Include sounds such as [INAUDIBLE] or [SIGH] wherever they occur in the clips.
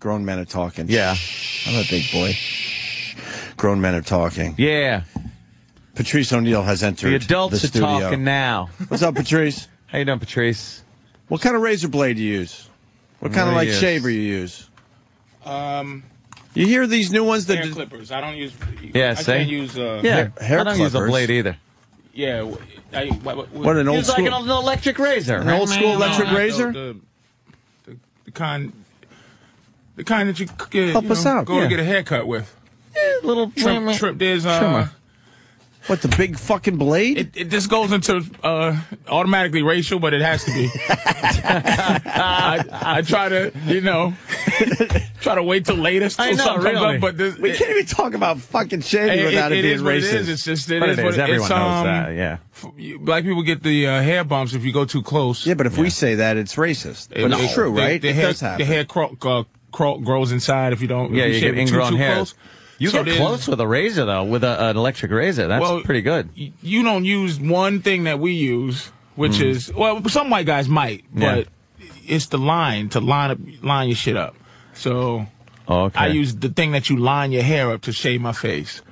Grown men are talking. Yeah. I'm a big boy. Grown men are talking. Yeah. Patrice O'Neill has entered The adults the are studio. talking now. What's up, Patrice? [LAUGHS] How you doing, Patrice? What kind of razor blade do you use? What kind of What do like you use? shaver you use? Um, you hear these new ones that hair d- clippers. I don't use. Yeah, I see? can't use. Uh, Yeah. hair I don't use a clippers. blade either. yeah. w- I, what, what, what an old It's like school, an, an electric razor. an old school electric no, razor. The, the, the kind, the kind that you, c- uh, Help you us know, out, Go yeah. to get a haircut with. little Trim, trim, there's uh, Trimmer. What the big fucking blade? It, it just goes into uh, automatically racial, but it has [LAUGHS] to be. I, I try to, [LAUGHS] you know, try to wait till later till I know, something comes really. up. But this, we can't even talk about fucking shaving it, without it, it, it being is what it racist. is. It's just it But is it what is. Everyone it's, um, knows that. Yeah. f- you- Black people get the uh, hair bumps if you go too close. yeah, but if we say that, it's racist. It- but no, it's true, the- right? The, it hair, does happen. The hair crawl, uh, crawl, grows inside if you don't. Yeah, if you shave get it too- ingrown too hair. close. You So get there's- close with a razor though, with a, an electric razor. That's Well, pretty good. y- You don't use one thing that we use, which is well, some white guys might, Mm. Yeah. but it's the line to line up, line your shit up. So Okay. I use the thing that you line your hair up to shave my face.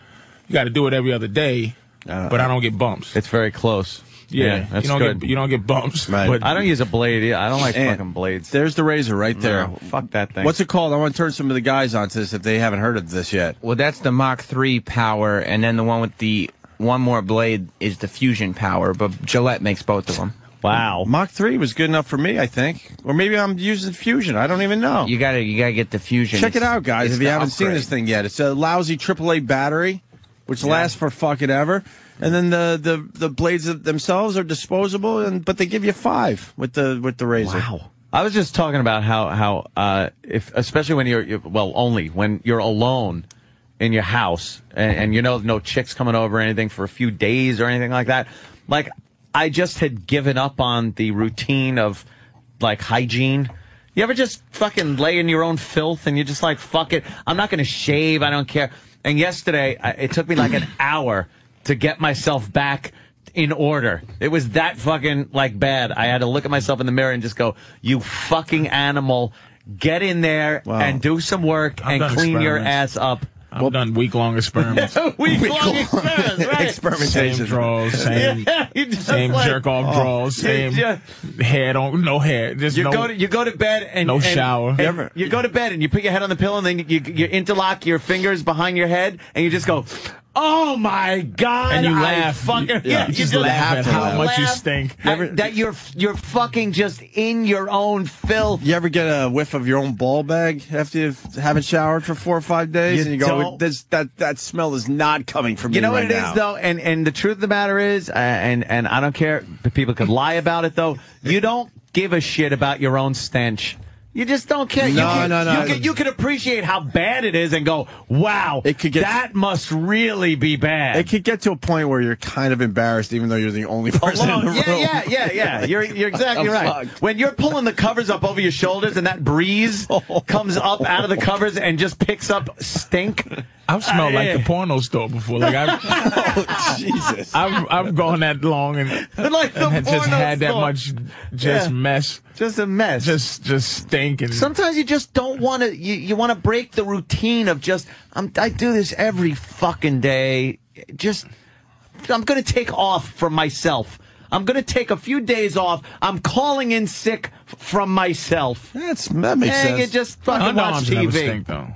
You got to do it every other day, but I don't get bumps. It's very close. yeah, Uh, that's you don't good. get you don't get bumps. Right. But I don't use a blade. Either. I don't like And fucking blades. There's the razor right there. No, fuck that thing. What's it called? I want to turn some of the guys onto this if they haven't heard of this yet. Well, that's the Mach 3 power, and then the one with the one more blade is the fusion power, but Gillette makes both of them. wow? Mach 3 was good enough for me, I think. Or maybe I'm using Fusion. I don't even know. You gotta, you gotta get the fusion. Check it It's- out, guys, it's if you the haven't seen upgrade. this thing yet. It's a lousy AAA battery, which lasts for fucking ever. And then the, the, the blades of- themselves are disposable, and but they give you five with the with the razor. Wow. I was just talking about how how uh, if especially when you're, you're well only when you're alone in your house and, and you know no chicks coming over or anything for a few days or anything like that. Like I just had given up on the routine of like hygiene. You ever just fucking lay in your own filth and you're just like fuck it. I'm not gonna shave. I don't care. And yesterday I, it took me like an hour to get myself back in order. It was that fucking like bad. I had to look at myself in the mirror and just go, "You fucking animal, get in there Wow. and do some work I've and done clean your experiments. ass up." I've [LAUGHS] done week long experiments. [LAUGHS] Week long experiments, right? same Experimentation. [LAUGHS] draws, same you just same like- oh, jerk off draws, same yeah. head on no hair. There's You no go to you go to bed and No and- shower. and Never. you go to bed and you put your head on the pillow and then you, you you interlock your fingers behind your head and you just go, "Oh my god!" and you I laugh. Fucking, you, you just laugh at to how laugh. much you laugh stink. at- that you're you're fucking just in your own filth. You ever get a whiff of your own ball bag after you haven't showered for four or five days, You and you go, don't. "This that that smell is not coming from You know me what right it is now." though, and and the truth of the matter is, uh, and and I don't care. if People could lie about it though. You don't give a shit about your own stench. You just don't care. you No, can, no, no. You can, you can appreciate how bad it is and go, wow, It could get- that must really be bad. It could get to a point where you're kind of embarrassed, even though you're the only person in the yeah, room. yeah, [LAUGHS] yeah, yeah. You're you're exactly I'm right. fucked. When you're pulling the covers up over your shoulders and [LAUGHS] that breeze comes up out of the covers and just picks up stink, uh, I've smelled like the Ah, Yeah. porno store before. Like I've, [LAUGHS] Oh, Jesus. I've I've gone that long and, like the and just porno had that store. much just Yeah. mess, just a mess. just just stink and Sometimes you just don't want to. You, you want to break the routine of just. I'm, I do this every fucking day. Just, I'm gonna take off from myself. I'm gonna take a few days off. I'm calling in sick from myself. That's, that makes And you sense. just my fucking watch Hmm? underarms never TV. stink though.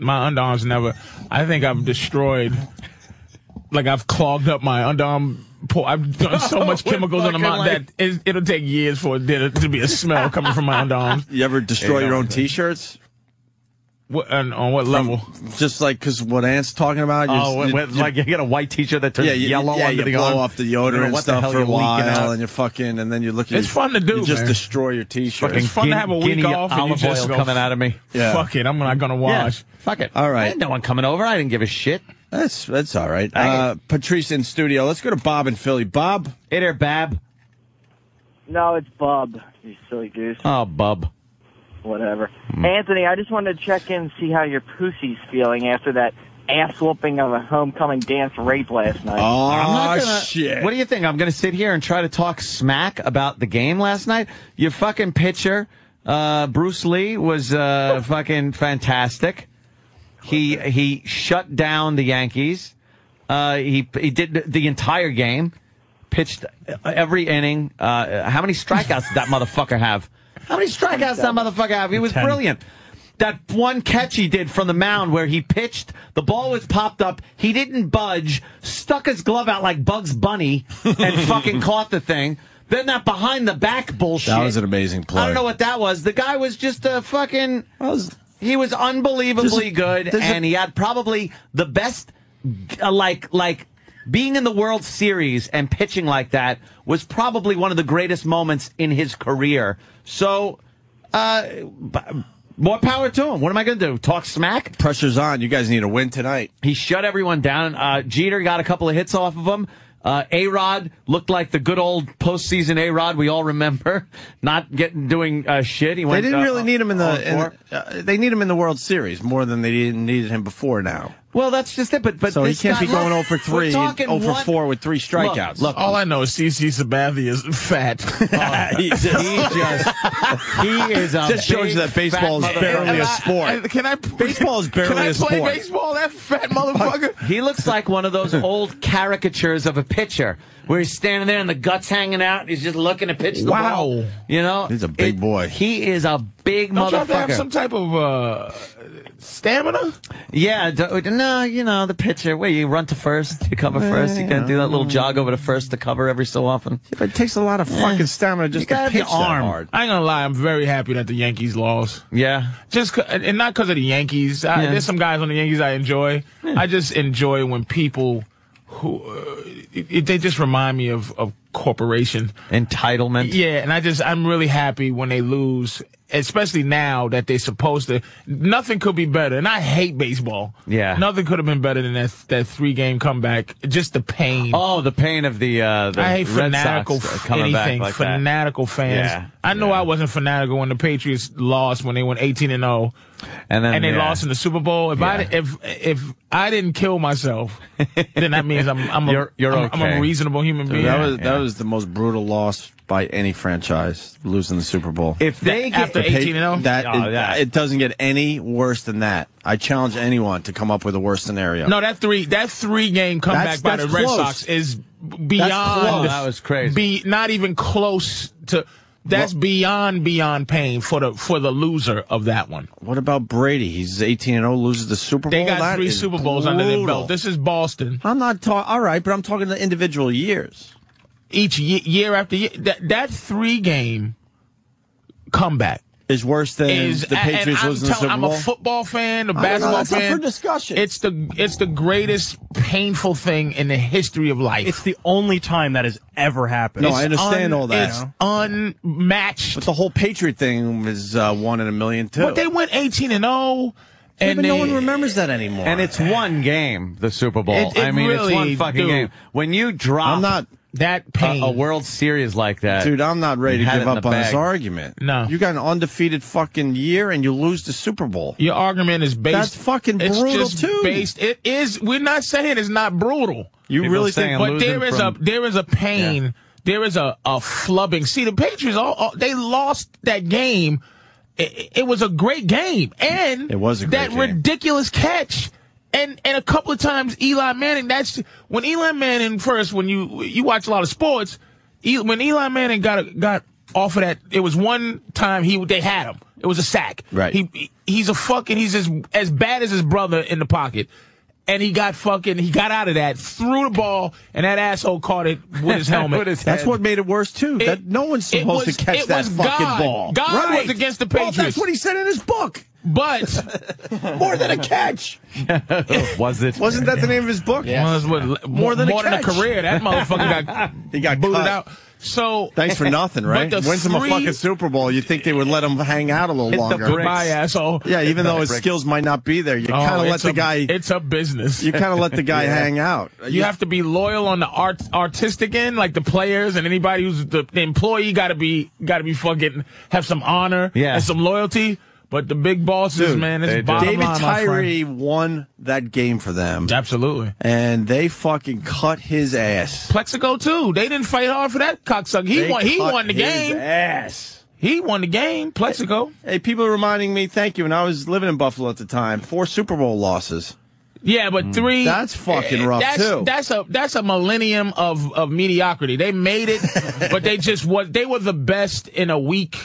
My underarms never. I think I've destroyed. Like I've clogged up my underarm. po- I've done so [LAUGHS] much We're chemicals on the fucking mouth like- that it, it'll take years for there to be a smell coming from my [LAUGHS] underarms. you ever destroy Yeah, your no, own no. t-shirts? What, and on what level? Just like because what Ant's talking about. you're- Oh, you- with, you- like you get a white T-shirt that turns yeah, you, yellow yeah, under you the blow arm. off the You odor know, and what the stuff hell for a you're leaking while, out. and you're fucking, and then you look at It's your- fun to do, You just man. destroy your t-shirt. It's fun to Guinea- have a week Guinea off and you olive just oil go, coming out of me. Yeah. Fuck it, I'm not gonna wash. fuck it. All right. I had no one coming over. I didn't give a shit. That's that's all right. I- Uh, Patrice in studio. Let's go to Bob in Philly. Bob, Hey [LAUGHS] there, Bab. No, it's Bub. You silly goose. Oh, bub. Hmm. Whatever. Anthony, I just wanted to check in and see how your pussy's feeling after that ass whooping of a homecoming dance rape last night. Oh I'm not gonna- shit! What do you think? I'm going to sit here and try to talk smack about the game last night? You fucking pitcher Uh, Bruce Lee was [LAUGHS] uh, fucking fantastic. He he shut down the Yankees. Uh, he he did the entire game, pitched every inning. Uh, how many strikeouts did that motherfucker have? How many strikeouts did that motherfucker have? He was brilliant. That one catch he did from the mound where he pitched, the ball was popped up, he didn't budge, stuck his glove out like Bugs Bunny, and [LAUGHS] fucking caught the thing. Then that behind the back bullshit. That was an amazing play. I don't know what that was. The guy was just a fucking. He was unbelievably There's a- good, there's a- and he had probably the best, uh, like like being in the World Series and pitching like that was probably one of the greatest moments in his career. So, uh, b- more power to him. What am I going to do? Talk smack? Pressure's on. You guys need a win tonight. He shut everyone down. Uh, Jeter got a couple of hits off of him. Uh, a Rod looked like the good old postseason A Rod we all remember, [LAUGHS] not getting doing uh, shit. They He went. didn't uh, really need him in all the. four. In, uh, they need him in the World Series more than they didn't needed him before now. well, that's just it. But but So he this can't guy- be going look, 0 for we're 3, talking 0 for one- 4 with three strikeouts. Look, All I know is CC Sabathia is [LAUGHS] fat. Oh, he just he is a Just shows big, you that baseball fat is mother- barely a I- sport. and can I [LAUGHS] Baseball is barely can I a play sport. baseball? That fat motherfucker. He looks like one [LAUGHS] of those old caricatures of a pitcher where he's standing there and the guts hanging out and he's just looking to pitch the Wow. ball. You know? He's a big boy. He is a big Don't you have to have motherfucker. some type of uh, stamina? Yeah, d- no, you know, the pitcher, where you run to first, you cover first, you can do that little jog over to first to cover every so often. But it takes a lot of fucking stamina just You gotta to have your pitch that arm. hard. I ain't gonna lie, I'm very happy that the Yankees lost. Yeah. Just 'cause- and not because of the Yankees. I, Yeah. There's some guys on the Yankees I enjoy. I just enjoy when people who uh, it, it- they just remind me of of corporation. Entitlement. Yeah, and I just I'm really happy when they lose, especially now that they're supposed to. Nothing could be better, and I hate baseball. Yeah. nothing could have been better than that that three game comeback. Just the pain. Oh, the pain of the, uh, the I hate Red fanatical Sox uh, f- coming anything. back like that. fanatical fans. Yeah, I know yeah. I wasn't fanatical when the Patriots lost when they went 18 and 0 And then and they yeah. lost in the Super Bowl. If I Yeah. if if I didn't kill myself, then that means I'm I'm a, You're- you're I'm, I'm okay. a reasonable human being. that was that was the most brutal loss by any franchise losing the Super Bowl. If they get after The pa- 18 and 0? that Oh, it, yeah. it doesn't get any worse than that. I challenge anyone to come up with a worse scenario. No, that three that three game comeback That's- by that's the Red close. Sox is beyond. close. Oh, that was crazy. Be not even close to. That's beyond beyond pain for the for the loser of that one. What about Brady? He's 18 and 0, loses the Super Bowl. They got That three is Super Bowls under their brutal. belt. This is Boston. I'm not talking. All right, but I'm talking the individual years. Each ye- year after year, that that three game comeback Is worse than is the and- and Patriots I'm losing the tell- Super I'm Bowl. a football fan, a know, basketball that's up fan. for discussion. It's the it's the greatest painful thing in the history of life. It's the only time that has ever happened. no, I understand Un- all that. It's unmatched. But the whole Patriot thing is uh, one in a million too. But they went 18 and 0. Yeah, And but they, no one remembers that anymore. And it's one game, the Super Bowl. It- it I mean, it's one really- fucking dude. game. When you drop I'm not, that a, pain. a World Series like that, dude. I'm not ready You to had give it in up the on this bag. argument. No. you got an undefeated fucking year and you lose the Super Bowl. Your argument is based. That's fucking it's brutal, just too. Based. It is. We're not saying it's not brutal. You People really saying think? I'm but there losing is from- a there is a pain. There is a, a flubbing. See, the Patriots all, all- they lost that game. It, it was a great game, and It was a great that game. ridiculous catch. And and a couple of times Eli Manning. That's when Eli Manning first. When you you watch a lot of sports, E- when Eli Manning got got off of that, it was one time he they had him. It was a sack. Right. He he- he's a fucking he's as as bad as his brother in the pocket. And he got fucking he got out of that, threw the ball, and that asshole caught it with [LAUGHS] [LAUGHS] his helmet. With his That's head. what made it worse too. that no one's it supposed was- to catch it that was fucking God. ball. God was Right. [LAUGHS] against the Well, that's Patriots. what he said in his book. but [LAUGHS] More than a catch. was it? Wasn't that the name of his book? well, that's what- more than than a more than a catch. career, that [LAUGHS] motherfucker got He got booted cut. out. So Thanks for nothing, right? [LAUGHS] But the Wins him a three- fucking Super Bowl. You'd think they would let him hang out a little the longer. bricks. my asshole. Yeah, even though his skills might not be there, you Oh, kind of let it's the a- guy. It's a business. You kind of let the [LAUGHS] guy hang out. You have to be loyal on the art, artistic end, like the players and anybody who's the, the employee. Got to be, got to be fucking have some honor Yeah. and some loyalty. But the big bosses, Dude, man, they it's do. bottom David line, my friend. Tyree won that game for them, Absolutely. and they fucking cut his ass. Plexico too. They didn't fight hard for that cocksucker. He They won. He cut won the his game. Ass. He won the game, Plexico. Hey, people are reminding me, thank you. And I was living in Buffalo at the time. Four Super Bowl losses. Mm. Yeah, but three. That's fucking eh, rough, that's, too. That's a that's a millennium of of mediocrity. They [LAUGHS] made it, but they just was they were the best in a weak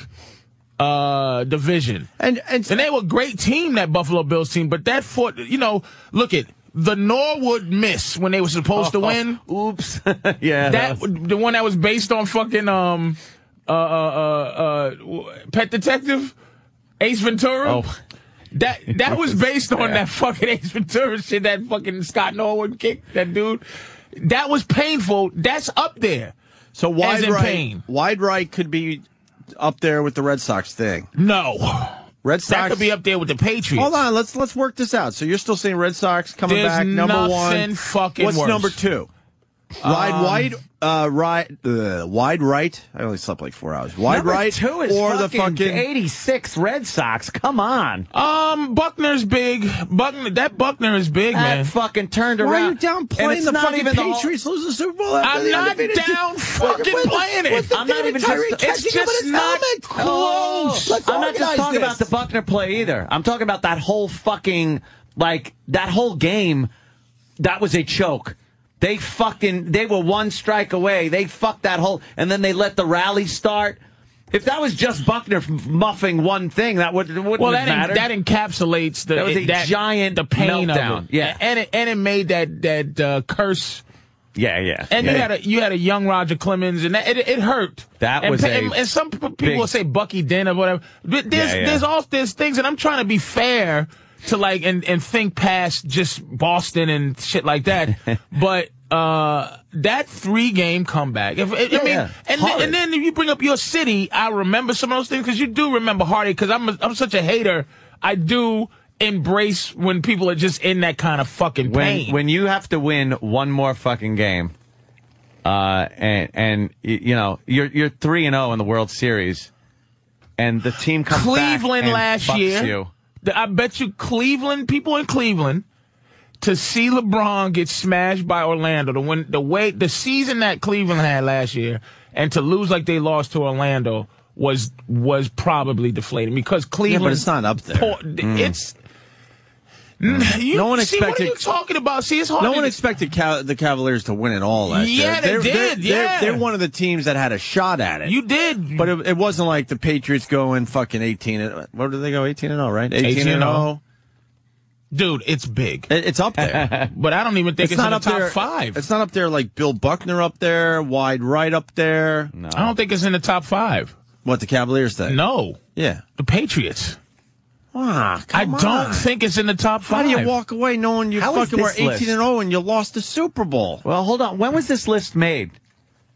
uh division. And and, And they were a great team, that Buffalo Bills team. But that foot, you know, look at the Norwood miss when they were supposed Oh, to win. Oh, Oops. [LAUGHS] yeah. That was- the one that was based on fucking um uh uh uh, uh Pet Detective Ace Ventura. Oh. That that was based on that fucking Ace Ventura shit. That fucking Scott Norwood kicked that dude. That was painful. That's up there. so wide in right, pain. wide right could be up there with the Red Sox thing. No, Red that Sox could be up there with the Patriots. Hold on, let's let's work this out. So you're still saying Red Sox coming There's back number one. nothing fucking What's worse. number two? Wide wide uh right uh, wide right. I only slept like four hours. Wide Number right two is or the fucking fucking 86 Red Sox. Come on. Um, Buckner's big. Buckner, that Buckner is big, man. That fucking turned around. Why are you And downplaying it's the not fucking even the whole- Patriots losing the Super Bowl? after I'm the not undefeated team? down fucking What the- playing it. what the I'm not David even just- Tyree it's catching him just with his not helmet? close. Let's I'm not just organize talking this. about the Buckner play either. I'm talking about that whole fucking like that whole game. That was a choke. They fucking they were one strike away. They fucked that whole and then they let the rally start. If that was just Buckner f- muffing one thing, that would wouldn't Well, have that en- mattered. that encapsulates the That was a it- giant the pain meltdown. of it. Yeah. and it and it made that that uh, curse. yeah, yeah. And yeah. you had a you had a young Roger Clemens, and that, it, it hurt. That and, was pa- a and, and some p- people big- will say Bucky Den or whatever. But there's Yeah, yeah. there's all there's things, and I'm trying to be fair to like and and think past just Boston and shit like [LAUGHS] that. but uh that three game comeback, if, I- I mean, yeah. and then, Horrid. and then if you bring up your city, I remember some of those things because you do remember Hardy because I'm a, I'm such a hater. I do embrace when people are just in that kind of fucking when pain. when you have to win one more fucking game, uh, and and y- you know you're you're three and zero in the World Series, and the team comes back Cleveland and last fucks year. You. th- I bet you Cleveland people in Cleveland to see LeBron get smashed by Orlando. The win, the way the season that Cleveland had last year, and to lose like they lost to Orlando was was probably deflating because Yeah, Cleveland. but it's not up there. Mm. Poor, It's. N- You, No one see, what are expected- you talking about? See, it's hard. No to- one expected Cal- the Cavaliers to win it all last Yeah, year. they They're- did, They're, they're- yeah. they're one of the teams that had a shot at it. You did, but it, it wasn't like the Patriots going fucking 18. And, what did they go? 18 and 0, right? 18, 18 and oh. 0. 0. dude, it's big. It, it's up there. [LAUGHS] But I don't even think it's, in not the up top there. five. It's not up there like Bill Buckner up there, wide right up there. I don't think it's in the top five. What the Cavaliers think? No, Yeah. Oh. the Patriots. Ah, I come don't on. think it's in the top How five. do you walk away knowing you How is fucking were this 18 list? and oh? 0 and you lost the Super Bowl? Well, hold on. When was this list made?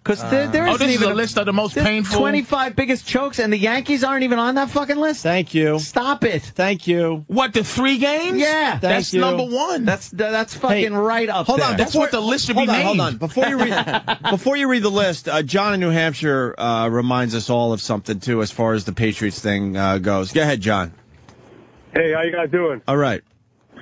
Because there, there Oh, isn't this is even a list of the most there's painful. 25 biggest chokes, and the Yankees aren't even on that fucking list. Thank you. Stop it. Thank you. What the three games? Yeah, thank that's you. number one. That's that's fucking right up Hold there. on, That's before- what the list should hold be on, Hold named. on, before you [LAUGHS] read, [LAUGHS] before you read the list, uh, John in New Hampshire uh, reminds us all of something too, as far as the Patriots thing uh, goes. Go ahead, John. Hey, how you guys doing? All right,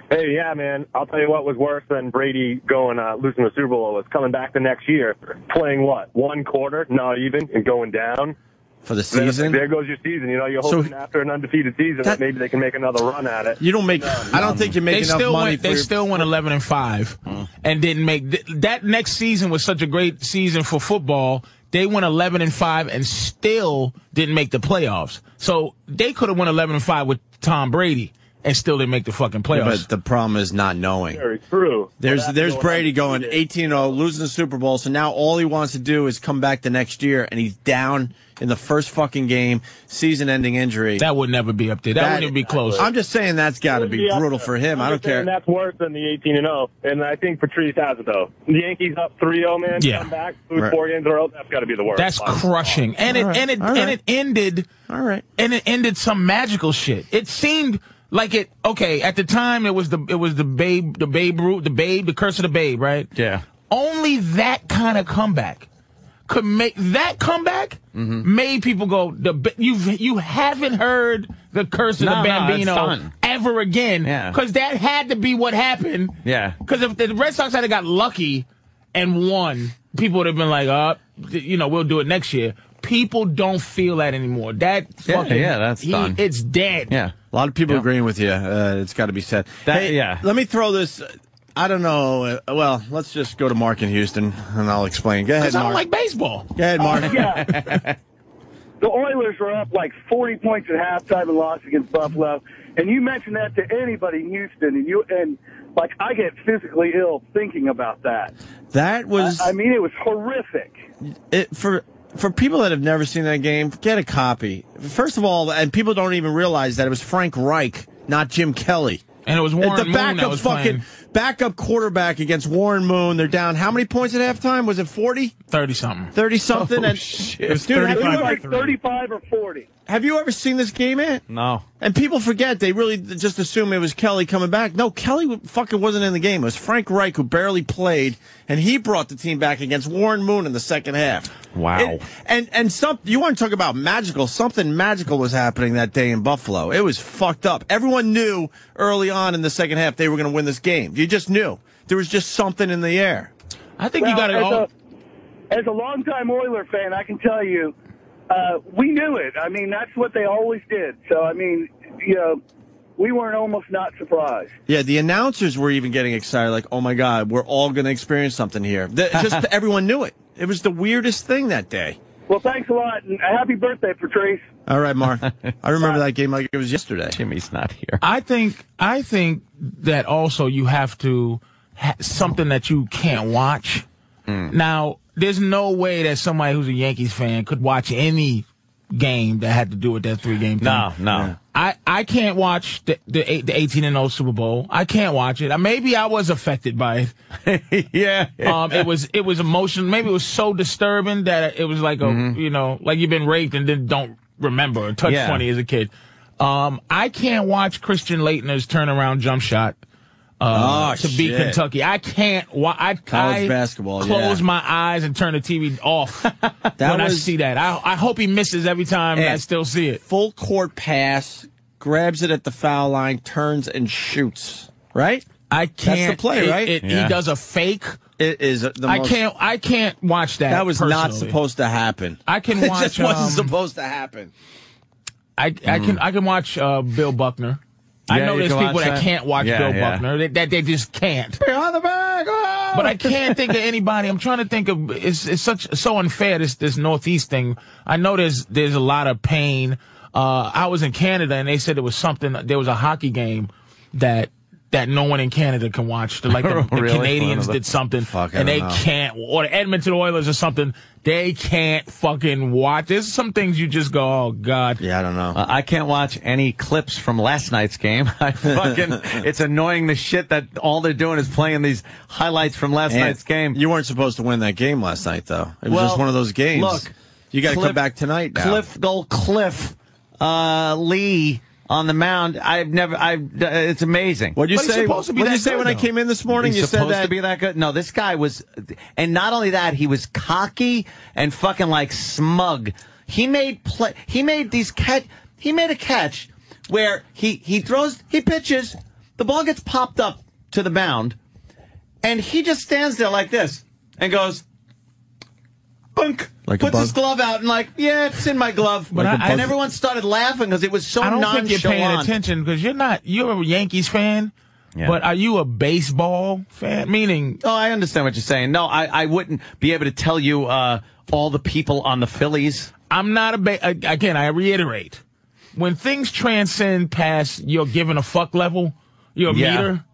Hey, yeah, man. I'll tell you what was worse than Brady going uh, losing the Super Bowl was coming back the next year, playing what one quarter, not even, and going down. for the Then season, There goes your season. You know, you're So- hoping after an undefeated season That- that, maybe they can make another run at it. you don't make. I don't think you make they enough still money. went. for They your- Mm. still went eleven and five, and didn't make th- that next season was such a great season for football. They went eleven and five and still didn't make the playoffs. So they could have won eleven and five with Tom Brady and still didn't make the fucking Yeah, playoffs. but the problem is not knowing. Very true. There's Well, that's there's going Brady going undefeated. 18 0, losing the Super Bowl. So now all he wants to do is come back the next year, and he's down in the first fucking game, season ending injury. that would never be up there. That, That- wouldn't even be close. I'm just saying that's got to be Yeah, brutal for him. I'm I don't just saying care. That's worse than the 18 and 0, and I think Patrice has it though. The Yankees up 3-0, man. Yeah. Come back, lose Right. four games in a row. That's got to be the worst. That's Wow. crushing. And it All right, and it all and right. it ended. All right. and it ended some magical shit. It seemed like it. Okay, at the time it was the it was the babe the babe root the babe the curse of the babe right. Yeah. Only that kind of comeback could make that comeback Mm-hmm. made people go the Ba- you've you haven't heard the curse of No, the no, it's bambino done. ever again Yeah. because that had to be what happened [LAUGHS] Yeah. because if the Red Sox had got lucky and won people would have been like uh you know we'll do it next year people don't feel that anymore. That Yeah, fucking yeah, that's he- done. It's dead. Yeah. A lot of people Yeah. agreeing with you. Uh, it's got to be said. That- yeah. Let me throw this. I don't know. Uh, well, let's just go to Mark in Houston, and I'll explain. Go ahead, Because I Mark. don't like baseball. go ahead, [LAUGHS] Mark. yeah. the Oilers were up like 40 points at halftime and lost against Buffalo. And you mentioned that to anybody in Houston, and you and like I get physically ill thinking about that. That was I mean, it was horrific. it, for for people that have never seen that game. Get a copy. First of all, and people don't even realize that it was Frank Reich, not Jim Kelly. And it was Warren At the Moon backup that was fucking playing backup quarterback against Warren Moon. They're down. How many points at halftime? Was it 40, thirty something. Oh, 30 something? and It was Dude, have 35 you It was like Three. 35 or 40. have you ever seen this game, Ant? No. And people forget they really just assume it was Kelly coming back. No, Kelly w- fucking wasn't in the game. It was Frank Reich who barely played, and he brought the team back against Warren Moon in the second half. Wow. And and, and some you want to talk about magical? Something magical was happening that day in Buffalo. It was fucked up. Everyone knew early on in the second half they were going to win this game. You just knew there was just something in the air. I think you got it as all. A, as a longtime Oiler fan, I can tell you, uh, we knew it. I mean, that's what they always did. So, I mean, you know, we weren't almost not surprised. Yeah, the announcers were even getting excited, like, "Oh my god, we're all going to experience something here." Th- [LAUGHS] just everyone knew it. It was the weirdest thing that day. Well, thanks a lot, and happy birthday, Patrice. All right, [LAUGHS] Mark. I remember that game like it was yesterday. Jimmy's not here. I think I think that also you have to ha- something that you can't watch. Mm. Now, there's no way that somebody who's a Yankees fan could watch any game that had to do with that three game thing. No, no. I, I can't watch the the, eight, the 18 and 0 Super Bowl. I can't watch it. Uh, Maybe I was affected by [LAUGHS] yeah. it. Um, it was it was emotional. Maybe it was so disturbing that it was like a Mm-hmm. you know like you've been raped and then don't remember or touch Yeah. funny as a kid. Um, I can't watch Christian Leitner's turnaround jump shot. Uh, Oh, to beat shit. Kentucky, I can't. Wa- I College I basketball, Close yeah. my eyes and turn the TV [LAUGHS] off when I was- see that. I I hope he misses every time. And I still see it. Full court pass, grabs it at the foul line, turns and shoots. Right? I can't. play, it- right? it- Yeah. He does a fake. It is the I most- can't. I can't watch that. That was not personally. supposed to happen. I can [LAUGHS] it watch. just wasn't um, supposed to happen. I, I can I can watch uh, Bill Buckner. I Mm. Yeah, know you there's can watch people that that. can't watch Yeah, Bill yeah. Buckner. That, that they just can't. Behind the back. oh! But I can't think of anybody. I'm trying to think of. It's, it's such so unfair this this Northeast thing. I know there's there's a lot of pain. Uh, I was in Canada and they said there was something. There was a hockey game that that no one in Canada can watch. The- [LAUGHS] Like [LAUGHS] the, the Oh, Really? Canadians One of the- did something Fuck, I don't and they know. can't, or the Edmonton Oilers or something. They can't fucking watch. There's some things you just go, oh god. yeah, I don't know. I can't watch any clips from last night's game. [LAUGHS] I [LAUGHS] fucking, it's annoying the shit that all they're doing is playing these highlights from last And night's game. You weren't supposed to win that game last night, though. It was Well, just one of those games. look, you got to come Cliff- back tonight. Now. Cliff goal Cliff uh, Lee on the mound. I've never. I. It's amazing. What'd you But he's say? supposed to be What'd you that say good, when I though. came in this morning? He's you said supposed that to be that good. No, this guy was, and not only that, he was cocky and fucking like smug. He made play. He made these catch. He made a catch where he he throws. He pitches. The ball gets popped up to the mound, and he just stands there like this and goes. Bunk. Like a puts his bug? glove out and like, yeah, it's in my glove. But Like a I- I- and everyone started laughing because it was so I don't nonchalant. think you're paying attention because you're not. You're a Yankees fan, Yeah. but are you a baseball fan? Meaning, Oh, I understand what you're saying. No, I, I wouldn't be able to tell you uh, all the people on the Phillies. I'm not a ba- ag- again. I reiterate, when things transcend past your giving a fuck level, your Yeah. meter.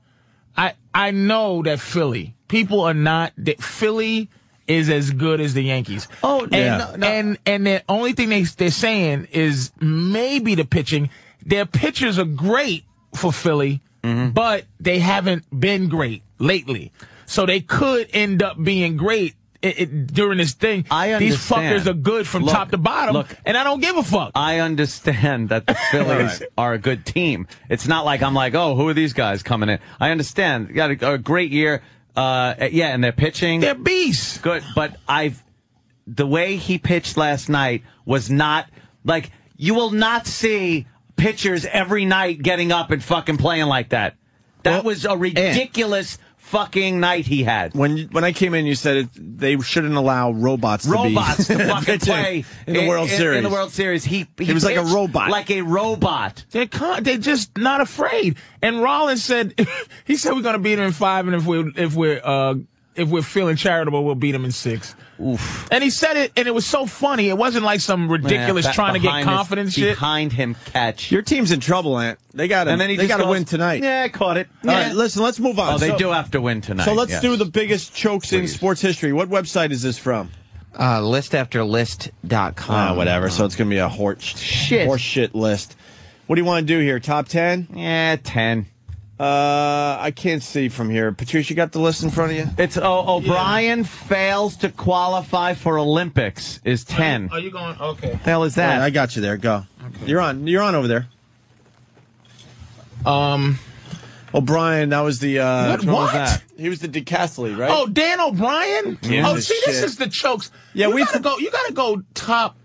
I I know that Philly people are not that Philly is as good as the Yankees. Oh, and yeah. No, no. and and the only thing they they're saying is maybe the pitching. Their pitchers are great for Philly, Mm-hmm. but they haven't been great lately. So they could end up being great. It, it, during this thing, I these understand. fuckers are good from Look, top to bottom, look. and I don't give a fuck. I understand [LAUGHS] that the Phillies are a good team. It's not like I'm like, oh, who are these guys coming in? I understand. They Got a, a great year. Uh, yeah, and they're pitching. they're beasts. good, but I've the way he pitched last night was not like you will not see eh. pitchers every night getting up and fucking playing like that. That was a ridiculous fucking night he had. When when I came in, you said it, they shouldn't allow robots. [LAUGHS] Robots to, to be fucking pitching play in the World Series. In the World Series, he he, was like a pitched robot. like a robot. They're con- they're just not afraid. And Rollins said [LAUGHS] he said we're gonna beat him in five, and if we're if we're uh if we're feeling charitable, we'll beat him in six. Oof. And he said it, and it was so funny. It wasn't like some ridiculous Yeah, trying to get behind his- confidence shit. behind him catch. Your team's in trouble, Ant. They got to. and then he They just got to goes, win tonight. Yeah, I caught it. All Yeah. right, listen. Let's move on. oh, they so, do have to win tonight. So let's yes. do the biggest chokes in sports history. What website is this from? Uh, list after Ah, list.com. whatever. So it's gonna be a horse shit horse shit list. What do you want to do here? Top ten? yeah ten. Uh, I can't see from here. Patrice, you got the list in front of you? It's oh, O'Brien fails to qualify for Olympics is ten. Are you going? Okay. the hell is All right, I that? got you there. Go. You're on. You're on over there. Um. O'Brien, Oh, that was the uh, What- what? He was the decathlete, right? Oh, Dan O'Brien. Oh, Jesus see, this shit. is the chokes. Yeah, you we- gotta go. You gotta go top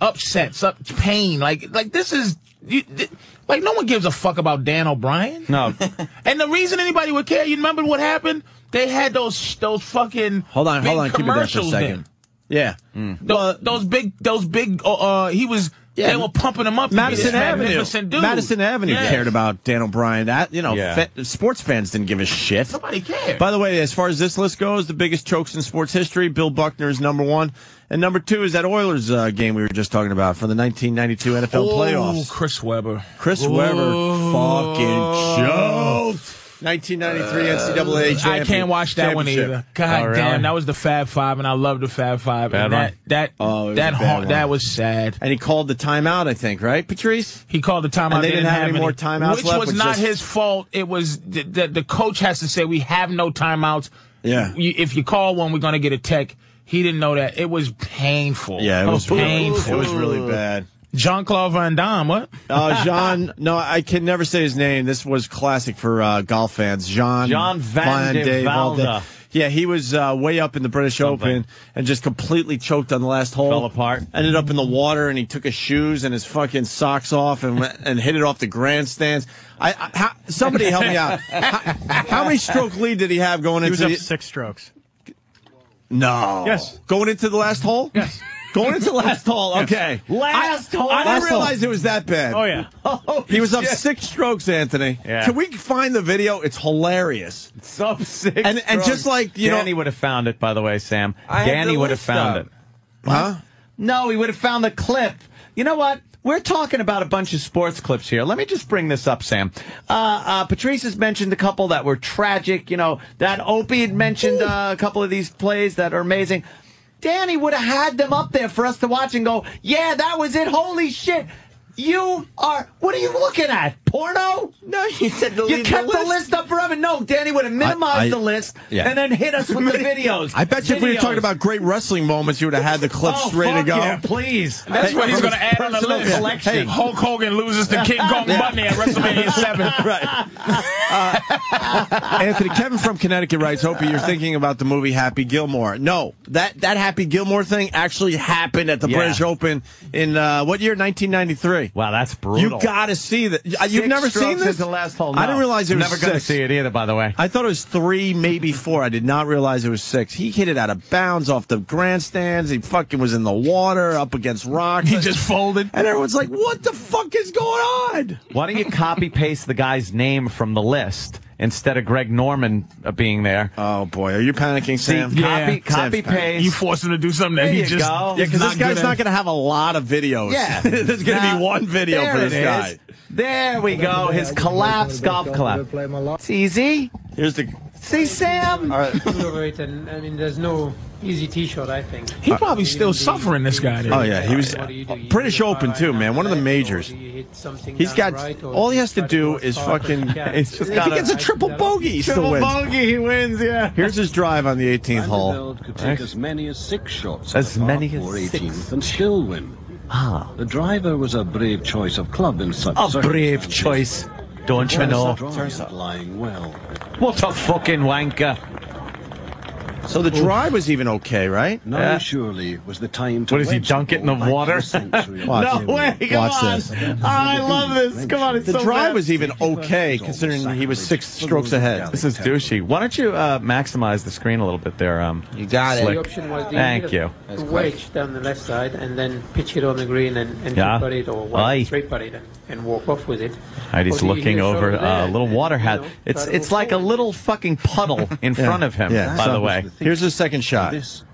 upsets, up pain. Like like this is you, th- like no one gives a fuck about Dan O'Brien. No, And the reason anybody would care, you remember what happened? They had those those fucking hold on, big hold on. Keep it there for a commercials second. then. Yeah. Those, those big those big uh, uh he was Yeah, they were pumping him up. to be Madison this Avenue. magnificent dude. Madison Avenue Yes. cared about Dan O'Brien. That you know, Yeah. fa- sports fans didn't give a shit. Nobody cared. By the way, as far as this list goes, the biggest chokes in sports history, Bill Buckner is number one, and number two is that Oilers uh, game we were just talking about from the 1992 NFL playoffs. Chris Webber. Chris Webber fucking choked. 1993 NCAA champion. Uh, I can't watch that one championship. either. God Oh, really? damn, that was the Fab Five, and I love the Fab Five. Bad and one? that that Oh, it was that a bad har- one. that was sad. And he called the timeout, I think, right, Patrice? He called the timeout. And they didn't have any more timeouts which left, was which not just- his fault. It was the, the the coach has to say we have no timeouts. Yeah. You- if you call one, we're gonna get a tech. He didn't know that. It was painful. Yeah, it was painful. It was really bad. Jean Claude Van Damme. What? Uh, Jean, no, I can never say his name. This was classic for uh, golf fans. Jean, Jean Van de Valde. Valde. Yeah, he was uh, way up in the British Something. Open and just completely choked on the last hole. Fell apart. Ended up in the water, and he took his shoes and his fucking socks off and went- and hit it off the grandstands. I, I how, somebody help me out. How, how many stroke lead did he have going He into was up the, six strokes. no? Yes. going into the last hole. Yes. [LAUGHS] Going into last hole, okay. Last I, hole. I Last didn't hole. realize it was that bad. Oh [LAUGHS] yeah. He was up six strokes, Anthony. Yeah. Can we find the video? It's hilarious. sub six. And- and just strokes. like, you know- Danny would have found it. By the way, Sam, I had Danny the would have list found up. it. Huh? No, he would have found the clip. You know what? We're talking about a bunch of sports clips here. Let me just bring this up, Sam. Uh, uh, Patrice has mentioned a couple that were tragic. You know, that Opie had mentioned uh, a couple of these plays that are amazing. Danny would have had them up there for us to watch and go, yeah, that was it. Holy shit. You are, what are you looking at? Porno? No, you said the You kept the list up forever. No, Danny would have minimized I- I- the list yeah. and then hit us with [LAUGHS] the videos. I bet you if we were Videos. talking about great wrestling moments, you would have had the clips oh, ready to fuck go. yeah, please. That's what he's gonna add on the personal list. collection. Hey, Hulk Hogan loses to King Kong Bundy at WrestleMania Seven. Right. Uh, Anthony, Kevin from Connecticut writes, Opie, you're thinking about the movie Happy Gilmore. No, that, that Happy Gilmore thing actually happened at the Yeah. British Open in uh, what year? 1993. Wow, that's You brutal. got to see that. You've Six never seen strokes this? is the last hole. I No. didn't realize it was Never gonna six. see it either. By the way, I thought it was three, maybe four. I did not realize it was six. He hit it out of bounds off the grandstands. He fucking was in the water, up against rocks. He just folded. and everyone's like, "What the fuck is going on?" why don't you copy paste the guy's name from the list instead of Greg Norman uh, being there? Oh boy, are you panicking, See, Sam? copy, Sam's copy panicking. paste. You force him to do something that There he you just go. Yeah, because this good guy's at. not going to have a lot of videos. [LAUGHS] Yeah. there's going to Nah, be one video there for this it is. guy. There we go. His collapse golf club. It's easy. Here's the. See, Sam. and I mean, there's no easy T-shirt. I think. He probably still suffering. This guy. Did. Oh yeah, he was What do you do? You British do the Open five too, iron man. One of the left, or majors. do you hit something He's down got right, or all he you has to try go do as is far as you fucking. can? It's just If he gotta- gets a triple bogey, he still wins. bogey, he wins. Yeah. Here's his drive on the 18th hole. Vanderbilt could take as many as six shots As at the many as par four six. 18th and still win. Ah. The driver was a brave choice of club in such A brave circumstances. choice, don't you know? Drive lying well. What a fucking wanker. So the drive was even okay, right? Now surely was the time to. What, does he wedge dunk it in the ball back water? to the century. Watch [LAUGHS] No it. way, come Watch on. this. I love this. Come on, it's The so drive bad. was even okay considering he was six strokes ahead. This is douchey. Why don't you uh, maximize the screen a little bit there? Um, you So got The option was the Thank either you. To wedge down the left side and then pitch it on the green and, and Yeah. two putt it or Aye. one three putt it and, and walk off with it. And he's Or do you looking hit a shot over over uh, a there? little water hat. know, It's try to it's like a little [LAUGHS] fucking puddle in Yeah. front of him. Yeah. By So- the way, Here's his second shot. This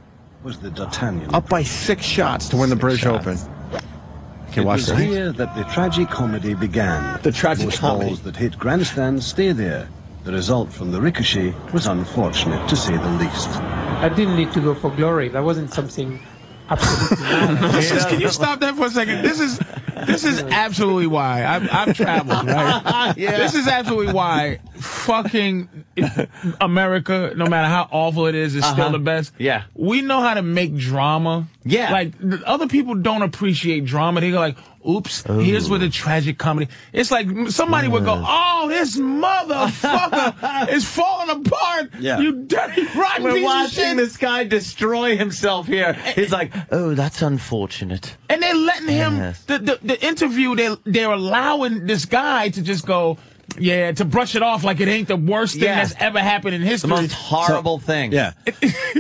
was the D'Artagnan. Up by six shots to win the British Open. Okay, it watch was this. here that the tragic comedy began. The tragic Most comedy. balls that hit grandstand stay there. The result from the ricochet was unfortunate, to say the least. I didn't need to go for glory. That wasn't something absolutely. This is, can you stop that for a second? This is this is absolutely why I've, I've traveled. [LAUGHS] Right? Yeah. This is absolutely why fucking America, no matter how awful it is, is Uh-huh. still the best. Yeah. we know how to make drama. Yeah. like the other people don't appreciate drama. They go like, "Oops, here's where the tragic comedy." It's like somebody would go, "Oh, this [LAUGHS] motherfucker is falling apart." Yeah. you dirty rotten we're piece of watching shit. this guy destroy himself here. He's like, oh, that's unfortunate. And they're letting him Yes. the, the the interview. They they're allowing this guy to just go, yeah, to brush it off like it ain't the worst thing Yeah. that's ever happened in history. thing. Yeah. [LAUGHS]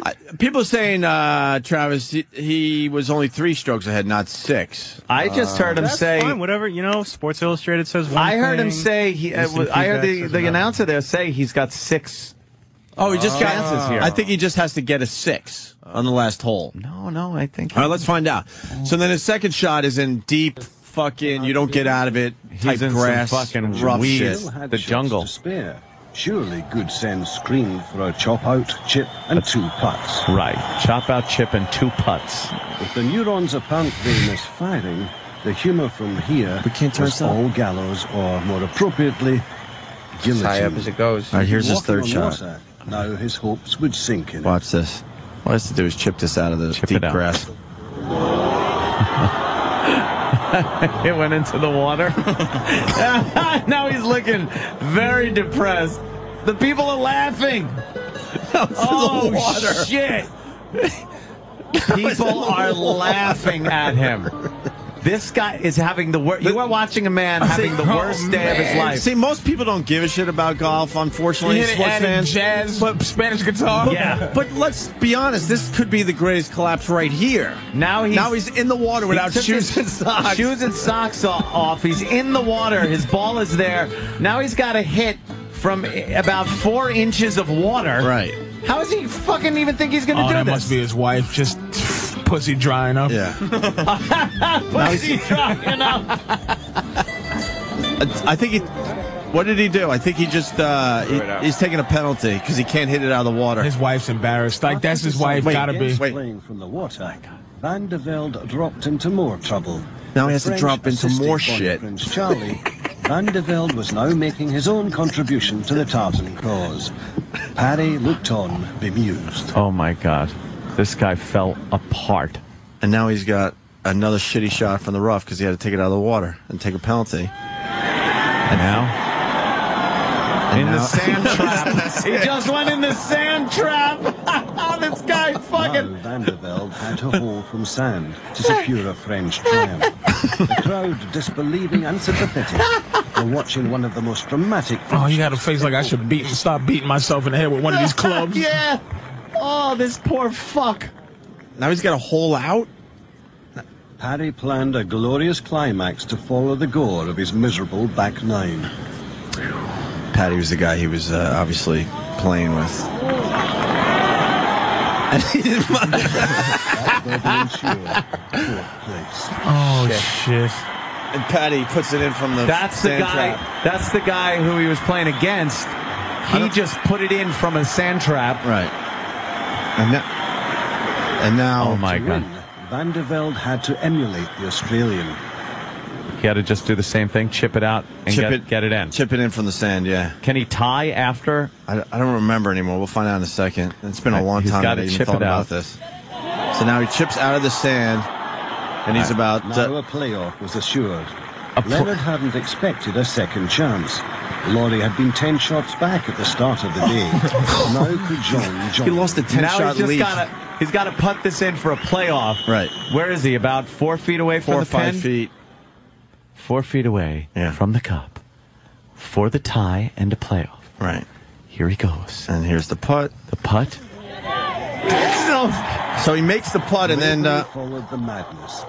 I- people are saying uh, Travis he, he was only three strokes ahead, not six. I just Uh, heard him That's say. fine, whatever you know. Sports Illustrated says one. I heard him thing, say. He, uh, instant I feedback heard the, says the another. announcer there say he's got six. Oh, he just got chances here. I think he just has to get a six on the last hole. No, no, I think. All right, let's find out. So then his second shot is in deep fucking. You don't get out of it. Type in some grass, fucking rough weeds. shit. Had The shots jungle. To spare. Surely good sense screamed for a chop out, chip, and two putts. Right. Chop out, chip, and two putts. [LAUGHS] With the neurons apparently misfiring, the humor from here we can't turn was this up. all gallows, or more appropriately, guillotine. High up as it goes. All right, here's his Walking third on shot. water, now his hopes would sink in. Watch this. All I has to do is chip this out of the deep it out. grass. it went into the water. [LAUGHS] now he's looking very depressed. The people are laughing. oh water. shit! people are laughing at him. This guy is having the worst. You are watching a man having the worst day of his life. oh, See, most people don't give a shit about golf, unfortunately. You hit it sports added fans. jazz, but Spanish guitar. But let's be honest, this could be the greatest collapse right here. Now he's now he's in the water without He took shoes his [LAUGHS] and socks. Shoes and socks o- off. He's in the water. His ball is there. Now he's got a hit from i- about four inches of water. Right. How does he fucking even think he's going to oh, do that this? must be his wife. Just pussy drying up. Yeah. [LAUGHS] What's he trying out? I think he. What did he do? I think he just uh, he- he's taking a penalty because he can't hit it out of the water. His wife's embarrassed. Like that's his wife. Wait, gotta be. Against Playing from the water, Van der Velde dropped into more trouble. Now he has The to French drop into assisted more by shit. Prince Charlie, Van der Velde was now making his own contribution to the Tartan cause. Paddy looked on, bemused. Oh my god, this guy fell apart. And now he's got another shitty shot from the rough because he had to take it out of the water and take a penalty. Now And in the now- [LAUGHS] sand trap. he just went in the sand trap. [LAUGHS] this guy fucking. Now Van der Velde had to haul from sand to secure a French triumph. The crowd, disbelieving and sympathetic, were watching one of the most dramatic. Oh, you got a face like I should beat stop beating myself in the head with one of these clubs. [LAUGHS] yeah. Oh, this poor fuck. Now he's got a hole out. Paddy planned a glorious climax to follow the gore of his miserable back nine. Patty was the guy he was uh, obviously playing with. And he didn't mind- [LAUGHS] Oh shit. and Patty puts it in from the That's the sand guy. trap. That's the guy who he was playing against. He just put it in from a sand trap. Right. And now, and now Oh my To god! win, Van der Velde had to emulate the Australian. He had to just do the same thing, chip it out, and Chip get it- it, get it in. chip it in from the sand. Yeah, Can he tie after? I, I don't remember anymore. We'll find out in a second. It's been a Right, long he's time. I gotta even chip thought it about out. this. So now he chips out of the sand, and he's about. Now Uh, a playoff was assured. Leonard hadn't expected a second chance. Laurie had been 10 shots back at the start of the day. [LAUGHS] now could join John. now he's just Gotta, he's got to putt this in for a playoff. Right. Where is he? About four feet away from Four or the five pin? feet. Four feet away from the cup for the tie and a playoff. Right. Here he goes. And here's the putt. The putt. So he makes the putt and then. Uh, followed the madness.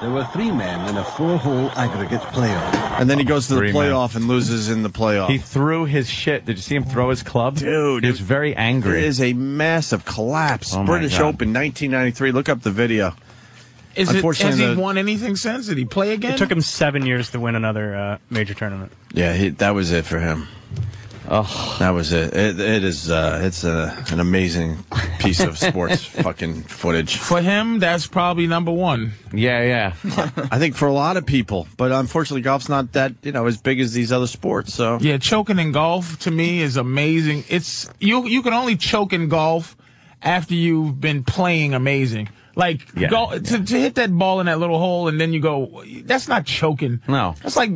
There were three men in a four-hole aggregate playoff. and then he goes to the Three men. playoff and loses in the playoff. He threw his shit. Did you see him throw his club? Dude. He was very It angry. is a massive collapse. Oh my British God. Open 1993. Look up the video. Is it, has Unfortunately, he the- won anything since? Did he play again? It took him seven years to win another uh, major tournament. Yeah, he, that was it for him. Oh, that was it. It, it is. Uh, it's a, an amazing piece of [LAUGHS] sports fucking footage. For him, that's probably number one. yeah, yeah. I think for a lot of people, but unfortunately, golf's not that you know as big as these other sports. So Yeah, choking in golf to me is amazing. It's you you can only choke in golf after you've been playing amazing. Like Yeah, go, To, to hit that ball in that little hole and then you go that's not choking. No. That's like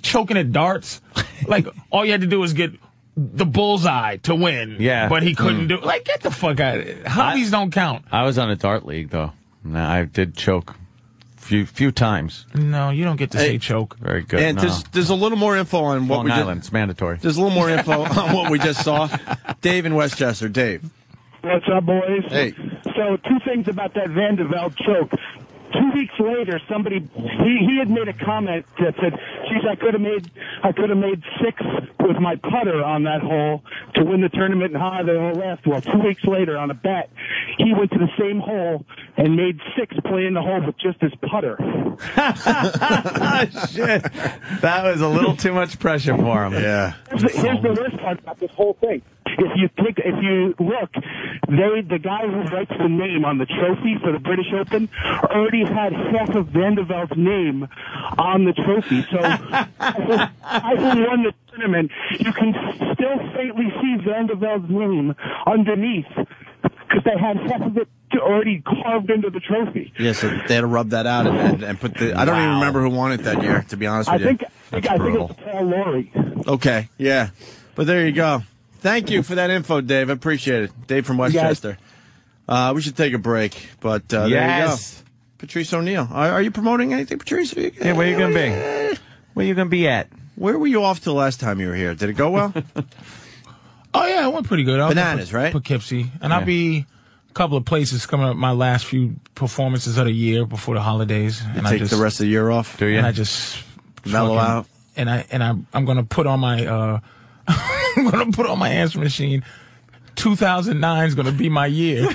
choking at [LAUGHS] darts. like all you had to do was get the bullseye to win. Yeah. Mm. But he couldn't do like get the fuck out of it. Hobbies don't count. I was on a dart league, though. No, I did choke few few times. No, you don't get to say choke. Very good. and no. Oh, there's [LAUGHS] there's a little more info on what Long we Island. just It's mandatory. there's a little more info [LAUGHS] on what we just saw. Dave in Westchester. Dave. What's up, boys? Hey. So, two things about that Vandeveld choke. Two weeks later, somebody he, he had made a comment that said, "Geez, I could have made I could have made six with my putter on that hole to win the tournament in Holiday Hole last." Well, two weeks later, on a bet, he went to the same hole and made six playing the hole with just his putter. Ah, Shit. That was a little too much pressure for him. Yeah. Here's the, here's the worst part about this whole thing. If you take, if you look, they the guy who writes the name on the trophy for the British Open already had half of Vandervelt's name on the trophy. [LAUGHS] So I who won the tournament, you can still faintly see Vandervelt's name underneath because they had half of it already carved into the trophy. Yeah. So they had to rub that out and, and, and put the. I don't even Wow. remember who won it that year. To be honest I with you. think, I think, That's I think brutal. it's Paul Laurie. Okay. Yeah. But there you go. Thank you for that info, Dave. I appreciate it. Dave from Westchester. Uh, we should take a break, but uh, there you go. yes. Patrice O'Neill. Are, are you promoting anything, Patrice? Are you, Yeah, where you gonna be? Where you gonna be at? Where were you off to last time you were here? Did it go well? [LAUGHS] Oh yeah, it went pretty good. I was Bananas, in right? Poughkeepsie, and I'll be a couple of places coming up. My last few performances of the year before the holidays, and I Take just the rest of the year off. Do you? and I just Mellow fucking- out. And I and I I'm gonna put on my uh [LAUGHS] I'm gonna put on my answer machine. 2009 is gonna be [LAUGHS] my year.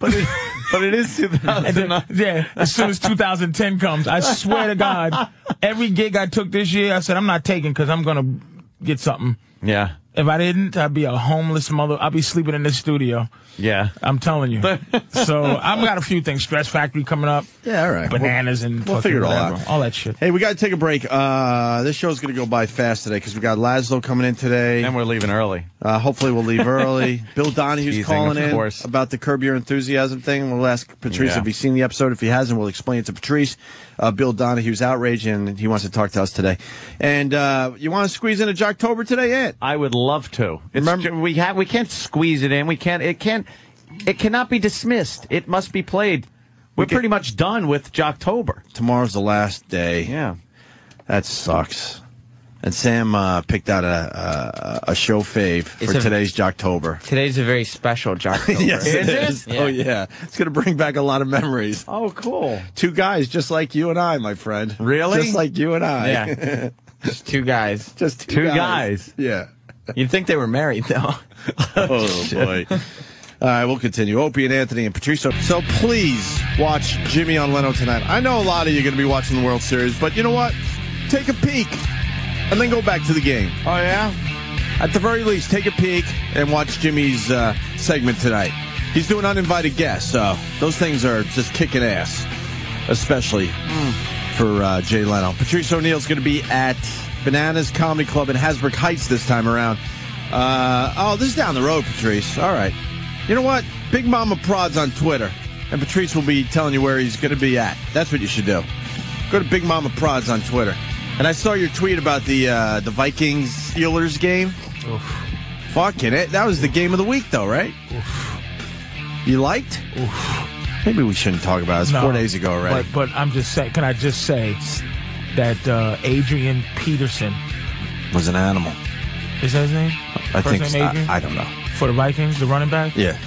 but it, but it is 2000. And then- [LAUGHS] yeah, as soon as 2010 comes, I swear to God, every gig I took this year, I said I'm not taking because I'm gonna get something. yeah, If I didn't, I'd be a homeless mother. I'd be sleeping in this studio. yeah. I'm telling [LAUGHS] you. so I've got a few things. Stress Factory coming up, Yeah, all right. bananas and we'll fucking figure it all whatever. out. all that shit. Hey, we got to take a break. Uh, this show's going to go by fast today because we got Laszlo coming in today. And we're leaving early. Uh, hopefully, we'll leave [LAUGHS] early. Bill Donahue's Teasing, calling of in course. about the Curb Your Enthusiasm thing. We'll ask Patrice Yeah. if he's seen the episode. If he hasn't, we'll explain it to Patrice. Uh, Bill Donahue's outrage, and he wants to talk to us today. And uh, you want to squeeze in a Jocktober today, Ant? I would love to. It's Remember- ju- we ha- we can't squeeze it in. We can't. It can't. It cannot be dismissed. It must be played. We're pretty much done with Jocktober. Tomorrow's the last day. Yeah. That sucks. And Sam uh, picked out a, a a show fave It's for a- today's Jocktober. Today's a very [LAUGHS] special Jocktober. Is it? Yeah. Oh yeah, it's gonna bring back a lot of memories. Oh, cool. Two guys just like you and I, my friend. Really? Just like you and I. [LAUGHS] Yeah. Just two guys. just two, Two guys. Yeah. You'd think they were married, though. [LAUGHS] Oh boy. All right, we'll continue. Opie and Anthony and Patricio. So please watch Jimmy on Leno tonight. I know a lot of you are going to be watching the World Series, but you know what? Take a peek and then go back to the game. Oh yeah. At the very least, take a peek and watch Jimmy's uh, segment tonight. He's doing uninvited guests, so those things are just kicking ass, especially for uh, Jay Leno. Patrice O'Neill's going to be at Bananas Comedy Club in Hasbrook Heights this time around. Uh, oh, this is down the road, Patrice. All right. You know what? Big Mama Prod's on Twitter, and Patrice will be telling you where he's going to be at. That's what you should do. Go to Big Mama Prods on Twitter. And I saw your tweet about the uh, the Vikings Steelers game. Fucking it! That was the game of the week, though, right? You liked? Maybe we shouldn't talk about it. It's four days ago already. But, but I'm just saying, can I just say that uh, Adrian Peterson was an animal. is that his name? I First think. name so. I- Adrian? I don't know. for the Vikings, the running back. Yeah.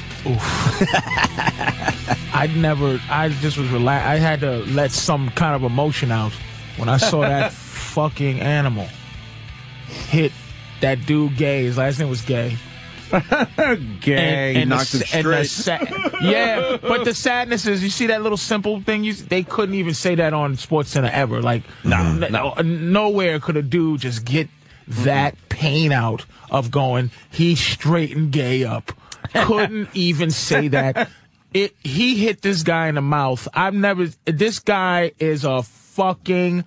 I never. I just was relaxed. I had to let some kind of emotion out when I saw [LAUGHS] that fucking animal hit that dude. Gay. His last name was [LAUGHS] Gay. Gay. the Knocked him s- and the [LAUGHS] straight. sa- yeah, but the sadness is, you see that little simple thing. You s- they couldn't even say that on Sports Center ever. Like, no, no, nowhere could a dude just get that pain out of going. He straightened gay up. Couldn't even say that. It. He hit this guy in the mouth. I've never. This guy is a fucking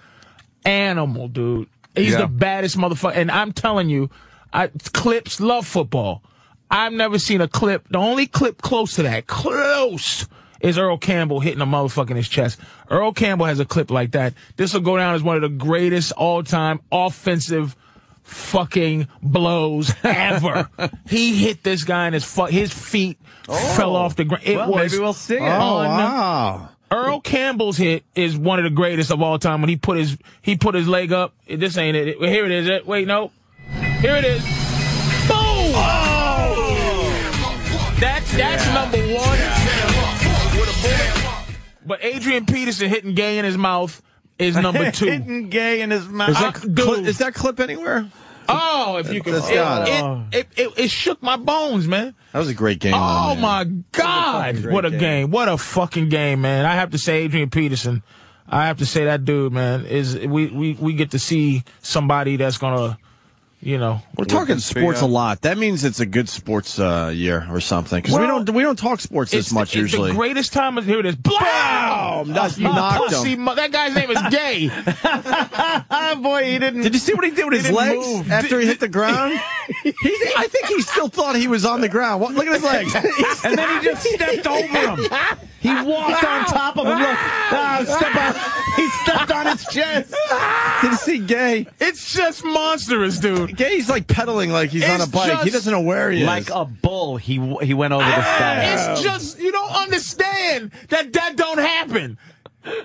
animal, dude. He's Yeah. the baddest motherfucker. And I'm telling you, I, clips love football. I've never seen a clip. The only clip close to that, close, is Earl Campbell hitting a motherfucker in his chest. Earl Campbell has a clip like that. This will go down as one of the greatest all time offensive fucking blows [LAUGHS] ever. he hit this guy in his fu- his feet fell off the ground. It Oh. Well, was maybe we'll see it. Oh, un- wow. Earl Campbell's hit is one of the greatest of all time. When he put his he put his leg up, this ain't it. Here it is. Wait, no, here it is. Boom! Oh! That that's number one. But Adrian Peterson hitting gay in his mouth [LAUGHS] is number two. Hitting gay in his mouth. Ah, Is that cli- is that clip anywhere? Oh, if you can, That's it, got it. it, it, it, it shook my bones, man. That was a great game. Oh though, man. my God! great What a game. game. What a fucking game, man! I have to say, Adrian Peterson. I have to say that dude, man, is we we we get to see somebody that's gonna, you know, We're talking sports a lot. That means it's a good sports uh, year or something because we Well, don't we don't talk sports It's this much the, it's usually. the greatest time of here. It is. Blam! That's You knocked pussy him. mo- that guy's name is Gay. [LAUGHS] [LAUGHS] Boy, he didn't. Did you see what he did with he his didn't legs move. after he Did- hit the [LAUGHS] ground? he, I think he still thought he was on the ground. What, look at his [LAUGHS] legs. And then he just stepped over him. He walked on top of him. Look, ah, step on. He stepped on his chest. Did you see Gay? It's just monstrous, dude. Gay's like pedaling like he's on It's a bike. he just- doesn't know where he is. Like a bull, he w- he went over the step. Ah! It's just you don't understand that that don't happen.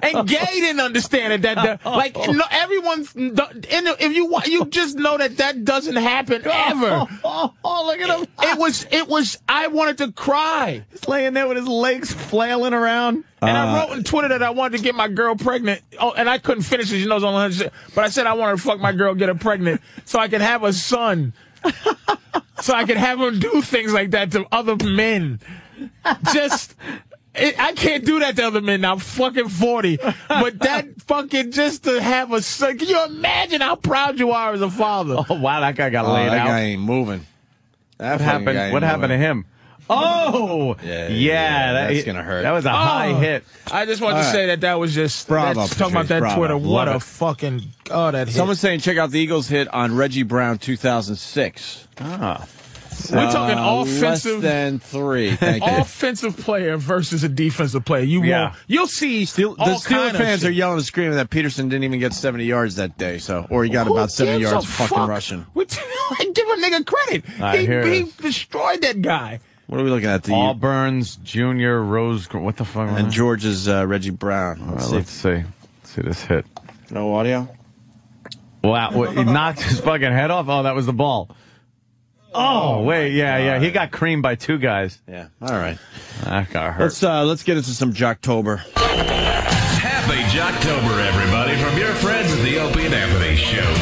And Gay didn't understand it. That, [LAUGHS] that like no, everyone, in the, if you wa- you just know that that doesn't happen ever. Oh, [LAUGHS] look at him. It was it was. I wanted to cry. He's laying there with his legs flailing around. And I Uh, wrote on Twitter that I wanted to get my girl pregnant. Oh, and I couldn't finish it. She knows only 100 But I said I wanted to fuck my girl, get her pregnant, so I can have a son. so I can have him do things like that to other men. Just, it, I can't do that to other men now. I'm fucking 40. But that fucking, just to have a son. Can you imagine how proud you are as a father? Oh wow, that guy got Oh, laid that out. guy ain't moving. That what fucking guy happened? ain't What happened to moving. him? Oh, yeah, yeah, that- that's gonna hurt. That was a high Oh. hit. I just wanted All to right. say that that was just, Bravo, that's, talking about Patrice, that bravo. Twitter. What Love a it. fucking, oh, that hit. Someone's saying check out the Eagles hit on Reggie Brown 2006. Ah. We're talking offensive- Uh, Less than three. Thank [LAUGHS] you. offensive player versus a defensive player. You Yeah. won't. You'll see. Steel, the Steelers fans are yelling and screaming that Peterson didn't even get 70 yards that day, so or he got about 70 yards fucking rushing. What [LAUGHS] do you- like, give a nigga credit. All right, he, here it he is. destroyed that guy. What are we looking at? The Auburn's junior Rose. What the fuck? and George's uh, Reggie Brown. All Let's right, see. let's see. Let's see this hit. No audio. Wow, what, he knocked his fucking head off. Oh, that was the ball. Oh, wait, yeah, yeah. He got creamed by two guys. Yeah. All right. That got hurt. Let's uh, let's get into some Jocktober. Happy Jocktober, everybody, from your friends at the Opie and Anthony Show.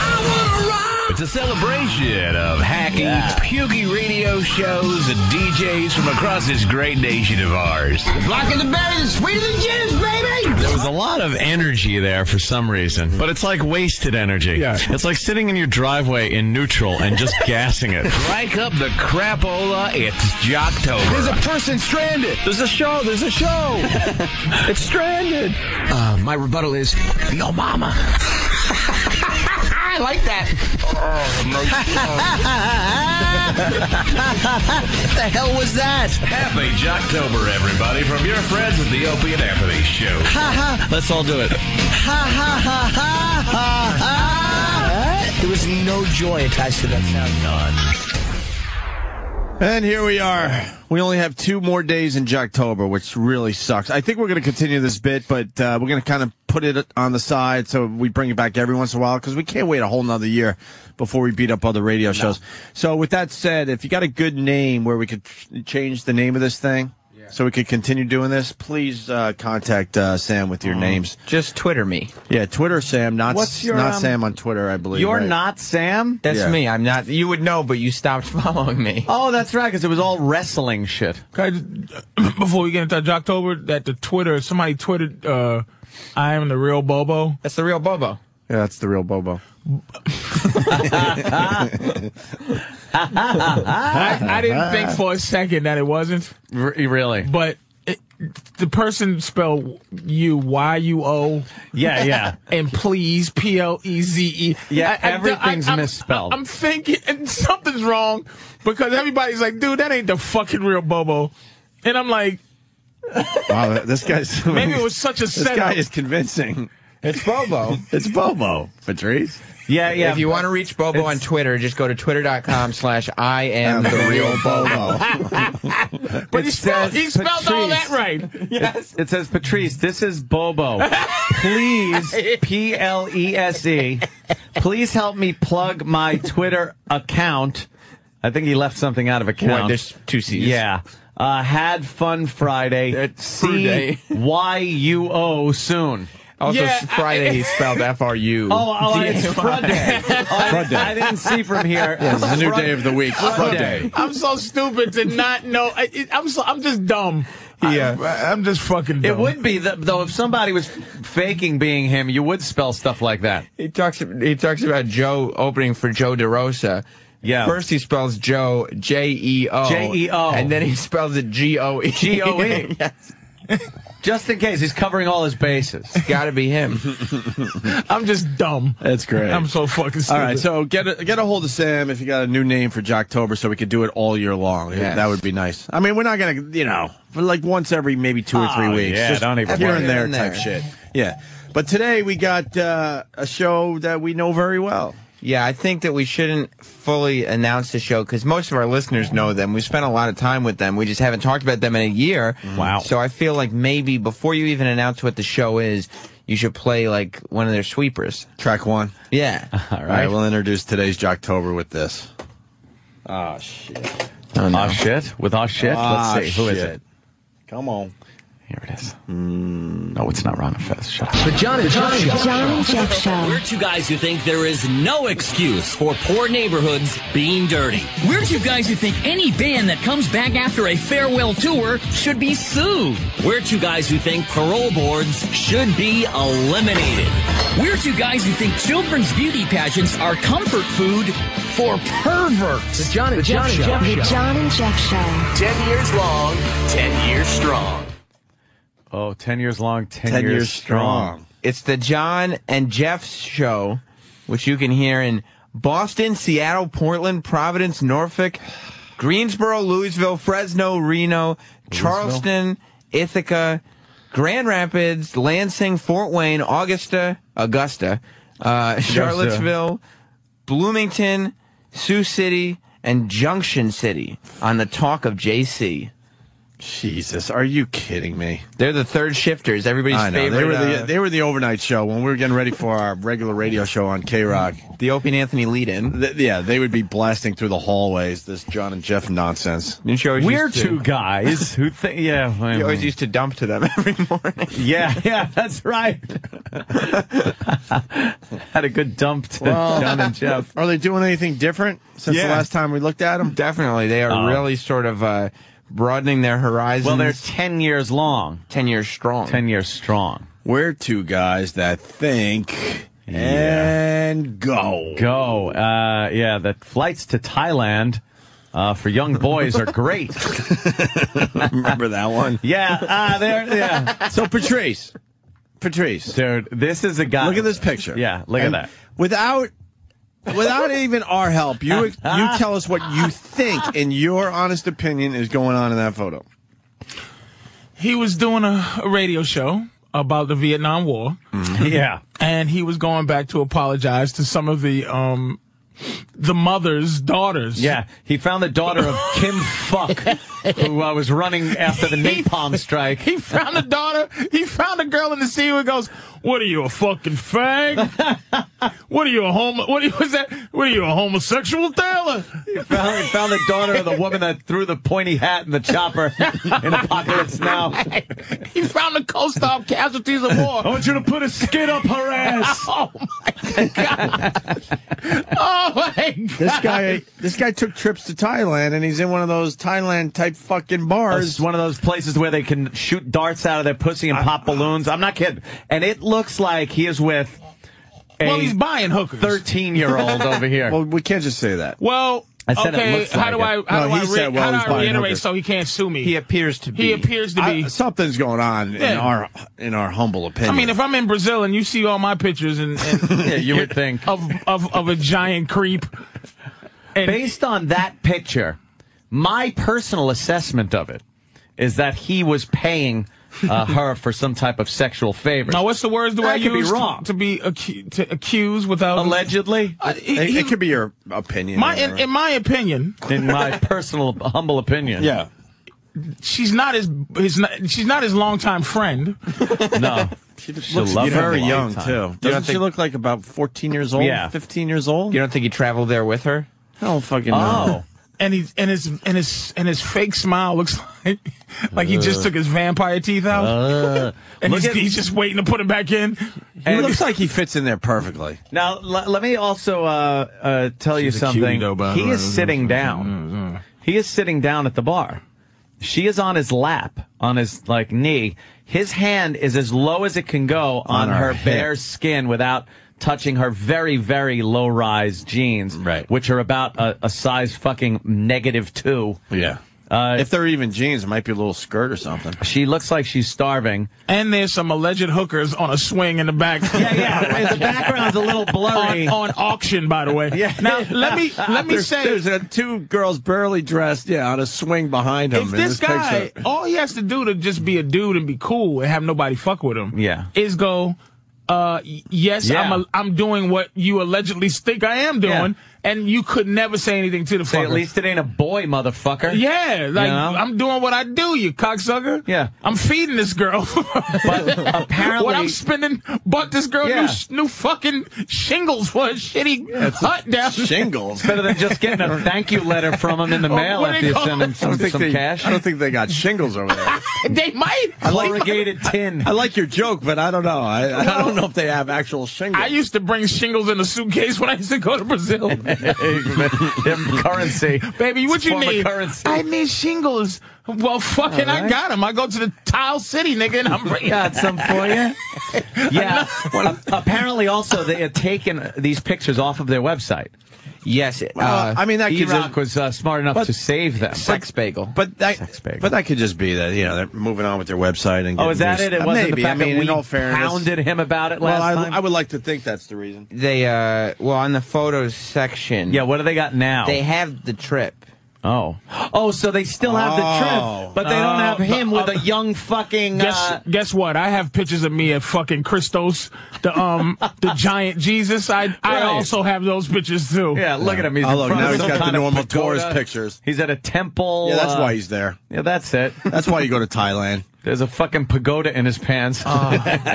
It's a celebration of hacky, pukey radio shows and DJs from across this great nation of ours. Black of the berry, the sweet of the juice, baby! There was a lot of energy there for some reason, but it's like wasted energy. Yeah. It's like sitting in your driveway in neutral and just [LAUGHS] gassing it. Strike up the crapola, it's Jocktober. [LAUGHS] There's a person stranded. There's a show. There's a [LAUGHS] show. it's stranded. Uh, my rebuttal is, yo, [LAUGHS] mama. I like that. what the hell was that? Happy Jocktober, everybody, from your friends at the Opie and [LAUGHS] Anthony Show. Ha ha Let's all do it. ha ha ha ha ha. There was no joy attached to that sound. And here we are. We only have two more days in Jocktober, which really sucks. I think we're going to continue this bit, but uh, we're going to kind of put it on the side so we bring it back every once in a while because we can't wait a whole nother year before we beat up other radio shows. So, with that said, if you got a good name where we could ch- change the name of this thing so we could continue doing this, please uh, contact uh, Sam with Um, your names. Just Twitter me. Yeah, Twitter Sam, not What's your, not um, Sam on Twitter, I believe. You're right? not Sam? That's Yeah. [LAUGHS] me. I'm not. You would know, but you stopped [LAUGHS] following me. Oh, that's right, because it was all wrestling shit. Can I just- [COUGHS] before we get into Jocktober, that the Twitter, somebody tweeted, uh, I am the real Bobo. That's the real Bobo. Yeah, that's the real Bobo. I, I didn't think for a second that it wasn't. really? But it, the person spelled you Y U O. Yeah, yeah. And please, P L E Z E. Yeah, I- I- I- everything's I'm- misspelled. I'm thinking and something's wrong because everybody's like, dude, that ain't the fucking real Bobo. And I'm like, [LAUGHS] Wow, this guy's Maybe [LAUGHS] it was such a This setup. guy is convincing. It's Bobo. [LAUGHS] it's Bobo, Patrice. Yeah, yeah. If you want to reach Bobo on Twitter, just go to twitter.com slash I am the real [LAUGHS] Bobo. but he spelled, he spelled all that Oh. Patrice. right. Yes. It says, Patrice, this is Bobo. [LAUGHS] Please, P L E S E, please help me plug my Twitter account. I think he left something out of account. What, there's two Cs. Yeah. Uh, had fun Friday. C Y U O soon. Also, Friday he [LAUGHS] spelled F R U. Oh, oh [LAUGHS] it's Friday. Oh, I, I didn't see from here. Yeah, it's a new day of the week. Friday. Friday. I'm so stupid to not know. I, it- I'm so I'm just dumb. Yeah, I, am just fucking. Dumb. It would be th- though if somebody was faking being him, you would spell stuff [LAUGHS] like that. He talks. He talks about Joe opening for Joe DeRosa. Yeah. First he spells Joe J E O J.E.O.. and then he spells it G O E G [LAUGHS] O E. Just in case he's covering all his bases. Got to be him. [LAUGHS] I'm just dumb. That's great. I'm so fucking stupid. All right, so get a, get a hold of Sam if you got a new name for Jocktober, so we could do it all year long. Yes. That would be nice. I mean, we're not gonna, you know, but like once every maybe two or three Oh, weeks. yeah, just don't even here worry. and there Here and type there. shit. Yeah, but today we got uh, a show that we know very well. Yeah, I think that we shouldn't fully announce the show because most of our listeners know them. We spent a lot of time with them. We just haven't talked about them in a year. Wow. So I feel like maybe before you even announce what the show is, you should play like one of their sweepers. Track one. [LAUGHS] Yeah. All right, we'll introduce today's Jocktober with this. Oh shit! Oh, no. Ah shit. With ah shit. Ah, Let's see. Who is shit. it? Come on. Here it is. No, it's not Ron and Fez. Shut up. The John and Jeff Show. John and Jeff Show. We're two guys who think there is no excuse for poor neighborhoods being dirty. We're two guys who think any band that comes back after a farewell tour should be sued. We're two guys who think parole boards should be eliminated. We're two guys who think children's beauty pageants are comfort food for perverts. The John and Jeff Show. The John and Jeff Show. Ten years long, ten years strong. Oh, 10 years long, 10, 10 years, years strong. strong. It's the John and Jeff's show, which you can hear in Boston, Seattle, Portland, Providence, Norfolk, Greensboro, Louisville, Fresno, Reno, Charleston, Ithaca, Grand Rapids, Lansing, Fort Wayne, Augusta, Augusta, uh, Charlottesville, Bloomington, Sioux City, and Junction City on the Talk of JC. Jesus, are you kidding me? They're the third shifters, everybody's I know favorite. they were the uh, they were the overnight show when we were getting ready for our regular radio show on K Rock. the Opie and Anthony lead-in. Th- yeah, they would be blasting through the hallways this John and Jeff nonsense. Didn't you always We're used to- two guys who think, yeah. I You always mean- used to dump to them every morning. yeah, yeah, that's right. Had a good dump to Well- [LAUGHS] [LAUGHS] John and Jeff. Are they doing anything different since Yeah. the last time we looked at them? Definitely, they are Oh. really sort of uh, broadening their horizons. Well, they're 10 years long, ten years strong. 10 years strong. We're two guys that think and go. Go. Uh, yeah, the flights to Thailand uh, for young boys are great. [LAUGHS] Remember that one? yeah, uh, they're, yeah. So Patrice, Patrice, Dude, this is a guy. look at this picture. Yeah, look at And that. Without [LAUGHS] without even our help, you you tell us what you think in your honest opinion is going on in that photo. he was doing a, a radio show. about the Vietnam War. [LAUGHS] Yeah. And he was going back to apologize to some of the um the mother's daughters. Yeah, he found the daughter of Kim Fuck, who uh, was running after the [LAUGHS] napalm strike. He found the daughter. He found a girl in the sea who goes, "What are you a fucking fag? What are you a homo? What are you, what's that? What are you a homosexual Taylor?" He found, he found the daughter of the woman that threw the pointy hat in the [LAUGHS] chopper in Apocalypse Now. He found the Coast Guard casualties of war. I want you to put a skid up her ass. Oh my god! Oh my god! This guy, this guy took trips to Thailand, and he's in one of those Thailand type fucking bars. [LAUGHS] It's one of those places where they can shoot darts out of their pussy and pop balloons. I'm not kidding. And it looks like he is with a Well, he's buying hookers. 13 year old over here. Well, we can't just say that. Well, I said it okay. looks how like do it. I? How No, he do I? said Re- while he how do was I buying reiterate hookers. so he can't sue me? He appears to be. He appears to I- be. something's going on in Yeah. our in our humble I opinion. mean, if I'm in Brazil and you see all my pictures and, and [LAUGHS] Yeah, you would think. of of of a giant creep, [LAUGHS] and Based on that picture, my personal assessment of it is that he was paying uh, her for some type of sexual favor. now what's the words do I I could be use wrong. to, to be acu- to accuse without Allegedly, Uh, he- it, he- it could be your opinion. my or- in, in my opinion, in [LAUGHS] my personal humble opinion. yeah. she's not his his not, she's not his longtime friend. [LAUGHS] No. She looks looks very beautiful. young Lifetime. too. don't Doesn't she think- look like about 14 years old? Yeah. 15 years old? You don't think he traveled there with her? I don't fucking know. Oh. And he and his and his and his fake smile looks [LAUGHS] like like he just took his vampire teeth out, Uh, [LAUGHS] and look he's, at- he's just waiting to put it back in. He looks like he fits in there perfectly. Now, l- let me also uh, uh, tell you something. though, by the he way. is Mm-hmm. sitting down. He is sitting down at the bar. She is on his lap, on his like knee. His hand is as low as it can go On on, her her, hip. bare skin without touching her very, very low-rise jeans, Right. which are about a, a size fucking negative two. Yeah. Uh, if they're even jeans, it might be a little skirt or something. She looks like she's starving. And there's some alleged hookers on a swing in the back. yeah. the background's a little blurry. on, on auction, by the way. Now [LAUGHS] let me let me There's- say there's uh, two girls barely dressed, yeah, on a swing behind him. if in this guy picture. all he has to do to just be a dude and be cool and have nobody fuck with him, Yeah. is go. Uh, y- yes, Yeah. I'm a, I'm doing what you allegedly think I am doing, and you could never say anything to the Say, fucker. at least it ain't a boy, [LAUGHS] motherfucker. yeah, like know? I'm doing what I do, you cocksucker. Yeah. I'm feeding this girl. [LAUGHS] But apparently, what I'm spending, bought this girl Yeah. new sh- new fucking shingles for a shitty hut down there. shingles. Oh, better than just getting [LAUGHS] a thank you letter from him in the Or mail what do after they you call send him I some, don't think some they, cash. I don't think they got shingles over [LAUGHS] there. [LAUGHS] They might. Corrugated tin. I like your joke, but I don't know. I, I don't know if they have actual shingles. I used to bring shingles in a suitcase when I used to go to Brazil. [LAUGHS] Them currency. Baby, what It's a you form of need? currency. I need shingles. Well, fucking, I got them. I go to the Tile City, nigga, [LAUGHS] and I'm bringing. Got some for you. [LAUGHS] Yeah. Well, apparently, also they had taken these pictures off of their website. Yes. Well, uh, I mean, that gives it- Iraq was uh, smart enough But- to save them. sex bagel. But that, Sex bagel. but that could just be that you know they're moving on with their website and. Oh, is that getting it? new It stuff. wasn't Maybe. the fact I mean, that we in all fairness, hounded him about it last well, I, time. I would like to think that's the reason. they uh well on the photos section. yeah. What do they got now? They have the trip. [GASPS] oh. Oh, so they still have the Oh. trip, but they don't Oh, have him the- with uh, a young fucking. Guess uh, guess what? I have pictures of me at fucking Christos, the [LAUGHS] um the giant Jesus. I I Right. also have those pictures too. Yeah, look at him. He's Oh, in look, front now of he's some got the kind of normal pagoda. tourist pictures. He's at a temple. Yeah, that's uh, why he's there. Yeah, that's it. That's why you go to Thailand. There's a fucking pagoda in his pants. [LAUGHS]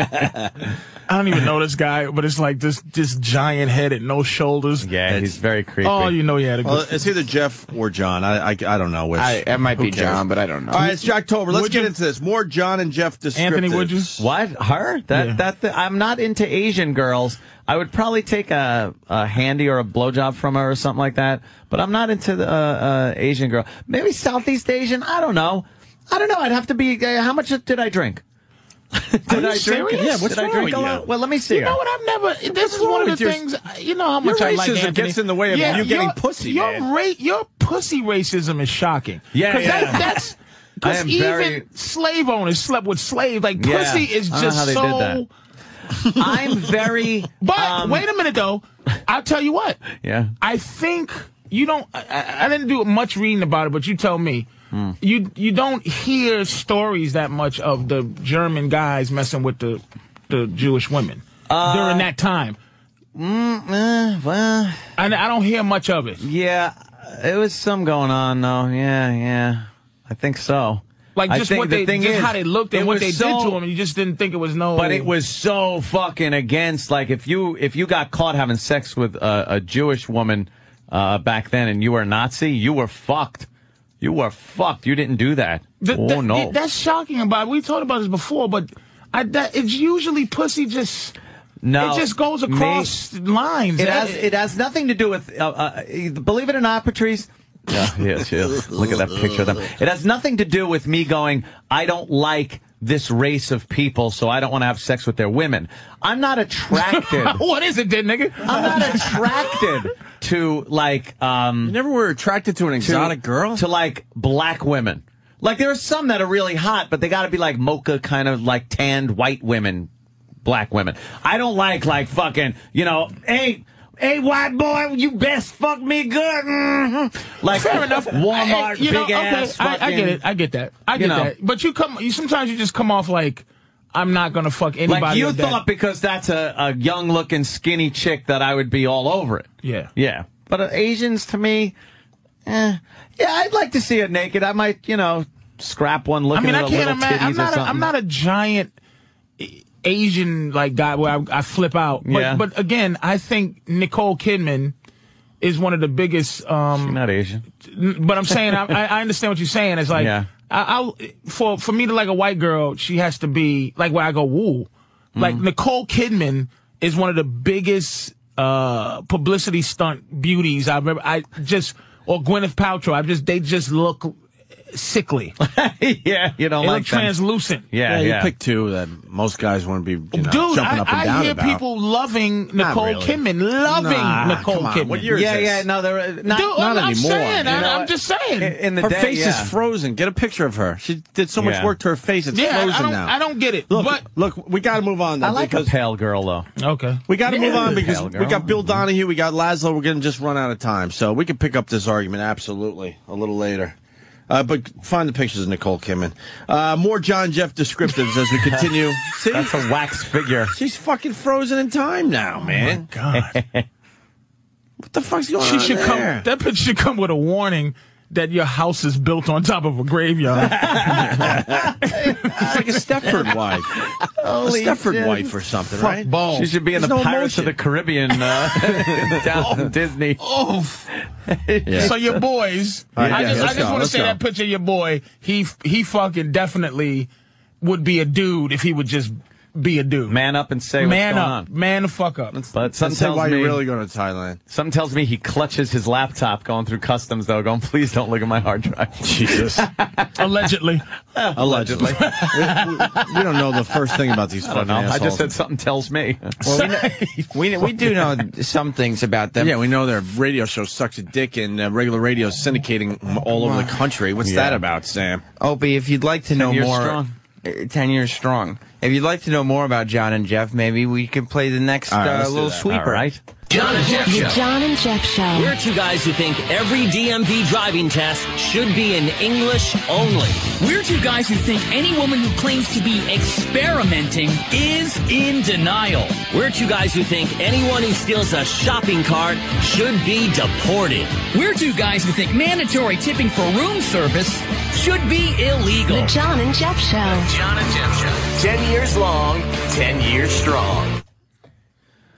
I don't even know this guy, but it's like this this giant head and no shoulders. yeah, he's very creepy. Oh, you know he had a good. Well, it's either Jeff or John. I I, I don't know which. I it might Who be cares? John, but I don't know. All right, it's October. Let's Would get you- into this. More John and Jeff descriptives. Anthony, would you? what? Her? That Yeah. that th- I'm not into Asian girls. I would probably take a, a handy or a blowjob from her or something like that. But I'm not into the uh, uh, Asian girl. Maybe Southeast Asian. I don't know. I don't know. I'd have to be. Uh, how much did I drink? did you I drink? serious? Yeah, what's did I wrong drink with a you? lot? Well, let me see. You her. know what? I've never. This is wrong one of the with your- things. uh, You know how your much I like racism Anthony. gets in the way of you getting your- pussy, Your man. ra- your pussy racism is shocking. Yeah, 'Cause yeah. That, that's [LAUGHS] I because am even very- slave owners slept with slaves. Like Yeah. pussy is I don't know how just they did so. that. [LAUGHS] I'm very. [LAUGHS] But um, wait a minute though. I'll tell you what. Yeah. I think you don't. I, I- I didn't do much reading about it, but you tell me. Hmm. you you don't hear stories that much of the German guys messing with the the Jewish women during that time. Uh, mm, eh, well, I, I don't hear much of it. Yeah, it was some going on though. Yeah, yeah, I think so. Like I just think what the they thing just is, how they looked and it what was they did so- to them, and you just didn't think it was no. But it was so fucking against. Like if you if you got caught having sex with a, a Jewish woman uh, back then and you were a Nazi, you were fucked. You were fucked. You didn't do that. Th- oh th- no. th- that's shocking. About we talked about this before, but I, that it's usually pussy just. No, it just goes me- across lines. It That- [LAUGHS] has it has nothing to do with. Uh, uh, believe it or not, Patrice. Yeah, yes, yes. Look at that picture of them. It has nothing to do with me going. I don't like this race of people, so I don't want to have sex with their women. I'm not attracted. [LAUGHS] what is it, then, nigga? I'm not attracted to like. Um, you never were attracted to an exotic girl. To like black women. Like there are some that are really hot, but they got to be like mocha kind of like tanned white women, black women. I don't like like fucking you know hey. Hey, white boy, you best fuck me good. [LAUGHS] Mhm. Like, Fair enough. Walmart, I- you know, big ass. okay, I, I get fucking- it. I get that. I you get know. that. But you come. You sometimes you just come off like I'm not gonna fuck anybody. Like you of that- thought because that's a, a young looking skinny chick that I would be all over it. Yeah. Yeah. But uh, Asians to me, eh, yeah, I'd like to see it naked. I might, you know, scrap one I looking mean, at I a can't little imagine. I'm titties or not. A, something. I'm not a giant A- Asian like guy where I, I flip out. But, Yeah. but again, I think Nicole Kidman is one of the biggest. Um, She's not Asian. but I'm saying I, I I understand what you're saying. It's like Yeah. I, I'll for for me to like a white girl, she has to be like where I go woo. Like Mm-hmm. Nicole Kidman is one of the biggest uh publicity stunt beauties I remember. I just or Gwyneth Paltrow. I just they just look sickly. [LAUGHS] yeah, you they don't look like them. translucent. Yeah, you yeah. pick two that most guys wouldn't be you know, Dude, jumping I, up and I down hear about. people loving Not Nicole really. Kidman, loving Nah, Nicole come on, Kidman. what year is yeah, this? yeah, no, they're uh, not, Dude, not I'm, I'm anymore. saying, You I, know I'm what? just saying. In- in the her day, face yeah. is frozen. Get a picture of her. She did so much Yeah. work to her face. It's Yeah, I frozen don't- now. I don't get it, Look, but- look, we got to move on. Though, I like a because pale girl though. Okay. we got to move on because Pale girl. we got Bill Donahue, we got Laszlo. We're going to just run out of time, so we can pick up this argument absolutely a little later. Uh, but find the pictures of Nicole Kidman. Uh, more John Jeff descriptives as we [LAUGHS] continue. See, That's a wax figure. she's fucking frozen in time now, man. Oh [LAUGHS] God. what the fuck's going She on should there? come. That picture should come with a warning that your house is built on top of a graveyard. [LAUGHS] It's like a [LAUGHS] Stepford wife, a Stepford wife or something, Fuck right? balls. She should be in There's the no Pirates emotion. of the Caribbean [LAUGHS] uh, down in Disney. [LAUGHS] Oof. Oh. So your boys, All right, I yeah, just, I let's just go, want to let's say go. that picture of your boy. He he fucking definitely would be a dude if he would just be a dude. Man up and say Man what's up, going on. man the fuck up. But some Let's say tells why me you're really going to Thailand. Some tells me he clutches his laptop going through customs, though, going, please don't look at my hard drive. [LAUGHS] Jesus. Allegedly, Allegedly. we, we- we don't know the first thing about these I fucking don't know. I assholes. just said something tells me. [LAUGHS] [LAUGHS] We, we do know some things about them. yeah, we know their radio show sucks a dick and uh, regular radio is syndicating m- all over the country. What's Yeah. that about, Sam? Opie, if you'd like to know years more, strong. Uh, ten years strong. If you'd like to know more about John and Jeff, maybe we could play the next All right, uh, let's do little that. sweeper. All right. John and Jeff The Show. John and Jeff Show. We're two guys who think every DMV driving test should be in English only. We're two guys who think any woman who claims to be experimenting is in denial. We're two guys who think anyone who steals a shopping cart should be deported. We're two guys who think mandatory tipping for room service should be illegal. The John and Jeff Show. John and Jeff Show. 10 years long, 10 years strong.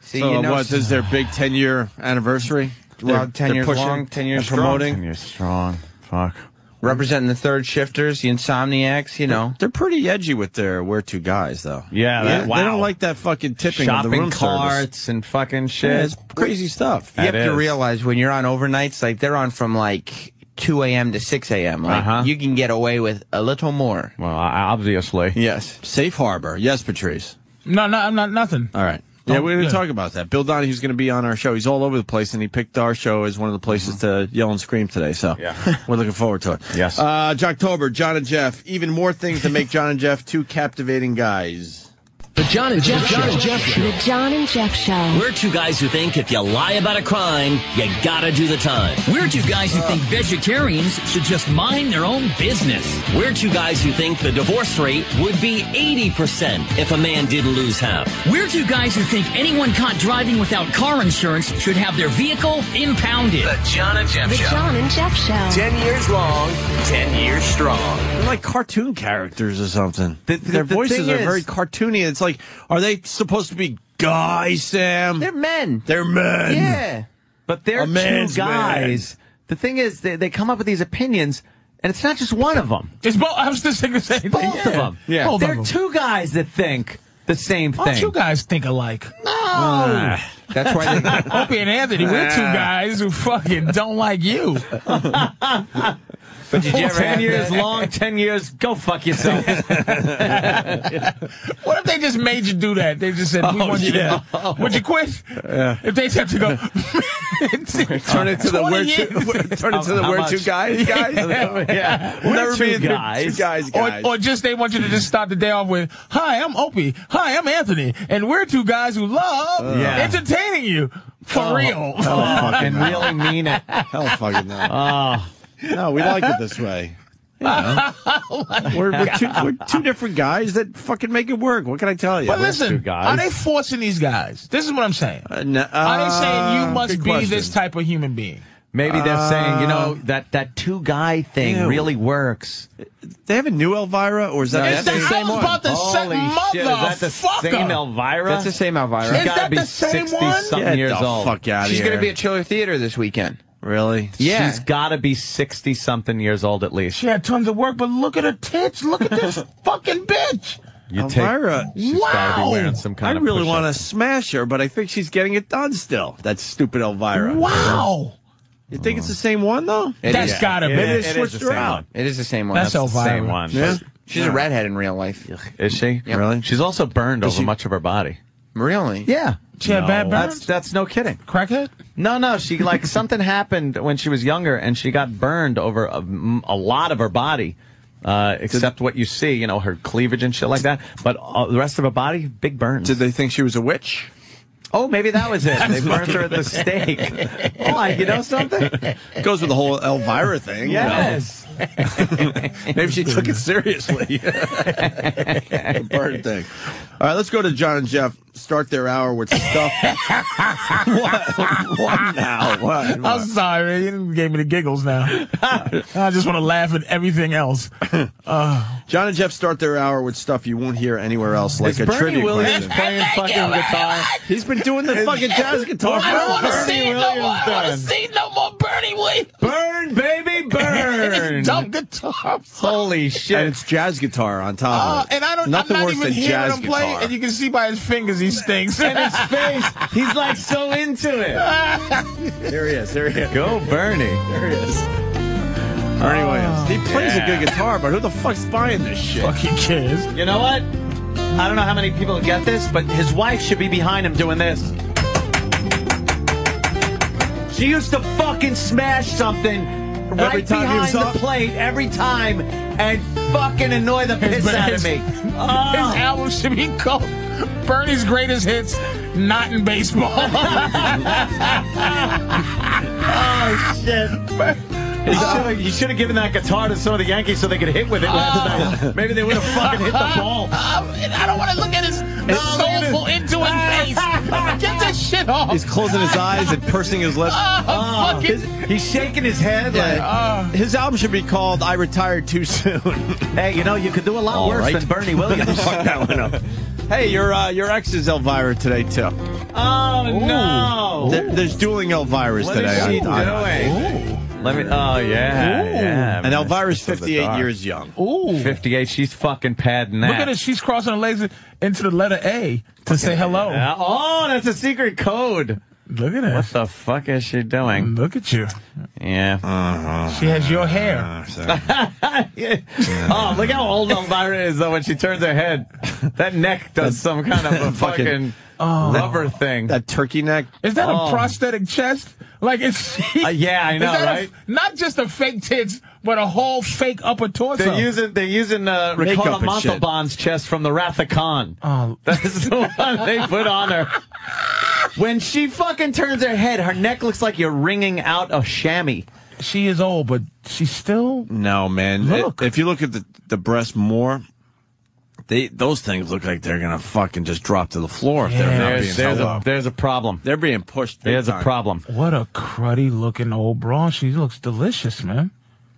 See, so, you know, what, this is their big 10 year anniversary? well, They're- 10 they're years pushing long, 10 years and promoting. strong. You're strong. Fuck. Representing the third shifters, the insomniacs, you know. They're pretty edgy with their we're two guys, though. Yeah, that- they, wow. they don't like that fucking tipping of the Shopping room service. carts and fucking shit. Yeah, it's crazy stuff. you have That to is. realize when you're on overnights, like they're on from like 2 a.m. to 6 a.m. Like Uh-huh. you can get away with a little more. Well, I- obviously. Yes. Safe harbor. Yes, Patrice. no, no, I'm not nothing. All right. Yeah, we're going yeah. to talk about that. Bill Donahue's going to be on our show. He's all over the place, and he picked our show as one of the places to yell and scream today. So Yeah. [LAUGHS] we're looking forward to it. Yes. Uh, Jocktober, John and Jeff, even more things that make John and Jeff two captivating guys. The John and Jeff John and Jeff The John and Jeff Show. We're two guys who think if you lie about a crime, you gotta do the time. We're two guys who think vegetarians should just mind their own business. We're two guys who think the divorce rate would be 80% if a man didn't lose half. We're two guys who think anyone caught driving without car insurance should have their vehicle impounded. The John and Jeff The Show. John and Jeff Show. 10 years long, 10 years strong. They're like cartoon characters or something. Their the voices thing are is- very cartoony. It's like, are they supposed to be guys, Sam? They're men. They're men. Yeah. But they're A man's two guys. The thing is, they, they come up with these opinions, and it's not just one of them. It's both. I was just going to say both of them. Yeah. Both of There are them. two guys that think the same Why thing. don't you guys think alike? Ah, that's why they- [LAUGHS] Opie and Anthony, we're two Ah. guys who fucking don't like you. [LAUGHS] But did you Oh, ever 10 have years that- long, 10 years, go fuck [LAUGHS] yourself. what if they just made you do that? They just said, we Oh, want you yeah. to. Would you quit? Yeah. If they said to [LAUGHS] go. Turn it to the 20 we're [LAUGHS] years. two, turn it to the we're two guys guys. [LAUGHS] yeah. We'll We're never two be in the guys. two guys guys. Or, or just they want you to just start the day off with, "Hi, I'm Opie. Hi, I'm Anthony, and we're two guys who love Uh. Yeah. Oh. entertaining you for real." [LAUGHS] [LAUGHS] fucking no. mean it. Hell fucking no. Ah. no, we like it this way. You know. [LAUGHS] [LAUGHS] Oh, we're, we're, two, we're two different guys that fucking make it work. What can I tell you? But listen, are they forcing these guys? This is what I'm saying. are they saying uh, you must be this type of human being? Maybe they're saying, you Uh, know, that, that two guy thing Ew. really works. They have a new Elvira, or is that? Is that- I was about to say, Holy shit, is that the motherfucker. same Elvira? That's the same Elvira. She's Is gotta that be the same 60 one? something Get years the old. fuck outta She's gonna here. be at Chiller Theater this weekend. Really? Yeah. She's got to be 60 something years old at least. She had tons of work, but look at her tits. Look at [LAUGHS] this fucking bitch. Oh. [LAUGHS] You Elvira, Take, she's got to be wearing some kind I of really push-up. want to smash her, but I think she's getting it done still. That stupid Elvira. Wow. You think it's the same one though? It That's is. Maybe they switched her out. It is the same one. That's the Elvira. same one. Yeah. She's a redhead in real life. Is she? Really? She's also burned over much of her body. Really? Yeah. She had bad burns? That's, that's no kidding. Crackhead? No, no. She, like, [LAUGHS] something happened when she was younger and she got burned over a, m- a lot of her body. Uh, except what you see, you know, her cleavage and shit like that. But uh, the rest of her body, big burns. Did they think she was a witch? Oh, maybe that was it. they burned her at the stake. [LAUGHS] [LAUGHS] Why? Oh, You know something? Goes with the whole Elvira thing. you know. Yes. [LAUGHS] Maybe she took it seriously. [LAUGHS] the bird thing. All right, let's go to John and Jeff. Start their hour with stuff. what? What now? [LAUGHS] What? I'm sorry, you gave me the giggles now. [LAUGHS] I just want to laugh at [LAUGHS] everything else. Uh, John and Jeff start their hour with stuff you won't hear anywhere else, like Is a Bernie trivia Williams question. playing fucking [LAUGHS] guitar? He's been doing the Is- fucking jazz guitar. I don't wanna forever. see it Bernie no more. Williams I wanna done. see no more Bernie Williams. Burn, [LAUGHS] baby, burn. Dumb guitar. Holy shit! And it's jazz guitar on top Uh, of it. and I don't. Nothing I'm not worse even than hearing jazz him play, guitar. and you can see by his fingers he stinks. And [LAUGHS] his face, he's like so into it. There he is. There he is. Go, Bernie. There he is. Bernie Williams. Oh, He plays yeah. a good guitar, but who the fuck's buying this shit? Fucking kids. You know what? I don't know how many people get this, but his wife should be behind him doing this. She used to fucking smash something right Every time he behind was the up? plate every time [LAUGHS] and fucking annoy the piss out of me. Oh. His album should be called Bernie's Greatest Hits, Not in Baseball. [LAUGHS] [LAUGHS] Oh shit. You should have given that guitar to some of the Yankees so they could hit with it last Oh. night. Maybe they would have fucking hit the ball. Um, I don't want to look at his soulful, intuitive [LAUGHS] face. Get that shit off. He's closing his eyes and pursing his lips. [LAUGHS] Oh, fucking- His- he's shaking his head Yeah. like, Ah. His album should be called "I Retired Too Soon." [LAUGHS] hey, you know, you could do a lot All worse right. than Bernie Williams. [LAUGHS] Fuck that one up. Hey, your uh, your ex is Elvira today too. Oh no! There- there's dueling Elviras What today. is she on- on- doing? Let me. Oh yeah, yeah. And Elvira's Mistress of the 58 Dark. years young. Ooh. Fifty-eight. She's fucking padding that. Look at her. She's crossing her legs into the letter A to say hello. Yeah. Oh, that's a secret code. Look at her. What the fuck is she doing? Look at you. Yeah. She has [LAUGHS] your hair. oh, look how old Elvira is though when she turns her head. That neck does some kind of a fucking- fucking Oh. rubber thing. That turkey neck. Is that Oh. a prosthetic chest? Like, is she. Uh, yeah, I is know, that a- right? not just a fake tits, but a whole fake upper torso. They're using they're using uh, Makeup Ricola and shit. Montalban's chest from the Wrath of Khan. Oh, [LAUGHS] that's the one they put on her. When she fucking turns her head, her neck looks like you're wringing out a chamois. She is old, but she's still. No, man. Look. if you look at the, the breast more, they those things look like they're going to fucking just drop to the floor if they're not being There's, there's, held a, up. there's a problem. They're being pushed. big There's a time. [LAUGHS] problem. What a cruddy looking old brawn. She looks delicious, man.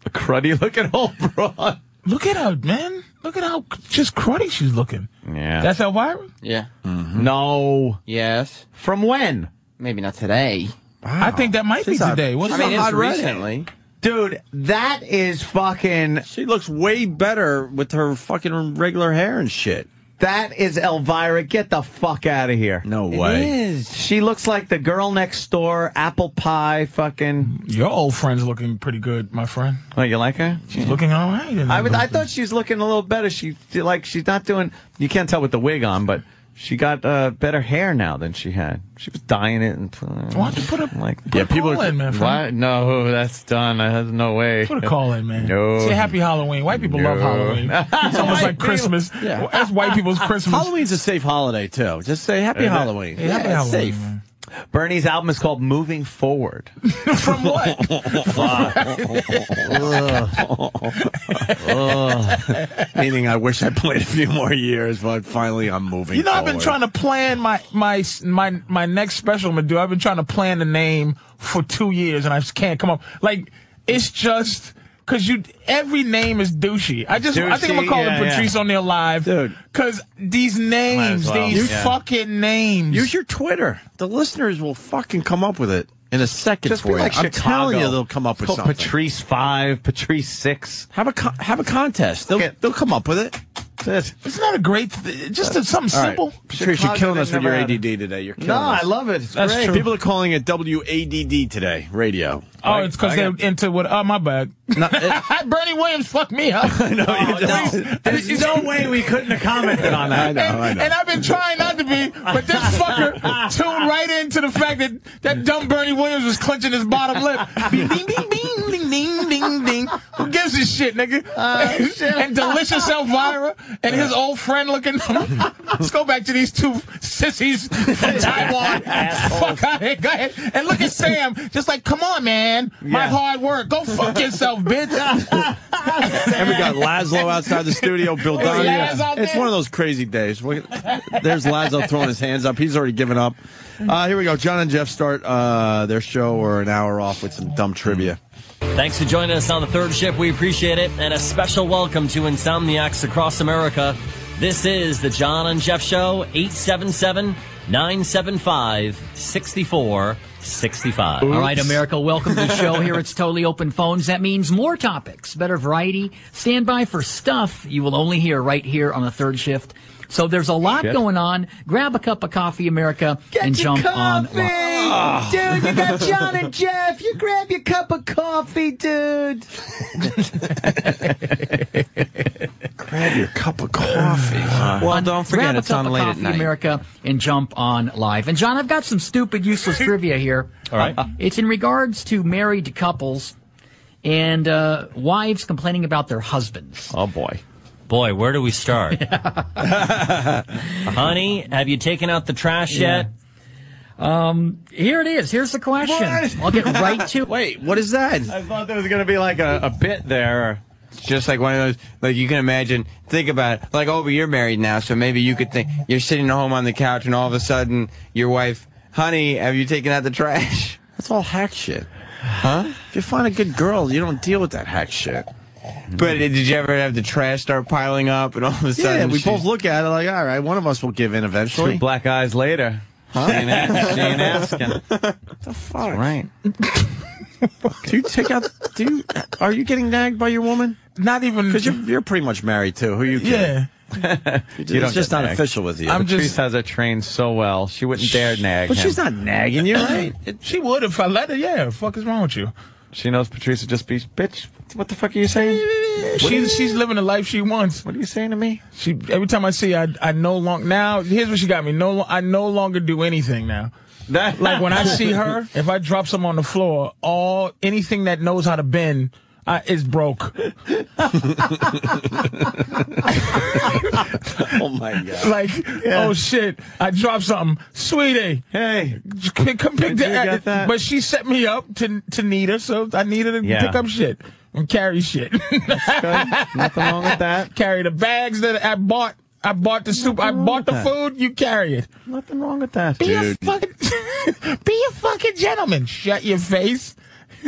A cruddy looking old brawn. Look at her, man. Look at how just cruddy she's looking. Yeah. That's Elvira? Yeah. No. Yes. From when? Maybe not today. I think that might be today. What's I mean, up? it's I'd read it. recently. Dude, that is fucking. She looks way better with her fucking regular hair and shit. That is Elvira. Get the fuck out of here. No way. She looks like the girl next door, apple pie, fucking. Your old friend's looking pretty good, my friend. Oh, you like her? She's looking all right. in I, would, that I thought she was looking a little better. She like she's not doing. You can't tell with the wig on, but she got uh, better hair now than she had. She was dyeing it and uh, Why don't you put a like put a call in, man, Why? friend. No, that's done. There's no way. Put a call in, man. No. Say happy Halloween. White people love No. Halloween. It's almost White like people- Christmas. Yeah. That's white [LAUGHS] people's Christmas. Halloween's a safe holiday, too. Just say happy Yeah. Halloween. Yeah, happy Halloween, safe. man. Bernie's album is called Moving Forward. [LAUGHS] From [LAUGHS] what? [LAUGHS] [LAUGHS] Meaning, I wish I played a few more years, but finally I'm moving. You know, I've been trying to plan my my my my next special I'm gonna do. I've been trying to plan the name for two years, and I just can't come up. Like it's just because you every name is douchey. I just I think I'm gonna Douchey, call yeah, it yeah. Patrice O'Neal live, Dude. Because these names, well, these yeah. fucking names. Use your Twitter. The listeners will fucking come up with it in a second Just for be you. like I'm Chicago. telling you, they'll come up with It's called something. Patrice Five, Patrice Six. Have a con- have a contest. They'll Okay. they'll come up with it. That's it. Isn't that a great? Th- just something All right. simple. Patrice, you're Chicago, killing they us with never your had ADD it. today. You're killing No, us. I love it. It's That's great. true. People are calling it WADD today, radio. Oh, it's because they're into what? Oh, my bad. Bernie Williams fucked me [LAUGHS] up. Oh, no. There's no way we couldn't have commented on [LAUGHS] that. and, and I've been trying not to be, but this fucker tuned right into the fact that that dumb Bernie Williams was clenching his bottom lip. Bing, ding, ding, ding, ding, ding, ding, ding. Who gives a shit, nigga? and delicious Elvira and his old friend looking. Let's go back to these two sissies from Taiwan. Fuck out here. Go ahead. And look at Sam, just like, come on, man. My Yeah. hard work. Go fuck yourself, bitch. [LAUGHS] And we got Laszlo outside the [LAUGHS] studio, Bill Is Donahue. Laz out It's there? one of those crazy days. We- There's Laszlo throwing his hands up. He's already given up. Uh, here we go. John and Jeff start uh, their show or an hour off with some dumb trivia. Thanks for joining us on the third shift. We appreciate it. And a special welcome to Insomniacs across America. This is the John and Jeff Show, 877 975 6465. All right, America, welcome to the show. Here [LAUGHS] it's totally open phones. That means more topics, better variety. Stand by for stuff you will only hear right here on the third shift. So there's a lot going on. Grab a cup of coffee, America, and jump on. Dude, [LAUGHS] you got John and Jeff. You grab your cup of coffee, dude. [LAUGHS] Grab your cup of coffee. Well, don't forget Grab a it's cup on of late at coffee, night. America, and jump on live. And John, I've got some stupid, useless trivia here. All right. It's in regards to married couples and uh, wives complaining about their husbands. Oh, boy. Boy, where do [LAUGHS] we start? Honey, have you taken out the trash yet? Um, Here it is. Here's the question. I'll get right [LAUGHS] to it. Wait, what is that? I thought there was going to be like a, a bit there. It's just like one of those, like you can imagine, think about it. Like, oh, but you're married now, so maybe you could think, you're sitting at home on the couch and all of a sudden your wife, honey, have you taken out the trash? That's all hack shit. Huh? If you find a good girl, you don't deal with that hack shit. But did you ever have the trash start piling up and all of a sudden Yeah, we she's- both look at it like, all right, one of us will give in eventually. Two black eyes later. Huh? She ain't ask- she ain't asking. Fuck. Right. [LAUGHS] Do you take out? Do you? Are you getting nagged by your woman? Not even. Because you're you're pretty much married too. Who are you? Kidding? Yeah. it's don't just get not nagged. official with you. I'm Patrice just- has her trained so well, she wouldn't dare nag but him. she's not [LAUGHS] nagging you, right? [LAUGHS] She would if I let her. Yeah, fuck is wrong with you? She knows Patrice would just be, bitch, what the fuck are you saying? She's she's living the life she wants. What are you saying to me? She every time I see her, I I no longer now. Here's what she got me. No, lo- I no longer do anything now. That, [LAUGHS] [LAUGHS] Like when I see her, if I drop some on the floor, all anything that knows how to bend, uh, is [LAUGHS] broke. oh my god! [LAUGHS] Like, oh shit, I dropped something, sweetie. Hey, c- come pick Did you that. get that? But she set me up to to need her, so I needed to Yeah. pick up shit and carry shit. Nothing wrong with that. [LAUGHS] Carry the bags that I bought. I bought the soup. I bought the with that. food. You carry it. Nothing wrong with that. Be dude. a fucking, [LAUGHS] be a fucking gentleman. Shut your face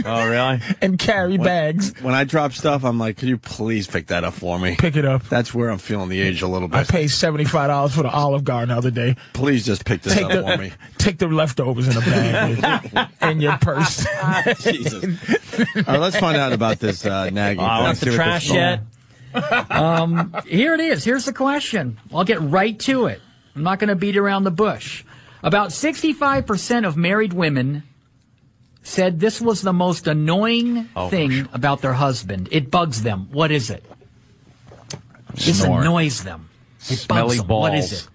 Oh really? [LAUGHS] and carry bags. When I drop stuff, I'm like, "Could you please pick that up for me? Pick it up." That's where I'm feeling the age a little I [LAUGHS] bit. paid seventy five dollars for the Olive Garden the other day. Please just pick this Take up for me. the, take the leftovers in a bag in your purse. [LAUGHS] Jesus. [LAUGHS] All right, let's find out about this uh, nagging. Wow, thing. not Let's see the what this trash is all yet. about. [LAUGHS] um, here it is. Here's the question. I'll get right to it. I'm not going to beat around the bush. About 65% of married women said this was the most annoying Oh, thing about their husband. It bugs them. What is it? This Snore. annoys them. It bugs Smelly them. What is balls. it?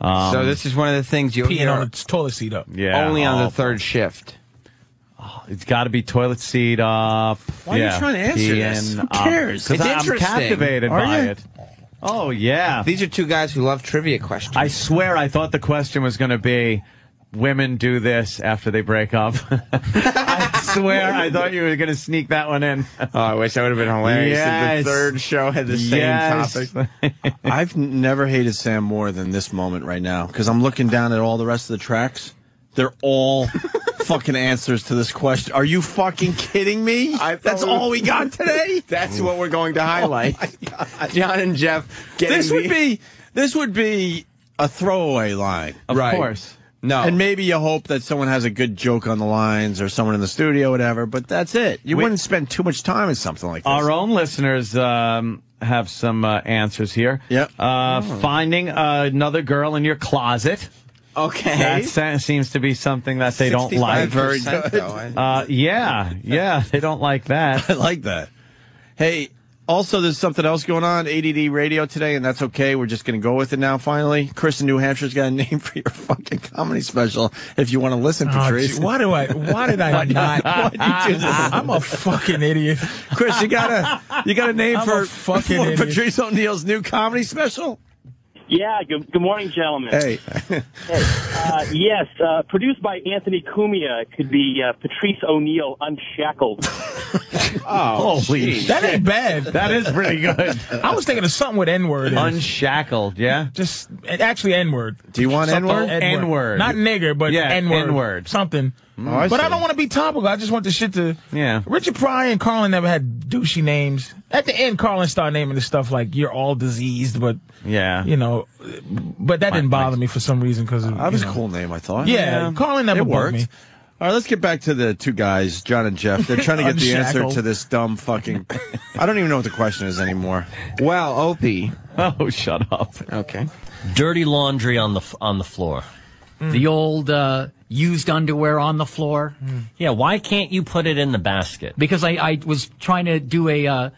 Um, so this is one of the things you Peeing hear on its toilet seat up. yeah, Oh, only on the awful. third shift. It's got to be toilet seat up. Why are you trying to answer this? Who cares? Because It's I'm interesting. captivated Are by you? it. Oh yeah. These are two guys who love trivia questions. I swear, I thought the question was going to be. Women do this after they break up. [LAUGHS] I swear, I thought you were going to sneak that one in. Oh, I wish that would have been hilarious if Yes. the third show had the same Yes. topic. [LAUGHS] I've n- never hated Sam more than this moment right now because I'm looking down at all the rest of the tracks. They're all [LAUGHS] fucking answers to this question. Are you fucking kidding me? I thought That's we- all we [LAUGHS] got today. Oh That's what [LAUGHS] we're going to highlight. John and Jeff getting this would the- be this would be a throwaway line. Of Right. course. No. And maybe you hope that someone has a good joke on the lines or someone in the studio, whatever. But that's it. You We- wouldn't spend too much time in something like this. Our own listeners um, have some uh, answers here. Yep. Uh, Finding uh, another girl in your closet. okay. That se- seems to be something that they don't like. 65% though. I- Uh, yeah, yeah, they don't like [LAUGHS] that. I like that. Hey, also, there's something else going on. ADD radio today, and that's okay. We're just going to go with it now, finally. Chris in New Hampshire's got a [LAUGHS] name for your fucking comedy special if you want to listen, Oh, Patrice. gee, why do I? Why did [LAUGHS] I not? Why'd you do this? I'm a fucking idiot. Chris, you got a you got a name I'm for, a fucking for idiot. Patrice O'Neill's new comedy special? Yeah, good, good morning, gentlemen. Hey, Hey, uh, yes, uh, produced by Anthony Cumia, it could be uh, Patrice O'Neill Unshackled. Oh, Holy shit. That ain't bad. That is pretty good. I was thinking of something with N word. Unshackled, yeah? Just actually N word. do you want N word? N-word. Not nigger, but Yeah, N word. N-word. Something. Oh, I but I see. don't want to be topical. I just want the shit to. Yeah. Richard Pryor and Carlin never had douchey names. At the end, Carlin started naming the stuff like "You're all diseased," but Yeah. you know, but that didn't bother me for some reason because That was a cool name, I thought. Yeah, Carlin never it bugged worked. me. All right, let's get back to the two guys, John and Jeff. They're trying to get the answer Unshackled. to this dumb fucking. I don't even know what the question is anymore. well, Opie. Oh, shut up. Okay. Dirty laundry on the f- on the floor. The old uh, used underwear on the floor. Yeah, why can't you put it in the basket? Because I, I was trying to do a uh,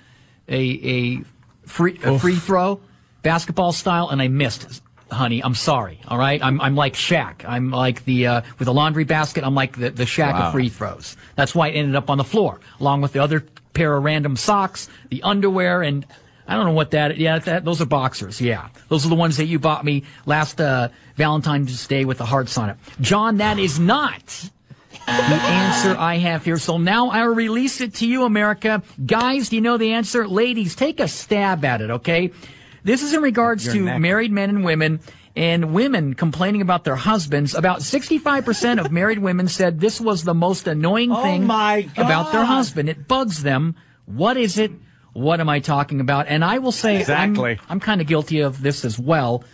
a a free a free throw basketball style and I missed. Honey, I'm sorry. All right, I'm I'm like Shaq. I'm like the uh, with the laundry basket. I'm like the the Shaq of free throws. That's why it ended up on the floor, along with the other pair of random socks, the underwear, and I don't know what that. Yeah, that, those are boxers. Yeah, those are the ones that you bought me last uh, Valentine's Day with the hearts on it. John, that is not the answer I have here. So now I will release it to you, America. Guys, do you know the answer? Ladies, take a stab at it, okay? This is in regards to married men and women and women complaining about their husbands. About 65% of married women said this was the most annoying thing Oh my about their God. husband. It bugs them. What is it? What am I talking about? And I will say, I'm- Exactly. I'm, kind of guilty of this as well.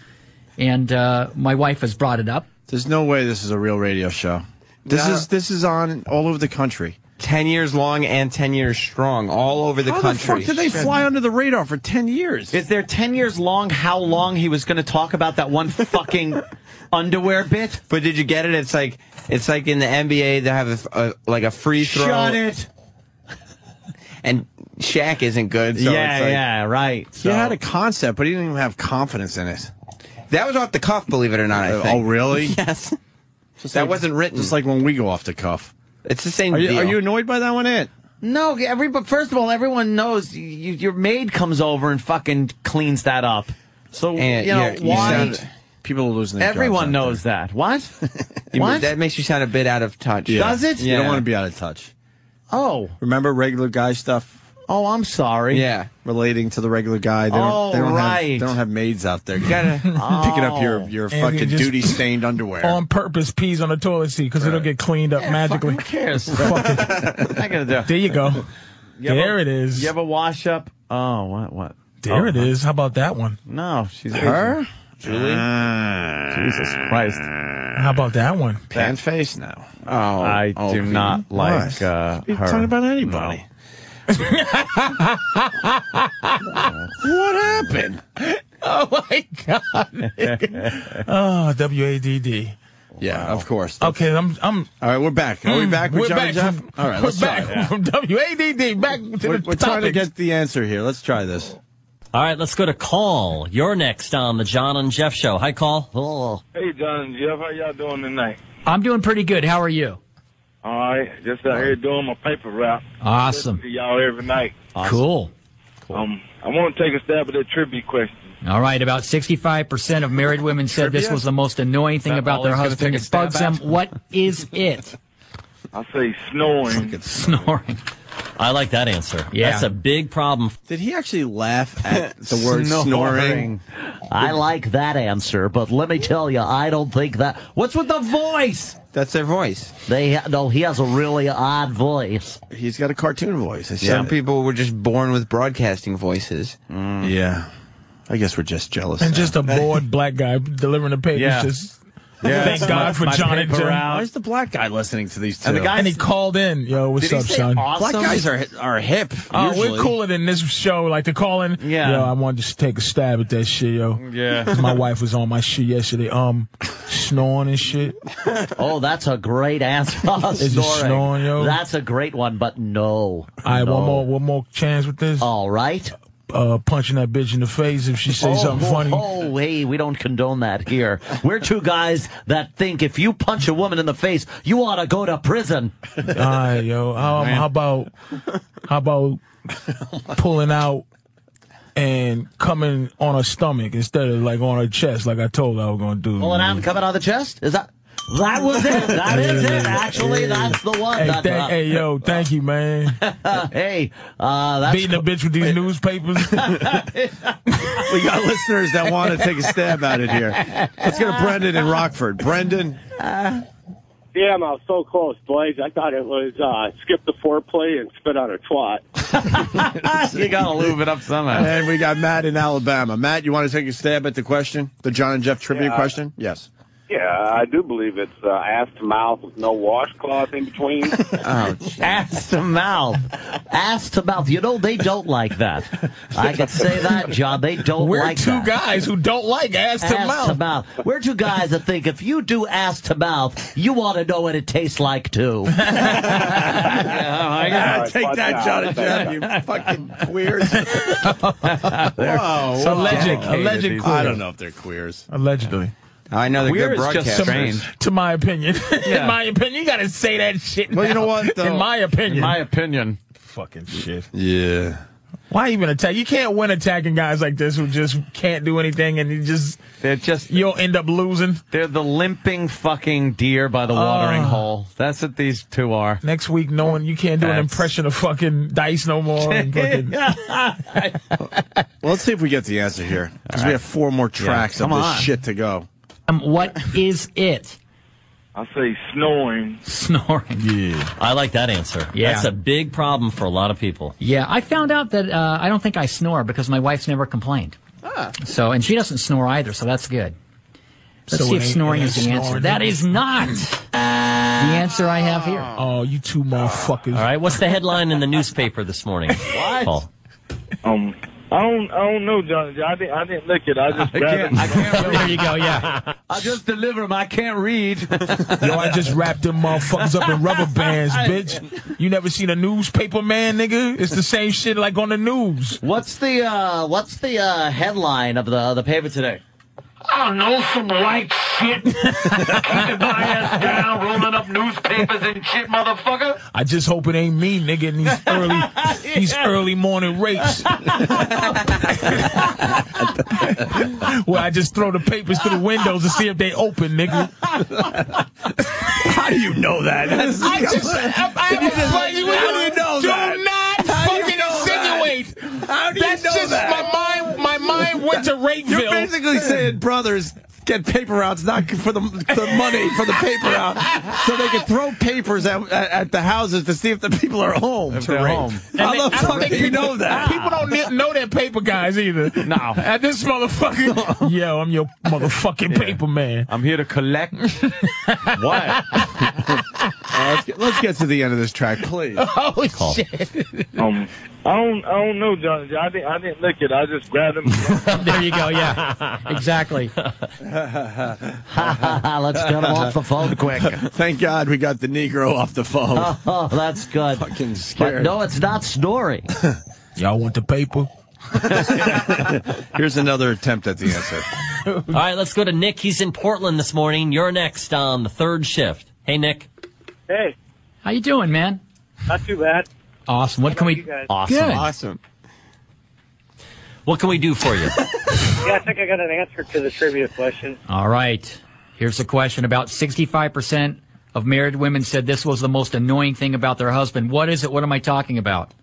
And uh, my wife has brought it up. There's no way this is a real radio show. This No. is this is on all over the country. 10 years long and 10 years strong all over the How country. the fuck did they fly under the radar for ten years? Is there 10 years long how long he was going to talk about that one [LAUGHS] fucking underwear bit? but did you get it? It's like it's like in the NBA they have a f- a, like a free throw Shut it. and Shaq isn't good. So yeah, it's like, yeah, right. he had a concept, but he didn't even have confidence in it. That was off the cuff, believe it or not. I Uh, think. oh, really? [LAUGHS] Yes. that wasn't written. Just like when we go off the cuff. it's the same Are you, deal. are you annoyed by that one, Ant? No, every but first of all, everyone knows y y your maid comes over and fucking cleans that up. So you know why? people are losing their everyone jobs out knows [LAUGHS] that. What? You- what? That makes you sound a bit out of touch. there. Yeah. Does it? You don't want to be out of touch. Oh, Remember regular guy stuff? Oh, I'm sorry. Yeah. Relating to the regular guy. They don't, Oh, they don't right. Have, they don't have maids out there gotta- [LAUGHS] [LAUGHS] picking up your, your Oh. And you fucking just- Oh, duty stained underwear. [LAUGHS] On purpose, pees on the toilet seat because it'll get cleaned up magically. Who [LAUGHS] cares? Fuck it. I gotta do. There you go. You ever- there it is. You have a wash up? Oh, what? What? There Oh, it is. How about that one? No, she's Her? Julie. Jesus Christ. How about that one? Pan face now. Oh, I do okay. not like What? uh, her. You're talking about [LAUGHS] [LAUGHS] anybody. [LAUGHS] what happened? [LAUGHS] Oh my god. oh, W A D D. Yeah, of course. Okay, I'm. I'm. Hmm, All right, we're back. Are we back with we're John back and Jeff? From, All right, we're let's try back it. Yeah. from W A D D. Back to We're, the we're trying to topics. get the answer here. Let's try this. All right, let's go to call. You're next on the John and Jeff show. Hi, call. Oh. Hey, John and Jeff, how y'all doing tonight? I'm doing pretty good. How are you? All right, just out here doing my paper route. Awesome. Listen to y'all every night. Cool. Um, I want to take a stab at that tribute question. All right, about 65% of married women said this Trivia? was the most annoying thing That about their always gonna husband. take a It bugs them. stab at? What is it? I say snoring. Snoring. I like that answer. Yeah. That's a big problem. Did he actually laugh [LAUGHS] at the word snoring? I like that answer, but let me tell you, I don't think that. What's with the voice? That's their voice. They ha- no, he has a really odd voice. He's got a cartoon voice. I Some said it. people were just born with broadcasting voices. Yeah. Mm. I guess we're just jealous. And [LAUGHS] just a bored black guy delivering the papers. Yeah. Just Yeah, thank that's God my- for my John and paper Jim. route. Why is the black guy listening to these two? And the guy and he called in. Yo, what's Did he up, say son? awesome? Black guys are are hip. Oh, usually. we're cooler than this show. Like the calling. Yeah. Yo, I wanted to just take a stab at that shit, yo. Yeah. 'Cause my wife was on my shit yesterday. Um, snoring and shit. Oh, that's a [LAUGHS] great answer. Is it snoring, yo? That's a great one, but no. All right, no. one more, one more chance with this. All right. Uh, punching that bitch in the face if she says oh, something oh, funny. Oh, hey, we don't condone that here. We're two guys that think if you punch a woman in the face, you ought to go to prison. [LAUGHS] All right, yo. How, um, how about how about pulling out and coming on her stomach instead of like on her chest, like I told her I was gonna do. Pulling out and coming out of the chest? Is that. That was it. That is it. Actually, that's the one. Hey, That- thank- hey, yo, thank you, man. [LAUGHS] hey, uh, that's Beating a bitch with these [LAUGHS] newspapers. [LAUGHS] we got listeners that want to take a stab at it here. Let's go to Brendan in Rockford. [LAUGHS] Brendan, Damn, I was so close, boys. I thought it was uh, skip the foreplay and spit on a twat. you gotta lube it up somehow. and we got Matt in Alabama. Matt, you want to take a stab at the question, the John and Jeff trivia Yeah. question? Yes. Yeah, I do believe it's uh, ass to mouth with no washcloth in [LAUGHS] between. ass to mouth. Ass to mouth. You know, they don't like that. I can say that, John. They don't We're like two that. guys who don't like ass to mouth. We're two guys that think if you do ass to mouth, you ought to know what it tastes like [LAUGHS] too. Oh, take that, John and Jeff. You fucking [LAUGHS] queers. Whoa, Alleged- alleged Alleged queer. I don't know if they're queers. Allegedly. I know they're Weird good is just broadcasters. strange. To my opinion. [LAUGHS] Yeah. In my opinion, you gotta say that shit. Well, you know now. what, though? In my opinion. In my opinion. fucking shit. Yeah. Why even attack? You can't win attacking guys like this who just can't do anything and you just They're just you'll end up losing. they're the limping fucking deer by the watering Ah. hole. That's what these two are. Next week, knowing you can't do an That's- impression of fucking dice no more. And fucking, Well, let's see if we get the answer here because we have four more tracks of come this on. shit to go. Um, what is it? I say snoring. Snoring. I like that answer. Yeah. That's a big problem for a lot of people. Yeah, I found out that uh, I don't think I snore because my wife's never complained. So, and she doesn't snore either, so that's good. Let's So see it if ain't- snoring it is the ain't answer. snoring. That is not the answer I have here. oh, you two motherfuckers! All right, what's the headline in the newspaper this morning? What? Paul? Um, I don't, I don't know, John. and Jeff. I didn't, I didn't [LAUGHS] look it. I just grabbed it. there you go. Yeah. I'll just deliver them. I can't [LAUGHS] read. Yo, I just wrapped them motherfuckers up in rubber bands, bitch. You never seen a newspaper man, nigga? It's the same shit like on the news. What's the uh, what's the uh, headline of the of the paper today? I don't know, some white shit. [LAUGHS] Keeping my ass down, rolling up newspapers and shit, motherfucker. I just hope it ain't me, nigga, in these [LAUGHS] early [LAUGHS] these early morning [LAUGHS] rates. Where I just throw the papers through the windows to see if they open, nigga. How do you know that? I just I, I You have just- a funny how do you know Do that? not How do you fucking know insinuate. that? How do you That's know just that? my mind my mind went to Rapeville. [LAUGHS] You're basically saying brothers get paper routes, not for the, the money for the paper route, so they can throw papers at, at, at the houses to see if the people are home. If they're How home. And the they- I don't fuck think do you people- know that? People don't kn- know their paper guys either. No. At this [LAUGHS] motherfucker. Yo, I'm your motherfucking paper man. I'm here to collect. what? [LAUGHS] Uh, let's, get, let's get to the end of this track, [LAUGHS] please. Oh Call. shit. Um, I don't, I don't know, Johnny. J. I didn't, I didn't lick it. I just grabbed him. There you go. Yeah, [LAUGHS] exactly. Let's get him off the phone quick. Thank God we got the Negro off the phone. [LAUGHS] Oh, that's good. Fucking scared. But no, it's not snoring. [LAUGHS] Y'all want the paper? [LAUGHS] Here's another attempt at the answer. All right, let's go to Nick. He's in Portland this morning. You're next on the third shift. Hey, Nick. Hey, How you doing, man? not too bad. Awesome. What can about we? you guys? Awesome. Good. Awesome. What can we do for you? Yeah, I think I got an answer to the trivia question. All right. Here's a question about 65% of married women said this was the most annoying thing about their husband. What is it? What am I talking about?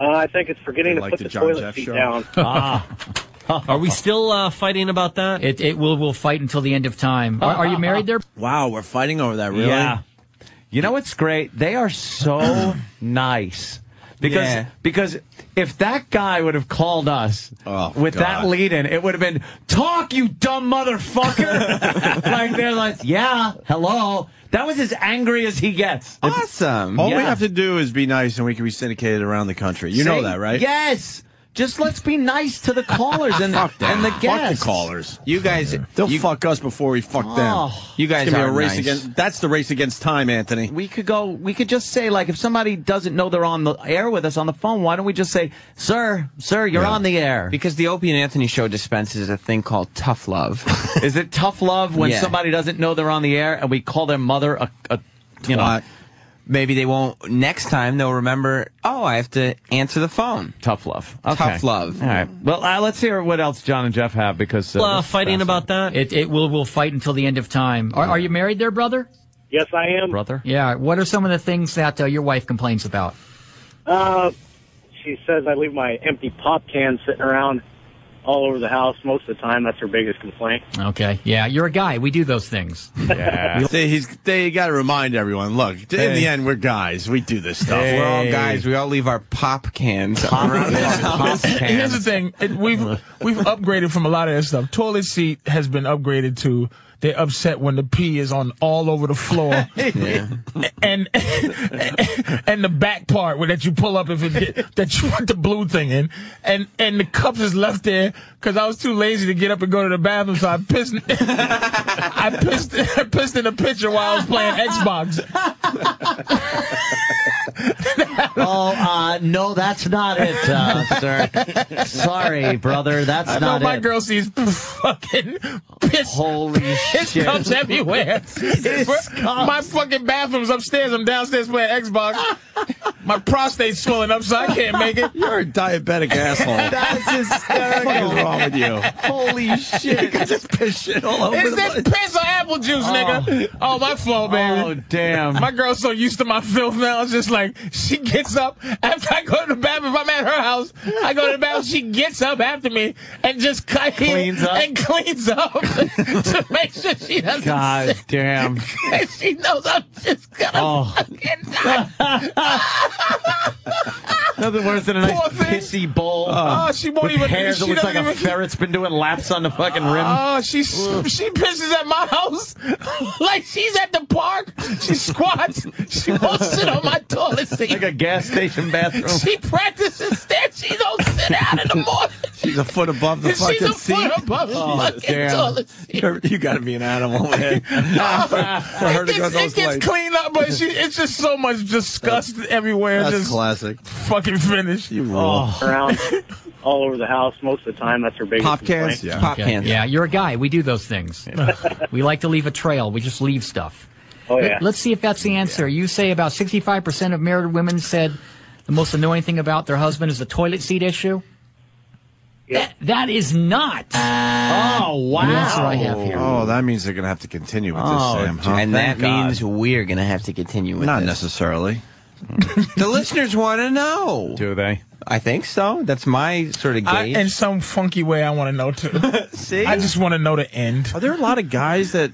Uh, I think it's forgetting to They like put the the, John toilet Jeff seat show. down. ah. [LAUGHS] Are we still uh, fighting about that? It, it will will fight until the end of time. Are, are [LAUGHS] you married there? Wow, we're fighting over that, really? Yeah. You know what's great? They [CLEARS THROAT] are so nice. Because Yeah. because if that guy would have called us Oh, with that God. lead in, it would have been talk you [LAUGHS] dumb motherfucker. like they're like, yeah, hello. That was as angry as he gets. Awesome. All we Yeah. have to do is be nice and we can be syndicated around the country. You know Say, that, right? Yes. Just let's be nice to the [LAUGHS] callers and, Fuck them. and the Fuck guests. the callers. You guys, They'll fuck us before we fuck them. Oh. you guys It's gonna be are a race nice. against. That's the race against time, Anthony. we could go we could just say like if somebody doesn't know they're on the air with us on the phone why don't we just say sir sir you're [LAUGHS] on the air Because the Opie and Anthony show dispenses a thing called tough love. is it tough love when Yeah. somebody doesn't know they're on the air and we call their mother a, a you know Twat. Maybe they won't. Next time they'll remember. Oh, I have to answer the phone. tough love okay. Tough love. all right well uh, let's hear what else john and jeff have because uh, Uh, this is fighting fascinating. about that? It, it will will fight until the end of time. Are, are you married there, brother? Yes, I am. brother Yeah. What are some of the things that uh, your wife complains about? Uh, she says I leave my empty pop cans sitting around all over the house most of the time. That's her biggest complaint. Okay. Yeah, you're a guy. We do those things. [LAUGHS] yeah They, he's, they got to remind everyone. Look, in the end, we're guys. We do this stuff. We're all Hey. guys. We all leave our pop cans. around the [LAUGHS] house. Here's the thing. It, we've we've upgraded from a lot of that stuff. Toilet seat has been upgraded to they're upset when the pee is on all over the floor. And and the back part where that you pull up if it get, that you put the blue thing in. And and the cups is left there because I was too lazy to get up and go to the bathroom, so I pissed [LAUGHS] I pissed I pissed in the picture while I was playing Xbox. [LAUGHS] oh, uh, no, that's not it, uh, [LAUGHS] sir. Sorry, brother. That's I know not my it. girl sees fucking piss. [LAUGHS] Holy piss shit. cups everywhere. my fucking bathroom's upstairs. I'm downstairs playing Xbox. my prostate's swelling up, so I can't make it. You're a diabetic [LAUGHS] asshole. That's What the hysterical. fuck is wrong with you? Holy shit. I just piss shit all over Is the this place. piss or apple juice, nigga? Oh, my fault, baby. oh damn [LAUGHS] My girl's so used to my filth now. It's just like she gets up after I go to the bathroom. If I'm at her house, I go to the bathroom. She gets up after me and just cut Cleans up. and cleans up [LAUGHS] to make sure she doesn't. god [LAUGHS] damn [LAUGHS] she knows I'm just gonna Oh. fucking [LAUGHS] die. nothing worse than a nice Poor thing. pissy bowl Oh, she won't with even. hair she that looks like doesn't a even. ferret's been doing laps on the fucking rim Oh, she [LAUGHS] she pisses at my house [LAUGHS] like she's at the park. She squats. She won't sit on my toilet seat. like a gas station bathroom She practices that. She don't sit down in the morning. She's a foot above the She's a fucking foot seat. above the fucking damn. toilet seat. You're- You got to be an [LAUGHS] animal, man. [LAUGHS] For her it to go those gets, it gets lengths. cleaned up, but she, it's just so much disgust everywhere. That's just classic. fucking finished. You rule. Around. all over the house most of the time. That's her biggest complaint. Okay. Yeah, you're a guy. We do those things. we like to leave a trail. We just leave stuff. Oh, yeah. Let, us see if that's the answer. You say about 65% of married women said the most annoying thing about their husband is the toilet seat issue. That, that is not. Ah. Oh, wow. The answer I have here. Oh, that means they're going to have to continue with Oh, this, Sam. Huh? and that Thank God. means we're going to have to continue with Not this. necessarily. [LAUGHS] the listeners want to know. Do they? I think so. That's my sort of I, gauge. in some funky way, I want to [LAUGHS] know too. See? I just want to know the end. Are there a lot of guys that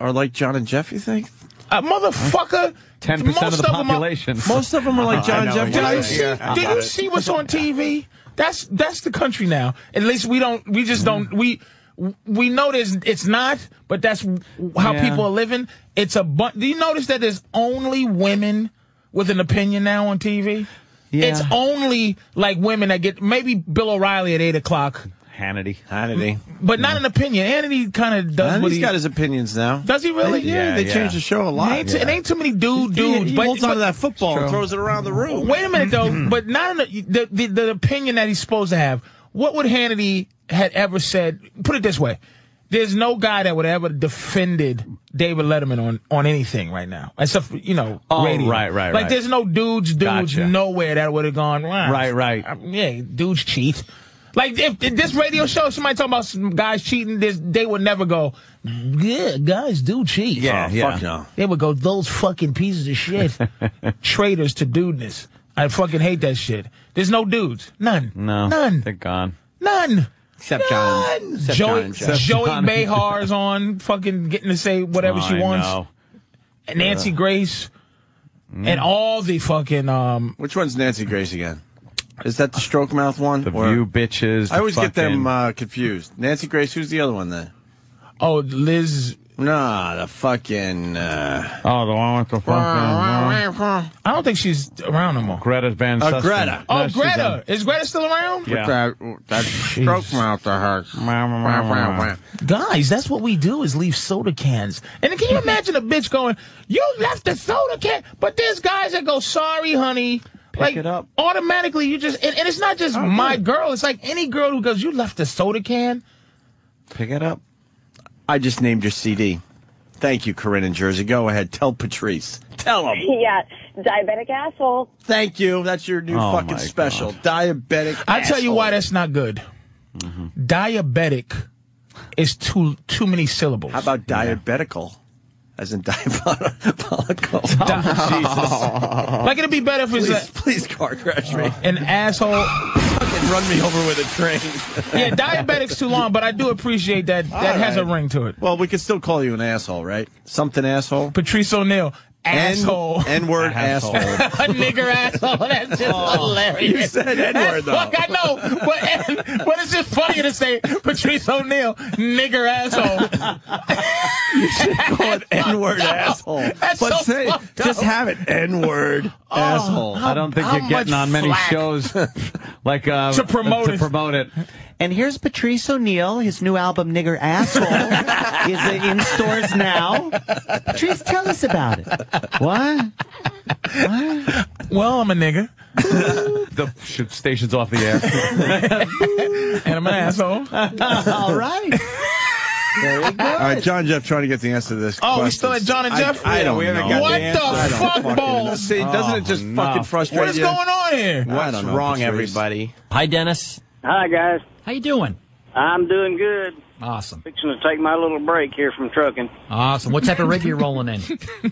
are like John and Jeff, you think? A motherfucker. 10% most of the them population. Most of them are like John I know, Jeff. Did Yeah, you see? yeah. Did you see what's on TV? That's that's the country now. At least we don't. We just don't. We we know there's it's not, but that's how Yeah. people are living. It's a. Bu- Do you notice that there's only women with an opinion now on TV? Yeah. It's only like women that get maybe Bill O'Reilly at eight o'clock, Hannity. Hannity. but not an opinion. Hannity kind of does. And what he's he, got his opinions now. Does he really? Yeah, they changed the show a lot. It ain't, it ain't too many dude dudes. he but, holds onto but- that football and throws it around the room. Mm-hmm. Wait a minute though, but not in the, the the opinion that he's supposed to have. What would Hannity had ever said? Put it this way: There's no guy that would ever defended David Letterman on on anything right now, except for, you know Oh, radio. right, right, Like right. there's no dudes, dudes Gotcha. nowhere that would have gone wow, Right, right. I- yeah, dudes cheat. Like if, if this radio show, somebody talking about some guys cheating, this they would never go. Yeah, guys do cheat. Yeah, Oh, yeah. fuck no. They would go those fucking pieces of [LAUGHS] shit, traitors to dudeness. I fucking hate that shit. There's no dudes, none, No. none, They're gone. none. Except John. None. Except Joey, John and Jeff. Joey Except John and Behar is on fucking getting to say whatever she Oh, I wants. know. And Nancy Grace, and all the fucking um. Which one's Nancy Grace again? Is that the stroke mouth one? The View bitches. I always the get them fucking- uh, confused. Nancy Grace, who's the other one then? Oh, Liz. Nah, Ah, the fucking. Uh, Ah, oh, the one with the fucking. uh, I don't think she's around no more. Greta's been. Uh, Greta. Oh, No, she's Greta. done. Is Greta still around? Yeah. That, that stroke mouth that hurts. Mm. Guys, that's what we do is leave soda cans. And can you imagine a bitch going, "You left the soda can," but there's guys that go, "Sorry, honey." like it up. automatically, you just and, and it's not just my girl. It's like any girl who goes, "You left the soda can." Pick it up. I just named your CD. Thank you, Corinne in Jersey. Go ahead. Tell Patrice. Tell him. yeah, diabetic asshole. Thank you. That's your new Oh, fucking my special. Diabetic. I tell you asshole. why that's not good. Diabetic is too too many syllables. How about diabetical? As in [LAUGHS] [LAUGHS] diabolical. [LAUGHS] Oh, Jesus. Like it'd be better if it's please, a, please car crash me. an asshole. Fucking run me over with a train. [LAUGHS] Yeah, diabetic's too long, but I do appreciate that. That All has a right. ring to it. Well, we could still call you an asshole, right? Something asshole. Patrice O'Neill, [LAUGHS] asshole. N word Asshole. asshole. a nigger asshole. [LAUGHS] That's just hilarious. you said N-word, though. Fuck, I know. But, but it's just funnier to say Patrice O'Neill, nigger [LAUGHS] asshole. [LAUGHS] Call it N word asshole. That's but so say, fucked up. Oh, just have it N word [LAUGHS] asshole. I don't think how you're getting much on many flack? [LAUGHS] shows [LAUGHS] like uh, To promote to it. promote it. And here's Patrice O'Neill. His new album, Nigger [LAUGHS] Asshole, is in stores now. Patrice, tell us about it. What? Well, I'm a nigger The sh- station's off the [LAUGHS] air. and I'm [LAUGHS] an asshole. All right. There you All go. right, John Jeff trying to get the answer to this. Oh, we question. still at John and Jeff? I, I don't We haven't know. Oh, got the What the answer. I don't fuck, fucking- balls? See, doesn't it Oh, just fucking frustrate What is you? going on here? I What's don't know, wrong, Patrice. everybody? Hi, Dennis. Hi guys, How you doing? I'm doing good. Awesome. Fixing to take my little break here from [LAUGHS] trucking. Awesome. What type of rig you rolling in?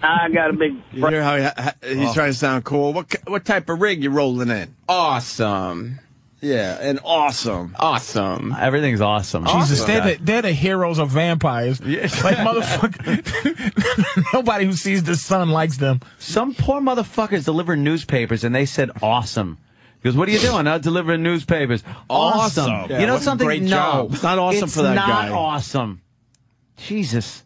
I got a big. You hear how he, ha- he's trying to sound cool? What ki- what type of rig you rolling in? Awesome. Yeah, and awesome. Awesome. Everything's awesome. Jesus, they're the, they're the heroes of vampires. Like, motherfucker, [LAUGHS] nobody who sees the sun likes them. Some poor motherfuckers deliver newspapers and they said awesome. Because what are you doing? Not delivering newspapers. Awesome. Awesome. Yeah, you know what a something? great no, job. It's not awesome It's for that not guy. awesome. Jesus.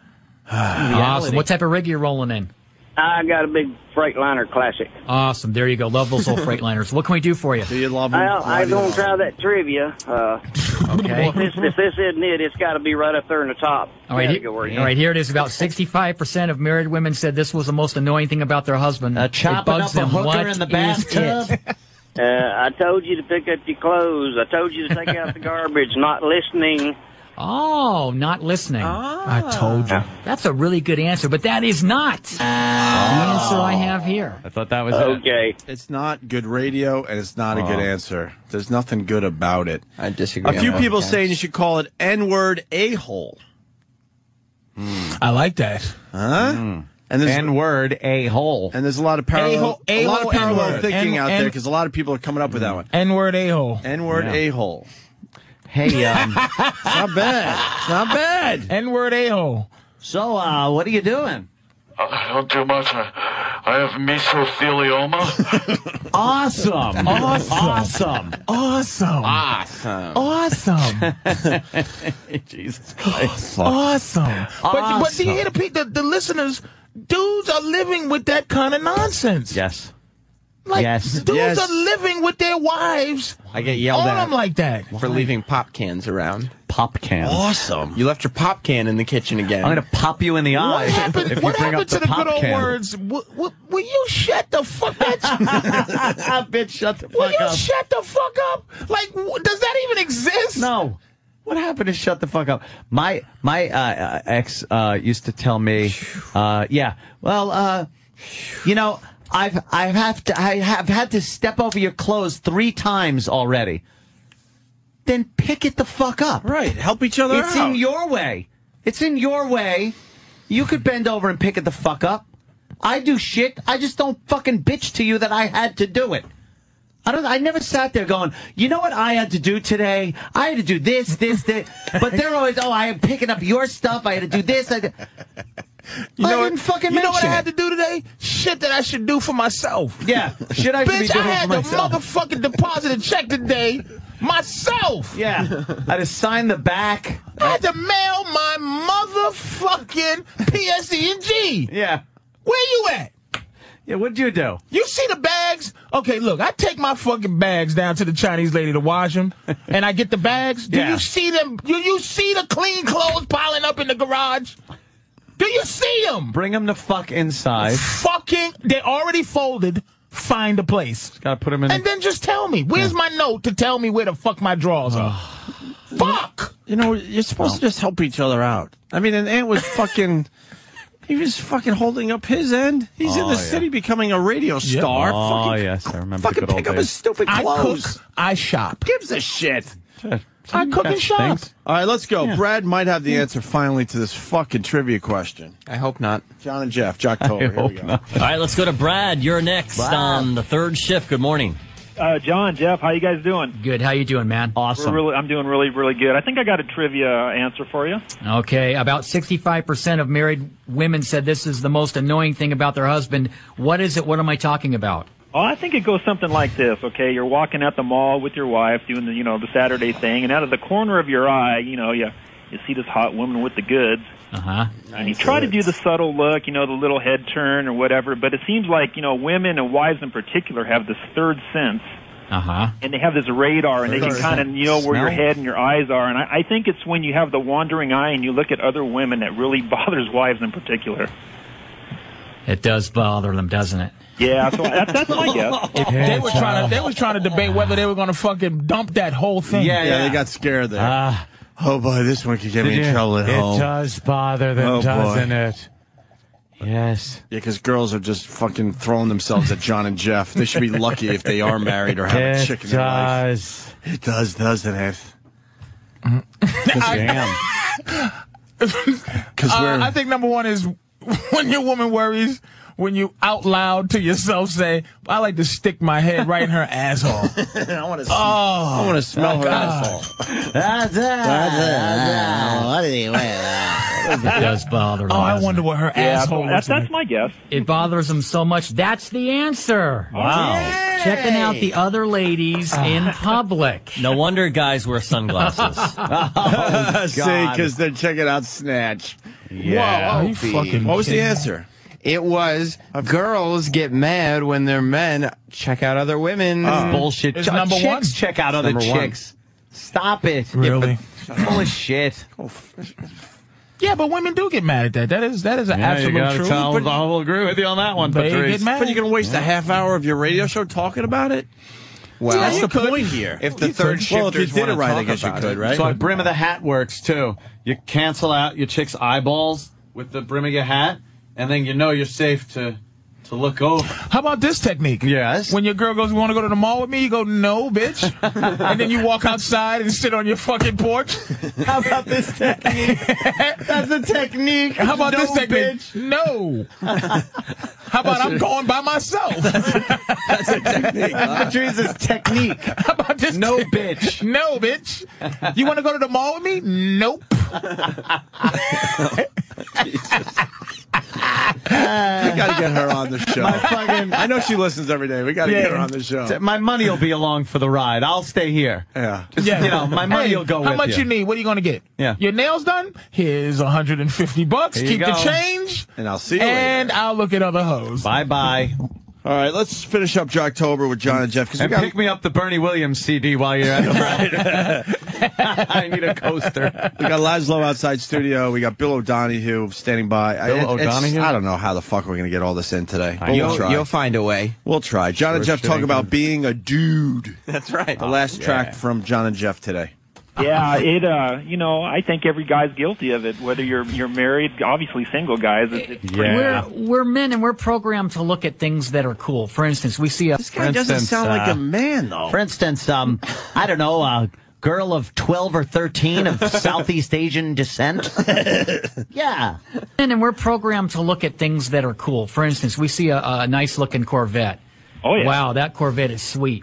[SIGHS] Awesome. What type of rig you rolling in? I got a big Freightliner Classic. Awesome. There you go. Love those [LAUGHS] old Freightliners. What can we do for you? Do you love him? Well, Why I do you don't love him? try that trivia. Uh, Okay. if, this, if this isn't it, it's got to be right up there in the top. All right, Gotta he- go where you- all right, here it is. About 65% of married women said this was the most annoying thing about their husband. Uh, It chopping bugs up a them. hooker What in the is it? bathtub. Uh, I told you to pick up your clothes. I told you to take out the garbage. [LAUGHS] Not listening. Oh, not listening. Ah. I told you. That's a really good answer, but that is not the answer I have here. I thought that was okay. It's not good radio, and it's not a good Oh. answer. There's nothing good about it. I disagree. A few on that, people guys. saying you should call it N-word a-hole. I like that. Huh? And there's Hmm. N-word a-hole. And there's a lot of parallel, A-hole- a lot of a-hole, parallel N-word. thinking N- out there N- because a lot of people are coming up with that one. N-word a-hole. N-word Yeah. a-hole. Hey, um, it's not bad. It's not bad. N-word a-hole. So, uh, what are you doing? I don't do much. I, Uh, I have mesothelioma. [LAUGHS] Awesome. Awesome. Awesome. Awesome. Awesome. Awesome. [LAUGHS] Jesus Christ. Awesome. But, but do Awesome. you hear the, pe- the, the listeners? Dudes are living with that kind of nonsense. Yes. Like, Yes. Dudes Yes. are living with their wives. I get yelled on at them like that. for leaving pop cans around. Pop cans. Awesome. You left your pop can in the kitchen again. I'm gonna pop you in the eye. What happened- If you what bring happened up to the, the pop good old can. words? W- w- will you shut the fuck bitch? [LAUGHS] bitch, shut the fuck will you up. shut the fuck up? Like, w- does that even exist? No. What happened to shut the fuck up? My my uh, uh, ex uh, used to tell me, uh, yeah, well, uh, you know, I've I have to I have had to step over your clothes three times already. Then pick it the fuck up. Right, help each other It's out. in your way. It's in your way. You could bend over and pick it the fuck up. I do shit. I just don't fucking bitch to you that I had to do it. I don't. I never sat there going, you know what I had to do today? I had to do this, this, [LAUGHS] this. But they're always, oh, I am picking up your stuff. I had to do this. I, did-" [LAUGHS] I didn't fucking You know what I mention had to it. do today? Shit that I should do for myself. Yeah, shit I should Bitch, be doing I had for to myself. motherfucking deposit a check today myself. Yeah. I had to sign the back. I had to mail my motherfucking PSE&G. Yeah. Where you at? Yeah. What'd you do? You see the bags? Okay, look, I take my fucking bags down to the Chinese lady to wash them, and I get the bags. Do Yeah. you see them? Do you see the clean clothes piling up in the garage? Do you see them? Bring them the fuck inside. Fucking, they already folded. Find a place. Got to put them in. And then just tell me. Where's my note to tell me where the fuck my drawers are? Oh, fuck! You know, you're supposed to just help each other out. I mean, an ant was fucking. [LAUGHS] He was fucking holding up his end. He's in Oh, the yeah. city becoming a radio star. Oh fucking yes, I remember. fucking the good old pick up days. his stupid I clothes. cook, I shop. Gives a shit. I cook and shop. Thanks. All right, let's go. Brad might have the answer finally to this fucking trivia question. I hope not. John and Jeff, [LAUGHS] Jocktober. Here we go. All right, let's go to Brad. You're next Brad. on the third shift. Good morning. Uh, John, Jeff, how you guys doing? Good. How you doing, man? We're Awesome. really, I'm doing really, really good. I think I got a trivia answer for you. Okay, about 65% of married women said this is the most annoying thing about their husband. What is it? What am I talking about? Oh, I think it goes something like this. Okay, you're walking at the mall with your wife, doing the you know the Saturday thing, and out of the corner of your eye, you know you you see this hot woman with the goods, Uh huh. and you try to do the subtle look, you know the little head turn or whatever. But it seems like you know women and wives in particular have this third sense, Uh huh. and they have this radar, and they can kind of you know where your Smell. head and your eyes are. And I, I think it's when you have the wandering eye and you look at other women that really [LAUGHS] bothers wives in particular. It does bother them, doesn't it? Yeah, so that, that's my [LAUGHS] guess. They were trying to they was trying to debate whether they were gonna fucking dump that whole [LAUGHS] thing. Yeah, they got scared there. Ah. oh boy, this one could get me in trouble at home. Yeah, does bother them, Oh, boy. doesn't it? Yes. because girls are just fucking throwing themselves at John and Jeff. They should be lucky if they are married or have a chick in their life. It does, doesn't it? Damn. Because Uh, we're I think number one is when your woman worries when you out loud to yourself say, I like to stick my head right in her asshole. I want to. Oh, I want to smell her asshole. That's it. It does bother them. oh I doesn't wonder it? what her Yeah, asshole that, looks that's like. my guess. It bothers them so much. That's the answer. Wow. Checking out the other ladies [LAUGHS] in public. No wonder guys wear sunglasses. [LAUGHS] See, because they're checking out Snatch. Yeah. Are you fucking What was the answer? It was girls get mad when their men check out other women. Uh, Uh, Bullshit. It's Ch- number chicks one. check out other Number one. chicks. Stop it. Really? Yeah, but- Full of shit. Yeah, but women do get mad at that. That is that is an absolute truth. But I will agree with you on that one, They get mad. But you're gonna waste a half hour of your radio show talking about it. Well, that's the point here. If the You third could. well, if you shifters did it wanna right, I talk guess you about could, it. right? So I brim of the hat works too. You cancel out your chick's eyeballs with the brim of your hat, and then you know you're safe to to look over. How about this technique? Yes. When your girl goes, "You want to go to the mall with me?" You go, "No, bitch," and then you walk outside and sit on your fucking porch. How about this technique? That's a technique. How about No, this technique? bitch. [LAUGHS] No. How about I'm going by myself? That's a technique. Patrice's technique. How about this? [LAUGHS] No, bitch. No, bitch. You want to go to the mall with me? Nope. we gotta get her [LAUGHS] on the show. My fucking- I know she listens every day. We gotta get her on the show. My money will be along for the ride. I'll stay here. Yeah. Just, You know, my money Hey, will go How with much you. you. need? What are you going to get? Yeah. Your nails done? Here's 150 bucks. Here you Keep the go. change. [LAUGHS] And I'll see you And I'll look at other hoes. Bye bye. All right, let's finish up Jocktober with John and Jeff because we And [LAUGHS] got pick me up the Bernie Williams CD while you're at it. I need a coaster. we got Laszlo outside studio. We got Bill O'Donohue standing by. I- Bill it's- O'Donohue? I don't know how the fuck we're gonna get all this in today. But You'll, we'll try. you'll find a way. We'll try. John and Sure Jeff talk shitting about being a dude. That's right. The Oh, last track from John and Jeff today. yeah, it. Uh, you know, I think every guy's guilty of it. Whether you're you're married, obviously single guys. It's, it's pretty- We're we're men and we're programmed to look at things that are cool. For instance, we see a this guy doesn't instance, sound like uh, a man though. For instance, um, I don't know, a girl of 12 or 13 [LAUGHS] of Southeast Asian descent. yeah. [LAUGHS] Men and we're programmed to look at things that are cool. For instance, we see a, a nice looking Corvette. Oh yeah. Wow, that Corvette is sweet.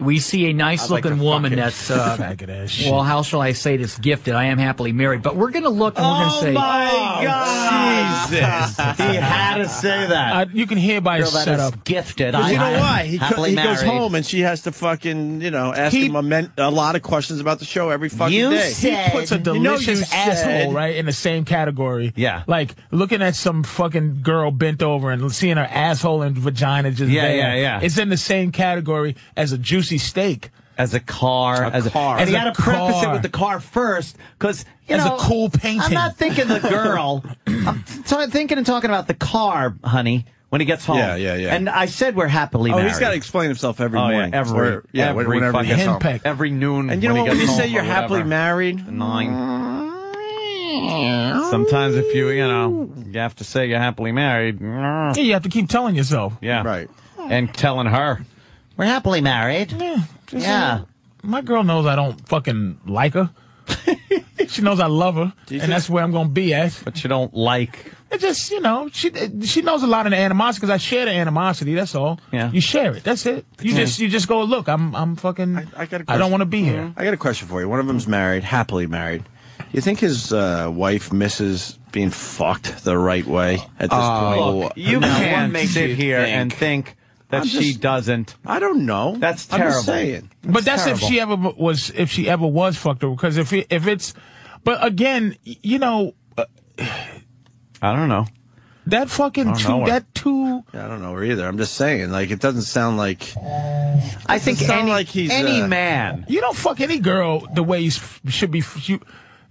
We see a nice like looking to woman fuck it. that's uh, Faggot ass shit. well, how shall I say this? Gifted. I am happily married, but we're gonna look and we're gonna say, "Oh, [LAUGHS] God. Jesus. He had to say Ah. that. I- you can hear by Girl his that setup. is gifted. Because I you know am why? He, co- happily he goes married. home and she has to fucking, you know, ask He- him a, men- a lot of questions about the show every fucking You day. said- He puts a You know you delicious asshole said- right in the same category. Yeah. like looking at some fucking girl bent over and seeing her asshole and vagina just Yeah, there. yeah, yeah. It's in the same category as a juicy steak. As a car, as a car. and As he a had to preface it car. with the car first because You as know, a cool painting. I'm not thinking the [LAUGHS] [LAUGHS] girl. I'm t- thinking and talking about the car, honey, when he gets home. Yeah, yeah, yeah. And I said we're happily Oh, married. he's got to explain himself every Oh, yeah, morning. every- Or- yeah, every whenever he fucking gets home. henpeck. every noon. And you know when what? he When you gets say home you're or happily whatever. married, nine. Sometimes if you you know you have to say you're happily married, mm. Yeah, you have to keep telling yourself. yeah, right? and telling her We're happily married. Yeah, just, Yeah. uh, my girl knows I don't fucking [LAUGHS] like her. she knows I love her, and think- that's where I'm gonna be at. what you don't like. It just, you know, she she knows a lot of the animosity because I share the animosity. That's all. Yeah. You share it. That's it. You just you just go look. I'm I'm fucking. I, I got a don't question. want to be Mm-hmm. here. I got a question for you. One of them's married, happily married. You think his uh, wife misses being fucked the right way at this point? Uh, Look, you now, what can't makes sit you here think? and think that I'm she just- doesn't. I don't know. That's I'm terrible. just saying. but that's terrible. if she ever was if she ever was fucked over because if it, if it's, but again, y- you know uh, I don't know. that fucking don't know two her. that two. I don't know her either. I'm just saying. Like, it doesn't sound like. I think sound any, like he's, any uh, man. You don't fuck any girl the way you s- should be. f- You,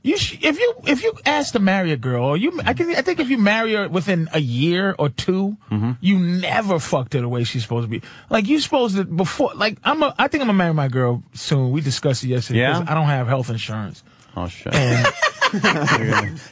you sh- if you if you ask to marry a girl, or you I, can, I think if you marry her within a year or 2 Mm-hmm. you never fucked her the way she's supposed to be. Like you supposed to before. Like I'm a I think I'm gonna marry my girl soon. We discussed it yesterday. Yeah? 'cause I don't have health insurance, Oh [LAUGHS] shit. and, [LAUGHS]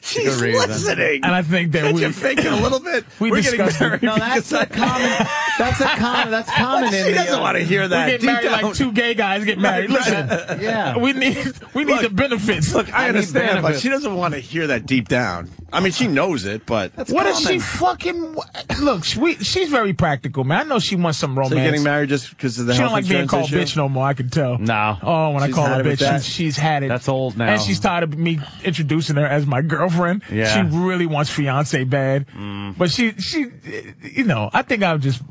She's listening. and I think that we. You're faking a little bit. [LAUGHS] We are getting discussed it. married. No, that's a common. [LAUGHS] That's a common. That's common in she the. doesn't uh, want to hear We that. get married like two gay guys get [LAUGHS] married. Listen, Yeah. we need we need the benefits. Look, I, need understand, but benefits. she doesn't want to hear that deep down. I mean, she knows it, but What if she fucking look? She, we- she's very practical, man. I know she wants some romance. So you're getting married just because of the she health don't like being insurance called issue? bitch no more. I can tell. No. Oh, when She's I call had her it with bitch, that. she's, she's had it. That's old now. and she's tired of me introducing her as my girlfriend. Yeah. Mm. She really wants fiance bad, but she she, you know, I think I'm just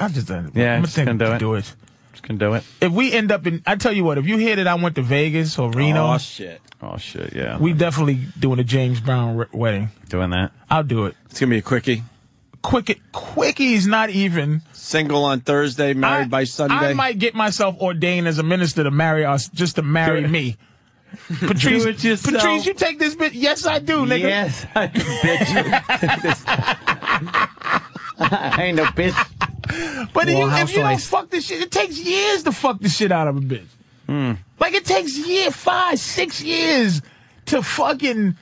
I'm just uh, Yeah, I'm just gonna do to it. do it. can do it. If we end up in, I tell you what, if you hear that I went to Vegas or Reno, Oh shit! Oh shit. Yeah. we definitely doing a James Brown re- wedding. doing that. I'll do it. It's gonna be a quickie. Quick, quickies, not even. Single on Thursday, married I- by Sunday. I might get myself ordained as a minister to marry us, just to marry me. Patrice, Do it yourself. Patrice, you take this bit. Yes, I do, nigga. Yes, I bitch. I ain't no bitch. But if you, Well, if you don't housewives. fuck this shit, it takes years to fuck the shit out of a bitch. Hmm. Like it takes year five, six years to fucking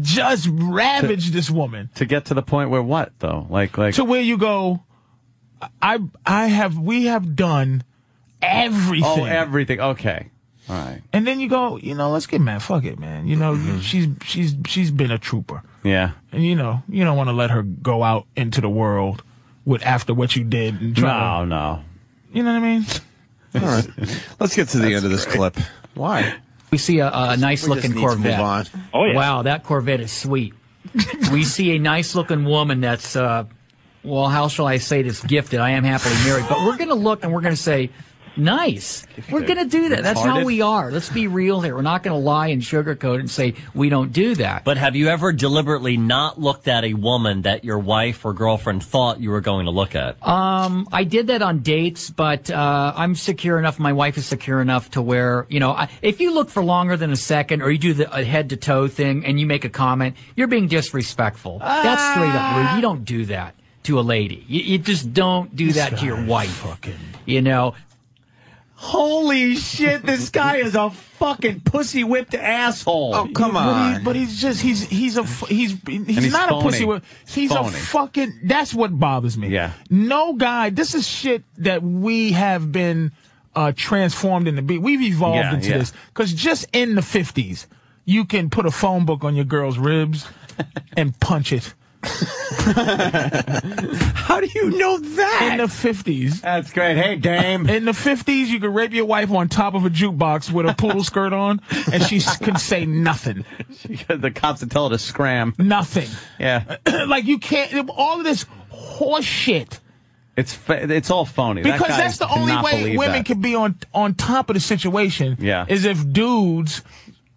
just ravage this woman to get to the point where what though? Like like to where you go. I I have we have done everything. Oh, everything. Okay. All right. and then you go, you know, let's get mad. Fuck it, man. You know, Mm-hmm. she's she's she's been a trooper. Yeah. And you know, you don't want to let her go out into the world with after what you did. And try no, no. You know what I mean? All right. Let's get to the end of this clip. Why? We see a, a nice We just looking need to move Corvette. on. Oh yeah! Wow, that Corvette is sweet. we see a nice looking woman that's uh, well, how shall I say this? Gifted. I am happily married, but we're going to look and we're going to say. Nice. We're going to do that. That's how Retarded. we are. Let's be real here. We're not going to lie and sugarcoat and say we don't do that. But have you ever deliberately not looked at a woman that your wife or girlfriend thought you were going to look at? Um, I did that on dates, but uh, I'm secure enough. My wife is secure enough to where you know, I, if you look for longer than a second, or you do the head to toe thing, and you make a comment, you're being disrespectful. That's straight up rude. You don't do that to a lady. You, you just don't do that to your wife. You know, Holy shit, this guy is a fucking pussy whipped asshole. Oh But, he, but he's just he's he's a f- he's he's, he's not phony. a pussy. with- He's a Phony. fucking. That's what bothers me. Yeah. No guy. This is shit that we have been uh, transformed into. Be- we've evolved Yeah, into yeah. this because just in the fifties, you can put a phone book on your girl's ribs and punch it. How do you know that? In the fifties. That's great. Hey, Dame. In the fifties, you could rape your wife on top of a jukebox with a poodle skirt on, and she s- could say nothing. [LAUGHS] the cops would tell her to scram. Nothing. Yeah. [CLEARS THROAT] like you can't. All of this horse shit. It's fa- it's all phony. That Because guy that's the only cannot way believe women that. can be on on top of the situation. Yeah. Is if dudes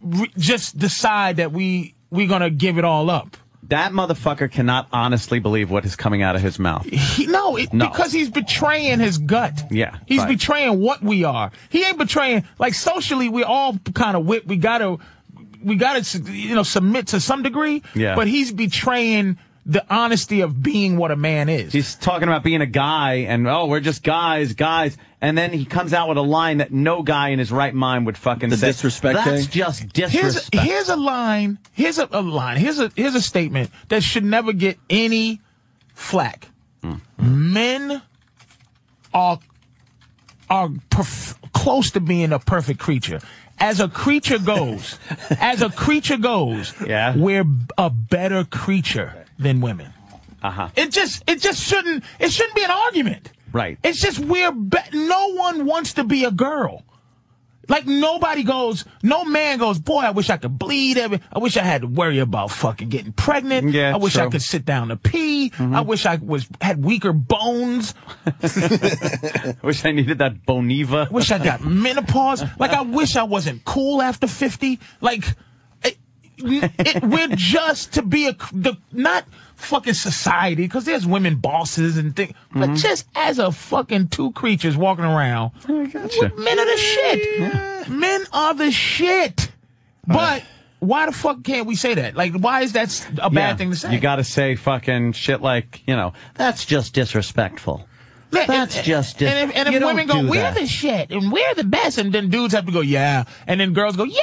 re- just decide that we we gonna give it all up. That motherfucker cannot honestly believe what is coming out of his mouth. He, no, Oh, it, No. because he's betraying his gut. Yeah. He's right. betraying what we are. He ain't betraying like socially. We're all kind of whipped. We gotta, we gotta, you know, submit to some degree. Yeah. But he's betraying the honesty of being what a man is. He's talking about being a guy and oh, we're just guys, guys. And then he comes out with a line that no guy in his right mind would fucking The say. disrespect That's thing? just Here's, disrespect. here's a line. Here's a, a line. Here's a here's a statement that should never get any flack. Men are are perf- close to being a perfect creature. As a creature [LAUGHS] goes, as a creature goes, yeah. we're b- a better creature than women. Uh-huh. It just it just shouldn't it shouldn't be an argument. Right. It's just we're be- no one wants to be a girl. Like nobody goes, no man goes, boy, I wish I could bleed. Every, I wish I had to worry about fucking getting pregnant. Yeah, I wish I true. Mm-hmm. could sit down to pee. I wish I was had weaker [LAUGHS] bones. Wish [LAUGHS] I needed that Boniva. Wish I got menopause. Like I wish I wasn't cool after fifty. Like it, it, we're just to be a the, not fucking society because there's women bosses and things, Mm-hmm. but just as a fucking two creatures walking around. Oh Men are the shit. Men are the shit. But why the fuck can't we say that? Like, why is that s- a bad Yeah. thing to say? You got to say fucking shit like you know. That's just disrespectful. That's just dis- and if, and if You don't women go, do we're that. the shit and we're the best, and then dudes have to go, yeah, and then girls go, yeah.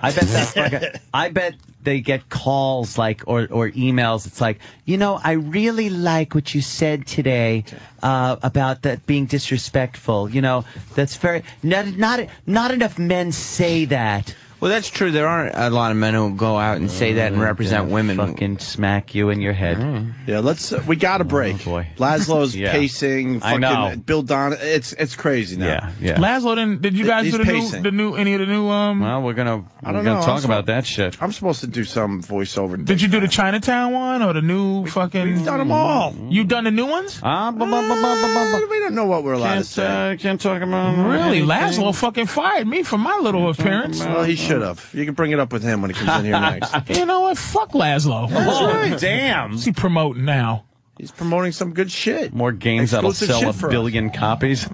I bet that's fucking, I bet they get calls like or or emails. It's like you know I really like what you said today uh, about that being disrespectful. You know that's very not not not enough men say that. Well, that's true. There aren't a lot of men who go out and say that and represent women. Mm, Fucking smack you in your head. Mm. Yeah, let's. Uh, we got a break. Laszlo's [LAUGHS] Yeah. pacing. I Fucking know. Bill Don. It's it's crazy now. Yeah, yeah. Laszlo, then did you guys He's do the pacing. new, the new, any of the new? Um, Well, we're gonna I we're don't gonna know. talk I'm about so- that shit. I'm supposed to do some voiceover. did you do the Chinatown one or the new fucking? We've done them all. You done the new ones? Ah, bu- bu- bu- bu- bu- bu- we don't know what we're allowed Can't, to say. Uh, can't talk about Really, anything. Laszlo fucking fired me for my little appearance. Well, he should have. You can bring it up with him when he comes in [LAUGHS] here next. You know what? Fuck Laszlo. That's Whoa. right. Damn. What's he promoting now? He's promoting some good shit. More games that'll Exclusive sell shit a for us. billion copies.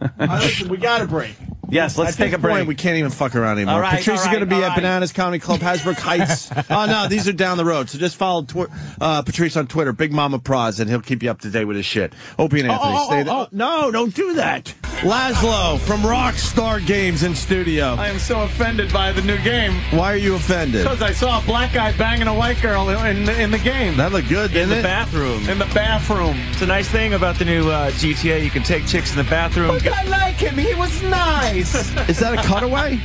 we got a break. Yes, let's At take this a break. Point, we can't even fuck around anymore. All right, Patrice is all going to right, be all at right. Bananas Comedy Club, Hasbrook Heights. oh no, these are down the road. So just follow tw- uh, Patrice on Twitter, Big Mama Proz, and he'll keep you up to date with his shit. Opie and Anthony, oh, stay oh, there. no, don't do that. Laszlo from Rockstar Games in studio. [LAUGHS] I am so offended by the new game Why are you offended? because I saw a black guy banging a white girl in the, in the game. That looked good, didn't in the it? bathroom. In the bathroom. It's a nice thing about the new uh, GTA. You can take chicks in the bathroom. Look, I like him. He was [LAUGHS] nice. Is that a [LAUGHS] cutaway?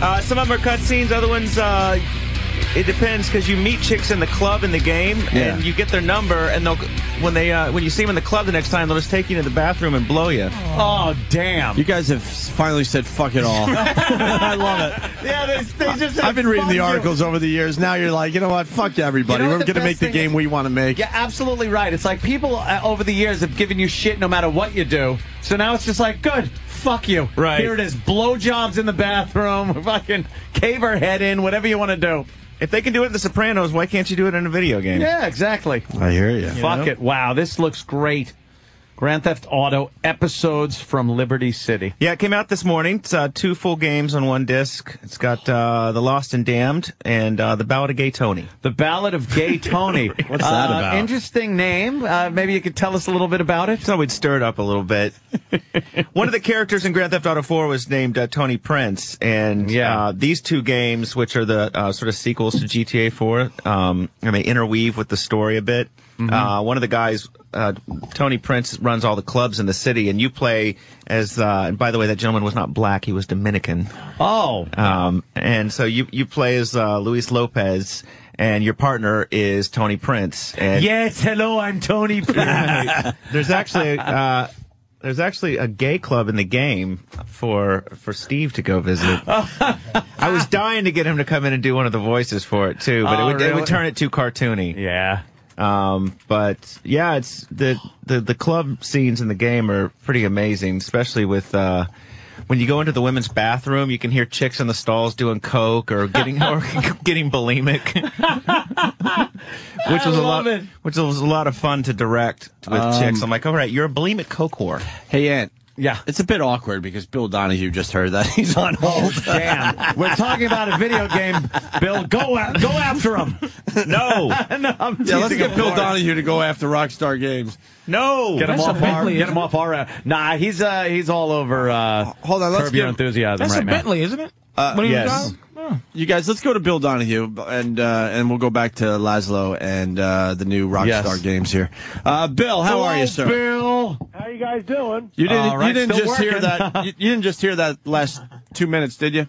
Uh, some of them are cutscenes. Other ones, uh, it depends because you meet chicks in the club in the game, Yeah. and you get their number, and they'll when they uh, when you see them in the club the next time, they'll just take you to the bathroom and blow you. Oh damn! You guys have finally said fuck it [LAUGHS] all. I love it. Yeah, they, they just. I've been reading the articles over the years. Now you're like, you know what? Fuck everybody. You know what We're the going to make best the thing game we want to make. You're absolutely right. It's like people uh, over the years have given you shit no matter what you do. So now it's just like, good, fuck you. Right. Here it is. Blowjobs in the bathroom. [LAUGHS] Fucking cave her head in. Whatever you want to do. If they can do it in The Sopranos, why can't you do it in a video game? Yeah, exactly. I hear you. Fuck it. Wow, this looks great. Grand Theft Auto episodes from Liberty City. Yeah, it came out this morning. It's uh, two full games on one disc. It's got uh, The Lost and Damned and uh, The Ballad of Gay Tony. The Ballad of [LAUGHS] Gay Tony. What's that Uh, about? Interesting name. Uh, maybe you could tell us a little bit about it. So we'd stir it up a little bit. [LAUGHS] One of the characters in Grand Theft Auto 4 was named uh, Tony Prince, and uh, these two games, which are the uh, sort of sequels to GTA 4, um, I mean, interweave with the story a bit. Mm-hmm. Uh, one of the guys, uh, Tony Prince, runs all the clubs in the city, and you play as. Uh, and by the way, that gentleman was not black; he was Dominican. Oh, um, and so you you play as uh, Luis Lopez, and your partner is Tony Prince. And Yes, hello, I'm Tony Prince. [LAUGHS] there's actually uh, there's actually a gay club in the game for for Steve to go visit. I was dying to get him to come in and do one of the voices for it too, but Oh, it, would, it really? would turn it too cartoony. Yeah. Um, but yeah, it's the, the the club scenes in the game are pretty amazing, especially with. Uh, when you go into the women's bathroom, you can hear chicks in the stalls doing coke or getting [LAUGHS] or [LAUGHS] getting bulimic, which was a lot, which was a lot of fun to direct with Um, chicks. I'm like, all right, you're a bulimic coke whore. Hey, Ant. Yeah. It's a bit awkward because Bill Donahue just heard that. [LAUGHS] He's on hold. Oh, [LAUGHS] Damn. We're talking about a video game. Bill, go out, go after [LAUGHS] him. No. I'm Yeah, let's teasing get him Bill hard. Donahue to go after Rockstar Games. No. Get him That's off a our. Bentley, Get isn't him off our. Uh, nah, he's uh, he's all over. Uh, Hold on, let's curb your give- enthusiasm That's right a now. Bentley, isn't it? Uh, What do you yes. got? Oh. You guys, let's go to Bill Donahue and uh, and we'll go back to Laszlo and uh, the new Rockstar Yes. Games here. Uh, Bill, how are you, sir? Bill. How you guys doing? You didn't All right, you didn't still just hear working. [LAUGHS] that [LAUGHS] you, you didn't just hear that last two minutes, did you?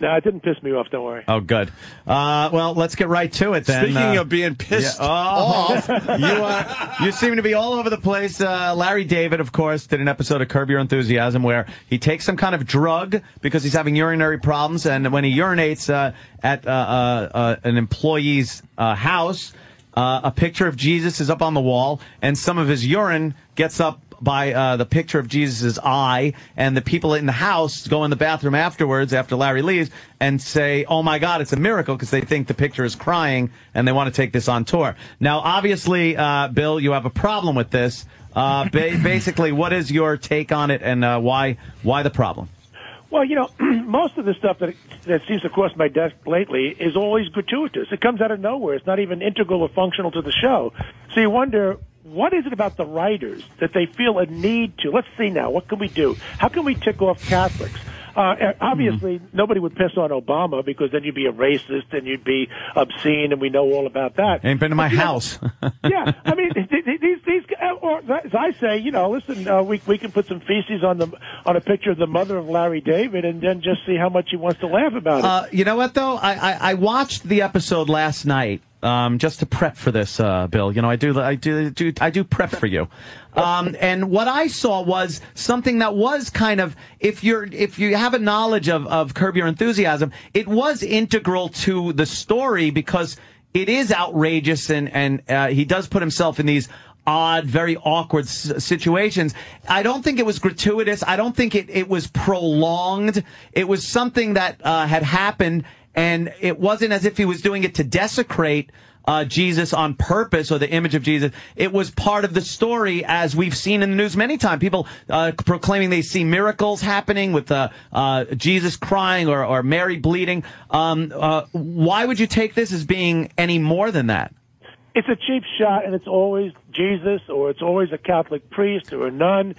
No, it didn't piss me off. Don't worry. Oh, good. Uh, well, let's get right to it then. Speaking Uh, of being pissed yeah. Oh, off, [LAUGHS] you uh, you seem to be all over the place. Uh, Larry David, of course, did an episode of Curb Your Enthusiasm where he takes some kind of drug because he's having urinary problems, and when he urinates uh, at uh, uh, uh, an employee's uh, house, uh, a picture of Jesus is up on the wall, and some of his urine gets up by uh, the picture of Jesus' eye, and the people in the house go in the bathroom afterwards after Larry leaves and say, "Oh my God, it's a miracle!" because they think the picture is crying and they want to take this on tour. Now, obviously, uh, Bill, you have a problem with this. Uh, ba- [LAUGHS] basically, what is your take on it, and uh, why why the problem? Well, you know, [CLEARS THROAT] most of the stuff that that seems to cross my desk lately is always gratuitous. It comes out of nowhere. It's not even integral or functional to the show. So you wonder what is it about the writers that they feel a need to? Let's see now. What can we do? How can we tick off Catholics? Uh, obviously, nobody would piss on Obama because then you'd be a racist and you'd be obscene, and we know all about that. Ain't been to my house. [LAUGHS] yeah, I mean th- th- these these uh, or as I say, you know, listen, uh, we we can put some feces on the on a picture of the mother of Larry David, and then just see how much he wants to laugh about it. Uh, you know what though? I, I, I watched the episode last night um, just to prep for this, uh, Bill. You know, I do I do, do I do prep for you. Um, and what I saw was something that was kind of if you're if you have a knowledge of of Curb Your Enthusiasm, it was integral to the story because it is outrageous and and uh, he does put himself in these odd very awkward s- situations i don't think it was gratuitous i don't think it, it was prolonged it was something that uh, had happened and it wasn't as if he was doing it to desecrate uh, Jesus on purpose or the image of Jesus. It was part of the story, as we've seen in the news many times. People uh, proclaiming they see miracles happening with uh, uh, Jesus crying or, or Mary bleeding. Um, uh, why would you take this as being any more than that? It's a cheap shot, and it's always Jesus, or it's always a Catholic priest or a nun.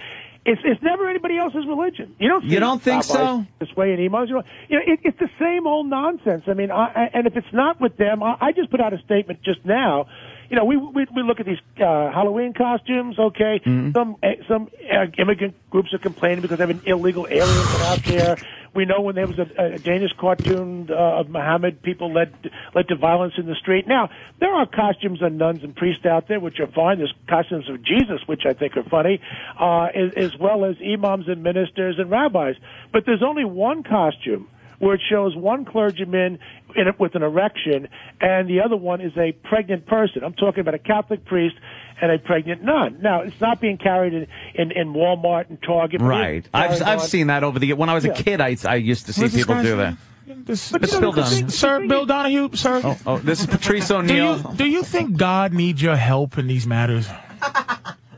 It's it's never anybody else's religion. You don't. You see don't think rabbis so? This way in emails, you know, you know it, it's the same old nonsense. I mean, I, I, and if it's not with them, I, I just put out a statement just now. You know, we we, we look at these uh, Halloween costumes. Okay, some eh, some uh, immigrant groups are complaining because they have an illegal aliens that are out there. We know when there was a, a Danish cartoon uh, of Muhammad, people led led to violence in the street. Now there are costumes of nuns and priests out there which are fine. There's costumes of Jesus which I think are funny, uh, as, as well as imams and ministers and rabbis. But there's only one costume where it shows one clergyman in a, with an erection and the other one is a pregnant person. I'm talking about a Catholic priest and a pregnant nun. Now, it's not being carried in, in, in Walmart and Target. but it is Right. I've, carried I've on. seen that over the when I was a Yeah. kid. I, I used to see Where's this people guy's do that. name? But It's you Bill know, the Donahue. thing- Sir, Bill Donahue, sir. Oh, oh, this is Patrice Do O'Neill. you, do you think God needs your help in these matters?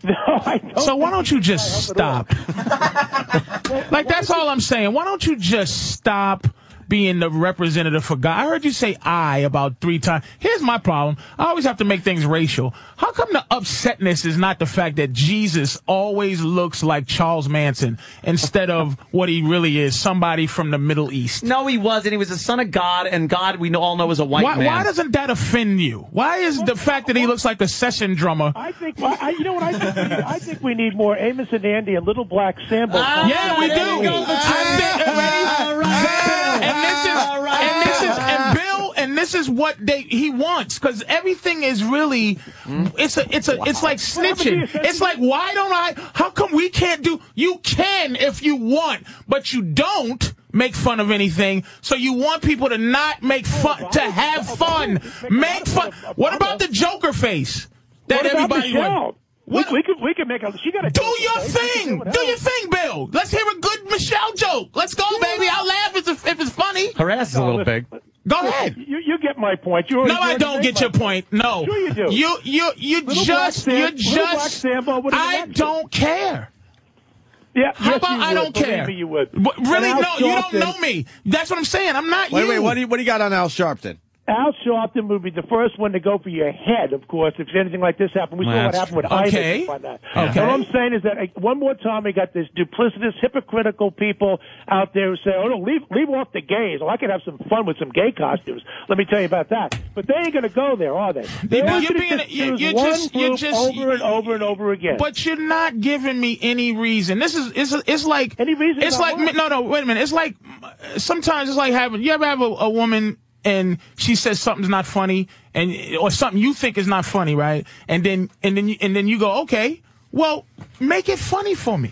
No, I don't so why don't you just stop? like that's all I'm saying. Why don't you just stop being the representative for God? I heard you say "I" about three times. Here's my problem: I always have to make things racial. How come the upsetness is not the fact that Jesus always looks like Charles Manson instead of what he really is—somebody from the Middle East? No, he wasn't. He was the son of God, and God we know- all know is a white why, man. why doesn't that offend you? Why is the fact that he looks like a session drummer? I think I, I- you know what I think. we need? I think we need more Amos and Andy and Little Black Sambo. yeah, we do. and this is and Bill and this is what they he wants because everything is really Mm. it's a it's a it's like snitching. It's like why don't I? How come we can't do? You can if you want, but you don't make fun of anything. So you want people to not make Oh, fun to have fun, make fun. What about the Joker face that What about everybody? Michelle? went- What? We could we could make a. She got a. Do your thing. Do your thing, Bill. Let's hear a good Michelle joke. Let's go, baby. I'll laugh if it's, if it's funny. Harass is a little big. Go ahead. You, you get my point. You already- no, you I already don't made get my your point. No. Sure you do. You you you Little black just Sam- you little black just Sambo with an I erection. don't care. Yeah. How yes, about you I would. don't Believe care? me, you would. But really, And no, Al you don't Sharpton- know me. That's what I'm saying. I'm not Wait, you. wait. What do you what do you got on Al Sharpton? Al Sharpton would be the first one to go for your head, of course, if anything like this happened. We Well, saw what that's happened with true. Isaac Okay. and whatnot. Yeah. Okay. All I'm saying is that uh, one more time, we got this duplicitous, hypocritical people out there who say, "Oh no, leave leave off the gays. Oh, I could have some fun with some gay costumes." Let me tell you about that. But they ain't going to go there, are they? They're Now, gonna you're being- just you- choose you're one just- you're group just- over and over and over again. But you're not giving me any reason. This is it's it's like any reason. It's about like what? no no wait a minute. It's like uh, sometimes it's like having you ever have a, a woman and she says something's not funny and or something you think is not funny right and then and then you, and then you go okay well make it funny for me.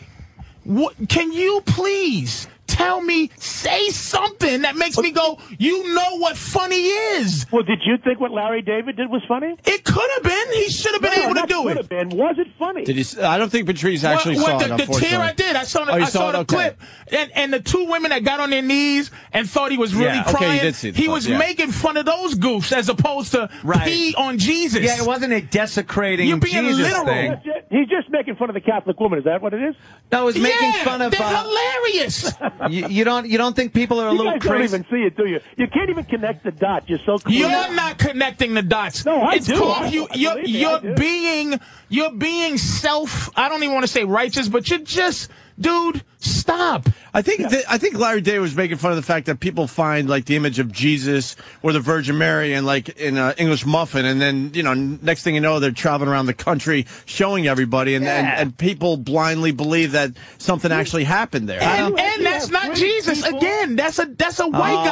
What can you please? Tell me, say something that makes me go. You know what funny is? Well, did you think what Larry David did was funny? It could have been. He should have been No, able to not do could it. have been. Was it funny? oh. Did you? s- I don't think Patrice What- actually what saw the, it. the Unfortunately, tear I did. I saw the, Oh, you I saw the Okay. clip, and and the two women that got on their knees and thought he was really Yeah, okay, you crying. did see the he clip, was yeah. making fun of those goofs as opposed to pee on Jesus. Yeah, it wasn't a desecrating You're being Jesus literal. thing. He's just making fun of the Catholic woman. Is that what it is? No, it's making Yeah, fun of. They're Uh, hilarious. you, you don't you don't think people are a you little guys crazy? don't even see it, do you? You can't even connect the dots. You're so clear. You're not connecting the dots. No, I it's do. Called, I- you, I you're believe me, you're I do. being you're being self. I don't even want to say righteous, but you're just, dude, stop. I think that- I think Larry Day was making fun of the fact that people find like the image of Jesus or the Virgin Mary and like in an English muffin, and then you know next thing you know they're traveling around the country showing everybody, and and, and people blindly believe that something actually happened there. And, and that's not Jesus again. That's a that's a white Oh.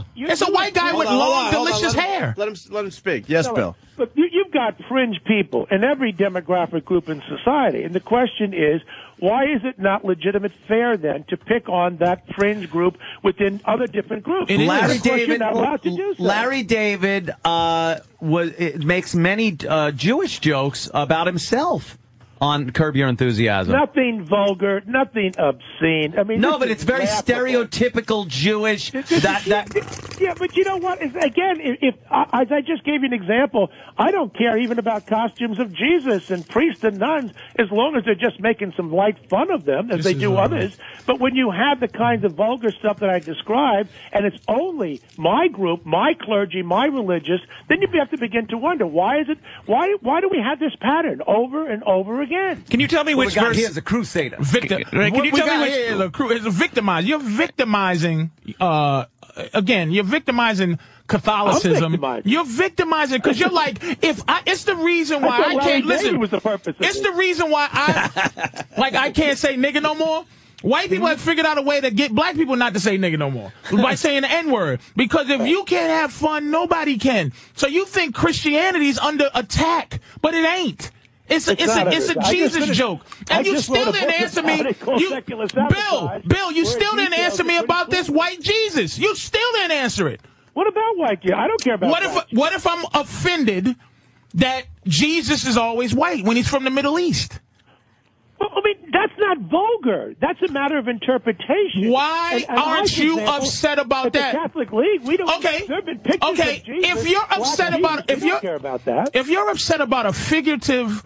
guy. It's a white guy with long, delicious let him- hair. let him let him speak. Yes, No, Bill. Look, you, you've got fringe people in every demographic group in society, and the question is, why is it not legitimate fair then to pick on that fringe group within other different groups? Larry Of course, you're David. not allowed to do so. Larry David uh, was it makes many uh, Jewish jokes about himself on Curb Your Enthusiasm. Nothing vulgar, nothing obscene. I mean, this No, but is it's very laughable. [LAUGHS] stereotypical Jewish. That that yeah, but you know what? Is- Again, if, if uh, as I just gave you an example, I don't care even about costumes of Jesus and priests and nuns, as long as they're just making some light fun of them, as This they is do all right. others. But when you have the kinds of vulgar stuff that I described, and it's only my group, my clergy, my religious, then you have to begin to wonder why is it? Why why do we have this pattern over and over again? Can you tell me What which we got verse here is a crusader? Victor, Right, can what we you tell me got which- here is a cru- is a victimized. You're victimizing. Uh, again, you're victimizing Catholicism. I'm victimized. You're victimizing because you're like, if I, it's the reason I why thought I, Larry can't David listen. was the purpose of it's this. the reason why [LAUGHS] I, like, I can't say nigga no more. White people have figured out a way to get black people not to say nigga no more by saying the N word. Because if you can't have fun, nobody can. So you think Christianity's under attack, but it ain't. It's a, It's it's, not a, under- it's a I just Jesus finished- joke. I And you just wrote still a didn't book answer about me. it called You- Secular Bill, Sabotage, Bill, where you it still didn't details answer me the about this white Jesus. You still didn't answer it. What about white Jesus? I don't care about what if what if I'm offended that Jesus is always white when he's from the Middle East? Well, I mean, that's not vulgar. That's a matter of interpretation. Why And- and I, aren't for you example, upset about at the that? Catholic League, we don't. Okay. There have been pictures Okay. of Jesus, if you're black upset about Jesus, if we you're don't care about that. if you're upset about a figurative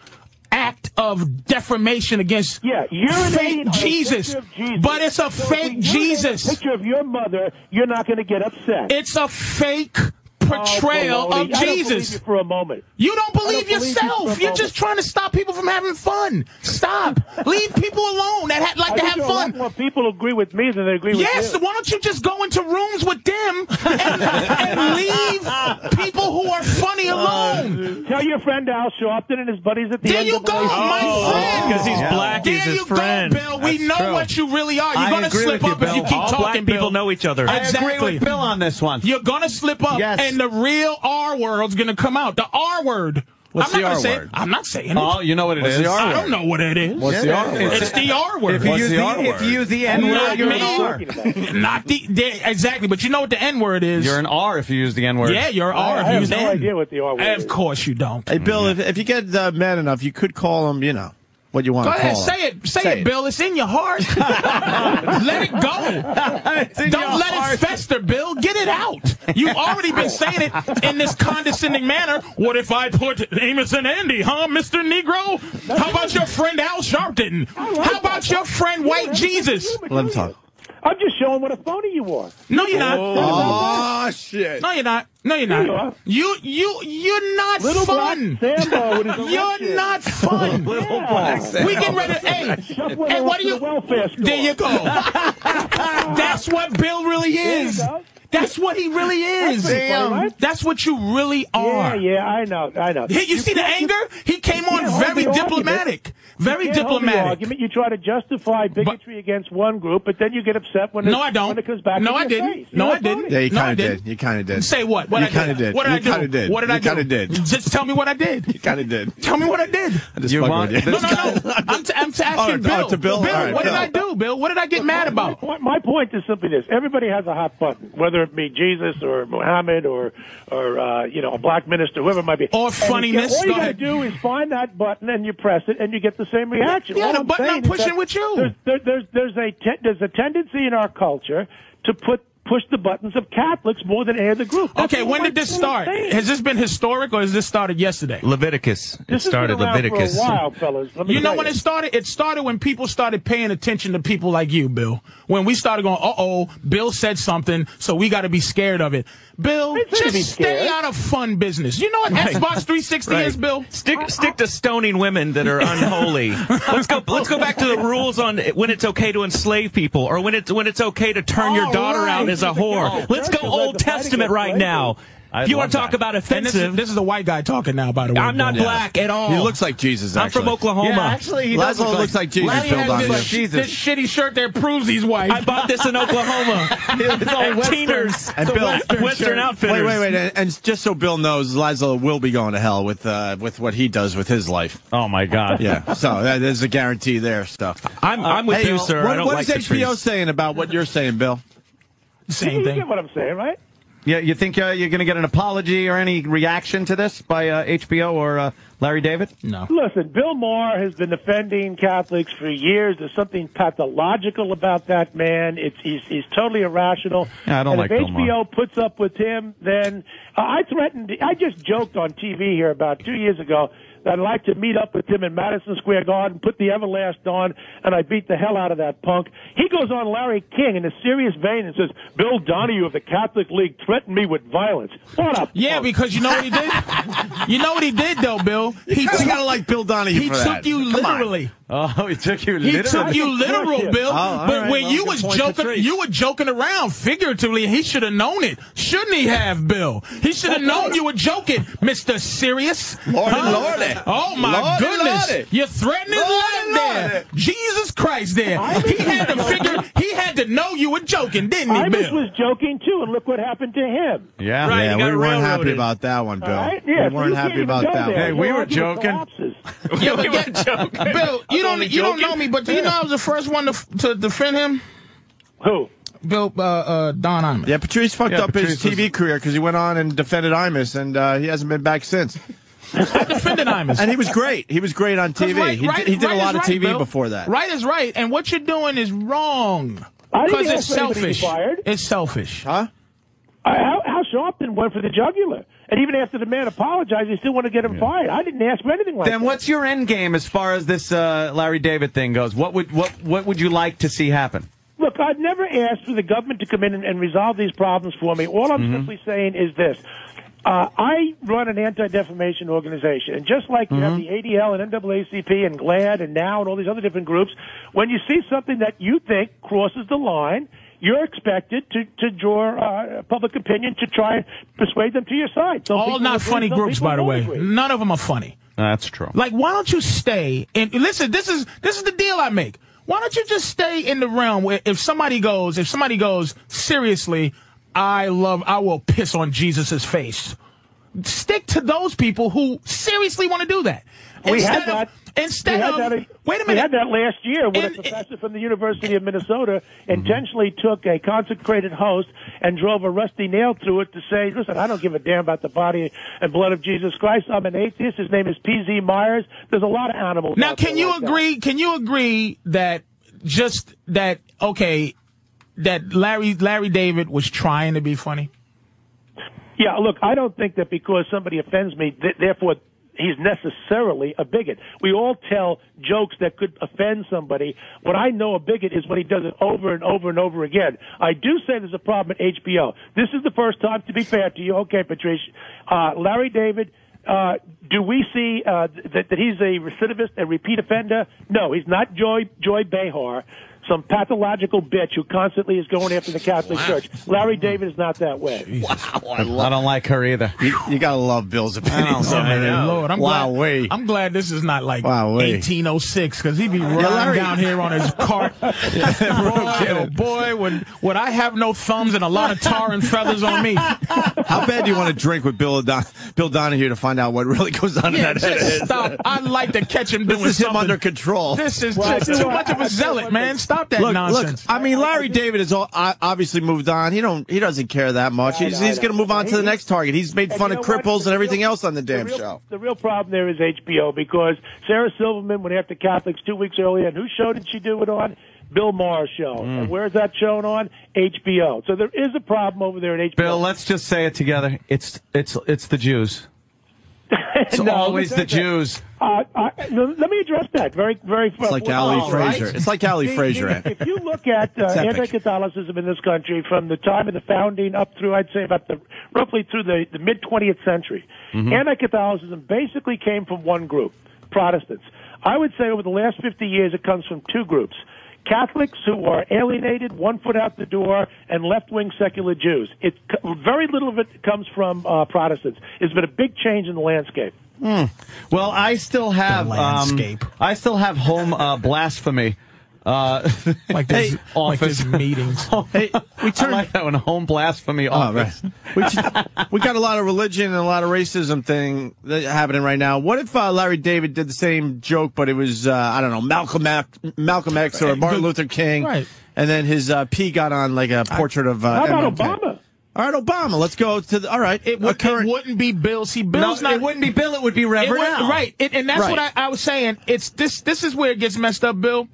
act of defamation against yeah, urinating fake on a Jesus, picture of Jesus. but it's a So if fake we urinate on a Jesus. picture of your mother, you're not going to get upset. It's a fake portrayal Oh, baloney. of I don't believe Jesus. you for a moment. You don't I don't believe believe you for yourself. a You're moment. just trying to stop people from having fun. [LAUGHS] Stop. Leave people alone that ha- like I to think have there are a lot fun. more people agree with me than they agree Yes, with you. why don't you just go into rooms with them and, and [LAUGHS] leave [LAUGHS] people who are funny alone? Oh, Tell your friend Al Sharpton and his buddies at the There end you of the Oh, go, my friend. Because he's black, There he's his you friend. go, Bill. We That's know true. what you really are. You're I gonna agree slip with you, up if you Bill. keep All talking. black people Bill. know each other. I agree Exactly. with Bill on this one. You're gonna slip up, Yes. and the real R word's gonna come out. The R word. What's I'm the not gonna R say it. word? I'm not saying it. Oh, you know what it it is. is. I don't know what it is. What's the R word? It's the R word. If you use the, if you use the N word, Not you're me. an R. Not the, the- exactly, but you know what the N word is. You're an R if you use the N word. Yeah, you're an R if you use the N. what the R word Of course you don't. Hey, Bill, if, if you get uh, mad enough, you could call him, you know, what you want Go to call ahead, him. say it, say, it, Bill. It's in your [LAUGHS] heart. let it go. Don't let it fester, Bill. Get it out. You've already been saying it in this condescending manner. What if I put Amos and Andy, huh, Mister Negro? How about your friend Al Sharpton? How about your friend White Jesus? Let him talk. I'm just showing what a phony you are. No, you're not. ah, Oh, shit. No, you're not. No, you're You are. not. You, you, you're not Little fun. black [LAUGHS] Sambo with his You're erection. not [LAUGHS] fun. Little black We Sambo. get ready. [LAUGHS] Hey, Shuffle hey, him what up do to you? the welfare store. There [LAUGHS] you go. That's what Bill really There you is. go. That's what he really is. That's pretty funny, right? That's what you really are. Yeah, yeah, I know, I know. He- you see the can't- anger? He came on can't hold very the argument. diplomatic. Very you can't hold the diplomatic. argument. You try to justify bigotry against one group, but then you get upset when No, it, I don't. When it comes back. No, in I your didn't. face. No, You're I didn't. Yeah, you No, I kind of didn't. did. You kind of did. Say what? What you I kind of did. What did you I do? Kinda did. What did you I do? kind of did. Just tell me what I did. You kind of did. Tell me what I did. I just fucking with [LAUGHS] you. No, no, no. I'm, t- I'm t- Oh, asking to- Bill. oh, to Bill? All right, what Bill. did I do, Bill? What did I get mad about? My, my point is simply this: everybody has a hot button, whether it be Jesus or Muhammad or or uh, you know a black minister, whoever it might be. Or And funniness. All you Go gotta ahead. do is find that button and you press it, and you get the same reaction. Yeah, All the I'm button I'm saying is pushing that with you. There's there, there's there's a te- there's a tendency in our culture to put push the buttons of Catholics more than any other group. That's Okay, all when my did this point start? is. Has this been historic or has this started yesterday? Leviticus. It This has started been around Leviticus. for a while, fellas. Let me You know tell when it started? It started when people started paying attention to people like you, Bill. When we started going, uh oh, Bill said something, so we got to be scared of it. Bill, say to be just stay scared. out of fun business. You know what Right. Xbox 360 [LAUGHS] Right. is, Bill? Stick stick to stoning women that are unholy. let's go let's go back to the rules on when it's okay to enslave people or when it's when it's okay to turn your Oh, All daughter right. out as a whore. let's go Church is Old the fight Testament against right now. I if you want love to talk that. about And this, offensive, is, this is a white guy talking now, by the way. I'm not Bill. black at all. He looks like Jesus, I'm actually. from Oklahoma. Yeah, actually, he does Laszlo look like, looks like Jesus, Larry Bill has Donovan. This, this shitty shirt that proves he's white. I bought this in Oklahoma. [LAUGHS] At Teeners. And Bill, Western, Outfitters. Wait, wait, wait, and, and just so Bill knows, Laszlo will be going to hell with uh, with what he does with his life. Oh my God. Yeah, so uh, there's a guarantee there. Stuff. I'm, I'm with Hey, you, sir. What, I don't what like is the HBO trees. saying about what you're saying, Bill? Same you. You thing. get what I'm saying, right? Yeah, you think uh, you're going to get an apology or any reaction to this by uh, HBO or uh, Larry David? No. Listen, Bill Maher has been offending Catholics for years. There's something pathological about that man. It's he's, he's totally irrational. Yeah, I don't and like if Bill Maher. HBO puts up with him, then uh, I threatened. I just joked on TV here about two years ago that I'd like to meet up with him in Madison Square Garden, put the Everlast on, and I beat the hell out of that punk. He goes on Larry King in a serious vein and says, "Bill Donahue of the Catholic League threatened me with violence." What up? Oh. Yeah, because you know what he did? you know what he did, though, [LAUGHS] Bill? He kinda took- gotta like Bill Donahue He for took that. you Come on. literally. [LAUGHS] Oh, he took you He literally. took you literal, Bill. Oh, but when you was joking, you were joking around figuratively. He should have known it, shouldn't he? Have Bill? He should have known you were joking, Mister Serious. Lordy, Huh? lordy. Oh my Lordy, goodness! lordy. You're threatening Lordy, life there. lordy. Jesus Christ, there. He had to figure. He had to know you were joking, didn't he, Ibis Bill? was joking too, and look what happened to him. Yeah, Right, yeah, he got we weren't happy railroaded. about that one, Bill. right, yeah, we you weren't can't happy even about go that. there. one. Hey, we were joking. Yeah, but get- Bill, you don't you don't know me, but you know I was the first one to to defend him. Who? Bill uh, uh, Don Imus. Yeah, Patrice fucked Yeah, up Patrice his was- TV career because he went on and defended Imus, and uh, he hasn't been back since. defended Imus, and he was great. He was great on 'Cause TV. right- he, right- did, he did right a is lot of right, TV Bill. before that. Right is right, and what you're doing is wrong. I didn't Because it's ask anybody to be selfish. fired. It's selfish. Huh? I, Al, Al Sharpton went for the jugular, and even after the man apologized, they still want to get him fired. I didn't ask for anything like Then what's your end game as far as this uh, Larry David thing goes? What would what what would you like to see happen? that. Look, I've never asked for the government to come in and, and resolve these problems for me. All Mm-hmm. I'm simply saying is this. Uh, I run an anti-defamation organization, and just like you Mm-hmm. have the ADL and NAACP and GLAD and NOW and all these other different groups, when you see something that you think crosses the line, you're expected to, to draw uh, public opinion to try and persuade them to your side. Some All people not agree, funny some groups, people by the don't way. agree. None of them are funny. That's true. Like, why don't you stay and listen? This is this is the deal I make. Why don't you just stay in the realm where if somebody goes, if somebody goes seriously, I love, I will piss on Jesus's face. Stick to those people who seriously want to do that. We had Instead of- that. Instead we had of that, wait a minute. We had that last year when a professor from the University of Minnesota intentionally took a consecrated host and drove a rusty nail through it to say, "Listen, I don't give a damn about the body and blood of Jesus Christ. I'm an atheist. His name is P.Z. Myers. There's a lot of animals." Now, out there can you like that. agree? Can you agree that just that? Okay, that Larry Larry David was trying to be funny. Yeah, look, I don't think that because somebody offends me, th- therefore he's necessarily a bigot. We all tell jokes that could offend somebody. What I know a bigot is when he does it over and over and over again. I do say there's a problem at HBO. This is the first time, to be fair to you. Okay, Patrice. Uh, Larry David. Uh, do we see uh, th- that, that he's a recidivist, a repeat offender? No, he's not Joy Joy Behar, some pathological bitch who constantly is going after the Catholic Church. Larry David is not that way. Oh, I, don't like her either. You, you gotta love Bill's opinions. on Hey, that. Lord, I'm wow, glad. wait. I'm glad this is not like Wowee. 1806 because he'd be riding Larry- down here on his cart. [LAUGHS] boy, oh boy, would would I have no thumbs and a lot of tar and feathers [LAUGHS] on me? How bad do you want to drink with Bill, Don- Bill Donahue to find out what really goes on Yeah, in that just head? stop. I'd like to catch him doing This is him something. under control. This is Well, I just do- too much of I a do zealot, man. Stop that look, nonsense. Look, I mean, Larry David has all, I, obviously moved on. He don't. He doesn't care that much. he's no, he's no. going to move on to the He- next target. He's made And fun you of know what? cripples The and everything real- else on the damn real- show. The real problem there is HBO because Sarah Silverman went after Catholics two weeks earlier, and whose show did she do it on? Bill Maher's show. Mm. And where's that shown on? HBO. So there is a problem over there at HBO. Bill, let's just say it together. It's it's it's the Jews. It's No, always the let me tell you Jews. Uh, uh, no, let me address that very, very. It's like Ali Frazier. It's like Ali Frazier, Ed. If you look at [LAUGHS] uh, It's epic. anti-Catholicism in this country from the time of the founding up through, I'd say about the roughly through the, the mid 20th century, Mm-hmm. Mm-hmm. anti-Catholicism basically came from one group, Protestants. I would say over the last 50 years, it comes from two groups. Catholics who are alienated, one foot out the door, and left-wing secular Jews. It very little of it comes from uh, Protestants. It's been a big change in the landscape. Hmm. Well, I still have landscape. I still have home uh, blasphemy. [LAUGHS] Uh, like this- like office this meetings. [LAUGHS] hey, we turned I like that one. Home blasphemy Oh, office. We, just- we got a lot of religion and a lot of racism thing that happening right now. What if uh, Larry David did the same joke, but it was uh, I don't know Malcolm X, Malcolm X or Martin Luther King, Right. and then his uh, P got on like a portrait of uh, How about MLK. Obama? All right, Obama. Let's go to the. All right, it, would, it wouldn't be Bill. See, Bill's No, not. it wouldn't be Bill, it would be Rev would- Renau. right, It- and that's Right. what I, I was saying. It's this. This is where it gets messed up, Bill.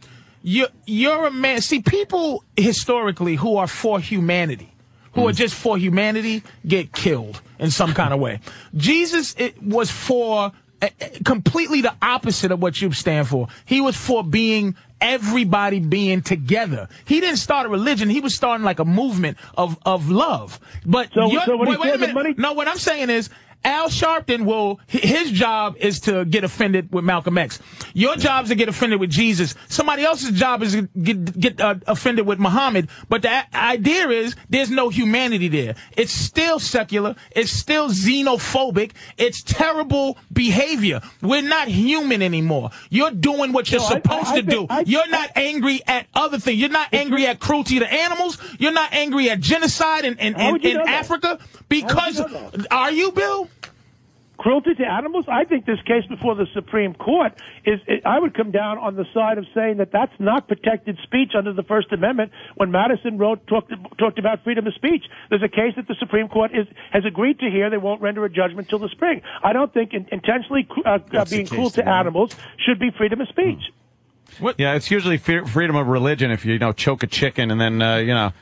You you're a man. See, people historically who are for humanity, who Mm. are just for humanity, get killed in some kind of way. Jesus it, was for. uh, uh, Completely the opposite of what you stand for. He was for being everybody being together. He didn't start a religion. He was starting like a movement of of love. But So- you're- so when he wait, wait a said the minute. money No, what I'm saying is Al Sharpton will hi- his job is to get offended with Malcolm X. Your job's to get offended with Jesus. Somebody else's job is to get get uh, offended with Muhammad. But the a- idea is there's no humanity there. It's still secular. It's still xenophobic. It's terrible behavior. We're not human anymore. You're doing what you're No, I- I- supposed I to think- do. I- you're not angry at other things. You're not angry at cruelty to animals. You're not angry at genocide and and, How and, would you know that? Africa Because- because are you Bill? Cruelty to animals? I think this case before the Supreme Court is, it, I would come down on the side of saying that that's not protected speech under the First Amendment when Madison wrote, talked, talked about freedom of speech. There's a case that the Supreme Court is, has agreed to hear. They won't render a judgment till the spring. I don't think in, intentionally cru- uh, uh, being cruel to animals should be freedom of speech. Hmm. Yeah, it's usually fe- freedom of religion if you, you know choke a chicken and then uh, you [LAUGHS] know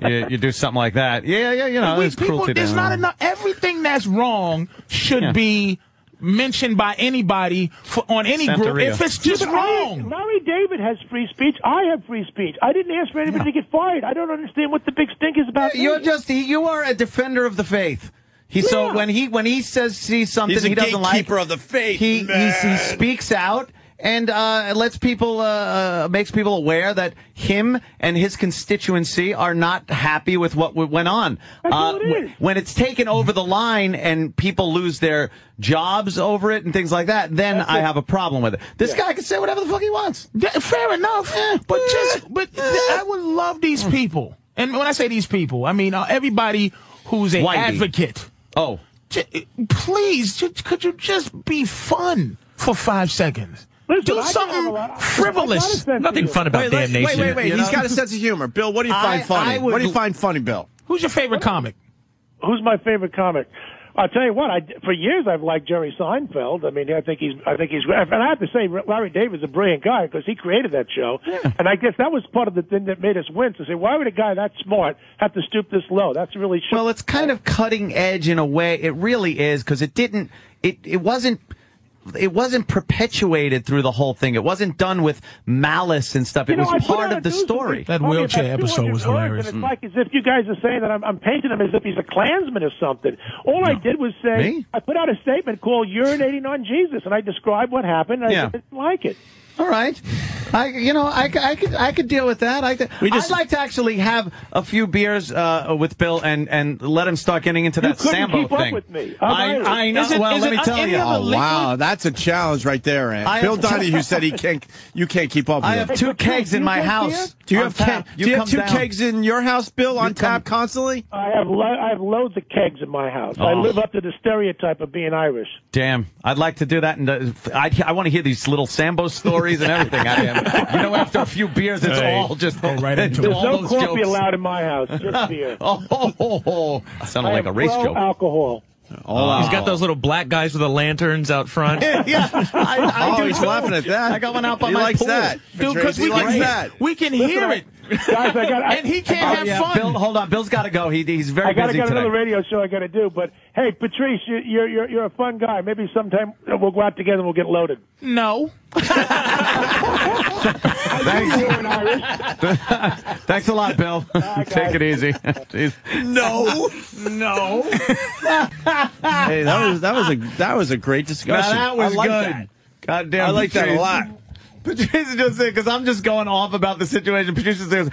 you, you do something like that. Yeah, yeah, you know, we, there's people, cruelty. to there's not animals. enough. Everything that's wrong should Yeah. be mentioned by anybody for, on any group Santeria. if it's just Yeah, but I- wrong. Larry David has free speech. I have free speech. I didn't ask for anybody to get fired. I don't understand what the big stink is about. You're me. just he- you are a defender of the faith. He so Yeah. when he when he says sees something He's a he doesn't like, gatekeeper of the faith, He he, he man. speaks out and uh, lets people uh, uh, makes people aware that him and his constituency are not happy with what w- went on. That's uh, all it wh- is. When it's taken over the line and people lose their jobs over it and things like that, then I have a problem with it. This guy can say whatever the fuck he wants. Yeah, fair enough. But just, but th- I would love these Mm. people. And when I say these people, I mean uh, everybody who's an Whitey. advocate. Oh, J- please, ju- could you just be fun for five seconds? Listen, Do I don't have a something lot- I got a frivolous. sense of humor. wait, let's- Wait, wait, wait. He's got a sense of humor. Bill, what do you I- find funny? I would what do you l- find funny, Bill? Who's your favorite comic? Who's my favorite comic? I'll tell you what. I for years I've liked Jerry Seinfeld. I mean, I think he's I think he's and I have to say Larry David's a brilliant guy because he created that show. And I guess that was part of the thing that made us win to say why would a guy that smart have to stoop this low? That's really sh- Well, it's kind of cutting edge in a way. It really is because it didn't. It it wasn't. It wasn't perpetuated through the whole thing. It wasn't done with malice and stuff. You it know, I was put part out of a the news story. That Probably wheelchair about episode 200 was words, hilarious. and it's like as if you guys are saying that I'm, I'm painting him as if he's a Klansman or something. All I did was say Me? I put out a statement called "Urinating on Jesus," and I described what happened. And Yeah. I didn't like it. All right, I you know I, c- I could I could deal with that. I could, We just- I'd like to actually have a few beers uh, with Bill and and let him start getting into that couldn't Sambo keep up thing. with me. I'm I, Irish. I know. Is it- well, is let it me tell any you. other Oh, wow. That's a challenge right there, I Ant. have Bill to- Donahue said he can't, you can't keep up with I him. have two kegs in my house. Do you on have, tap. keg, do you have come two down. kegs in your house, Bill, on tap constantly? I have lo- I have loads of kegs in my house. I Oh. live up to the stereotype of being Irish. Damn, I'd like to do that, and uh, I, I want to hear these little Sambo stories and everything. I am, you know, after a few beers, it's Hey, all just [LAUGHS] go [LAUGHS] right into all it. There's no those coffee jokes. allowed in my house. [LAUGHS] Just beer. Oh, ho, ho, ho. That sounded I like am a race pro joke. Alcohol. Oh. He's got those little black guys with the lanterns out [LAUGHS] front. [LAUGHS] yeah, I, I oh, do he's too. laughing at that. I got one out by he my likes pool. that. Dude, because He we likes can, that. we can Listen, hear I- it. Guys, I got. I, and he Oh, can't have yeah, fun. Bill, hold on. Bill's got to go. He, he's very I gotta busy got today. another radio show I gotta do, but hey, Patrice, you, you're you're you're a fun guy. Maybe sometime we'll go out together and we'll get loaded. no. Thanks a [LAUGHS] lot, Bill. [LAUGHS] Take it [LAUGHS] easy. Jeez. No. No. hey, that was that was a that was a great discussion. Now, that was I like good. That. God damn, I like that a Patrice. lot. Patrice just said because I'm just going off about the situation. Patrice just goes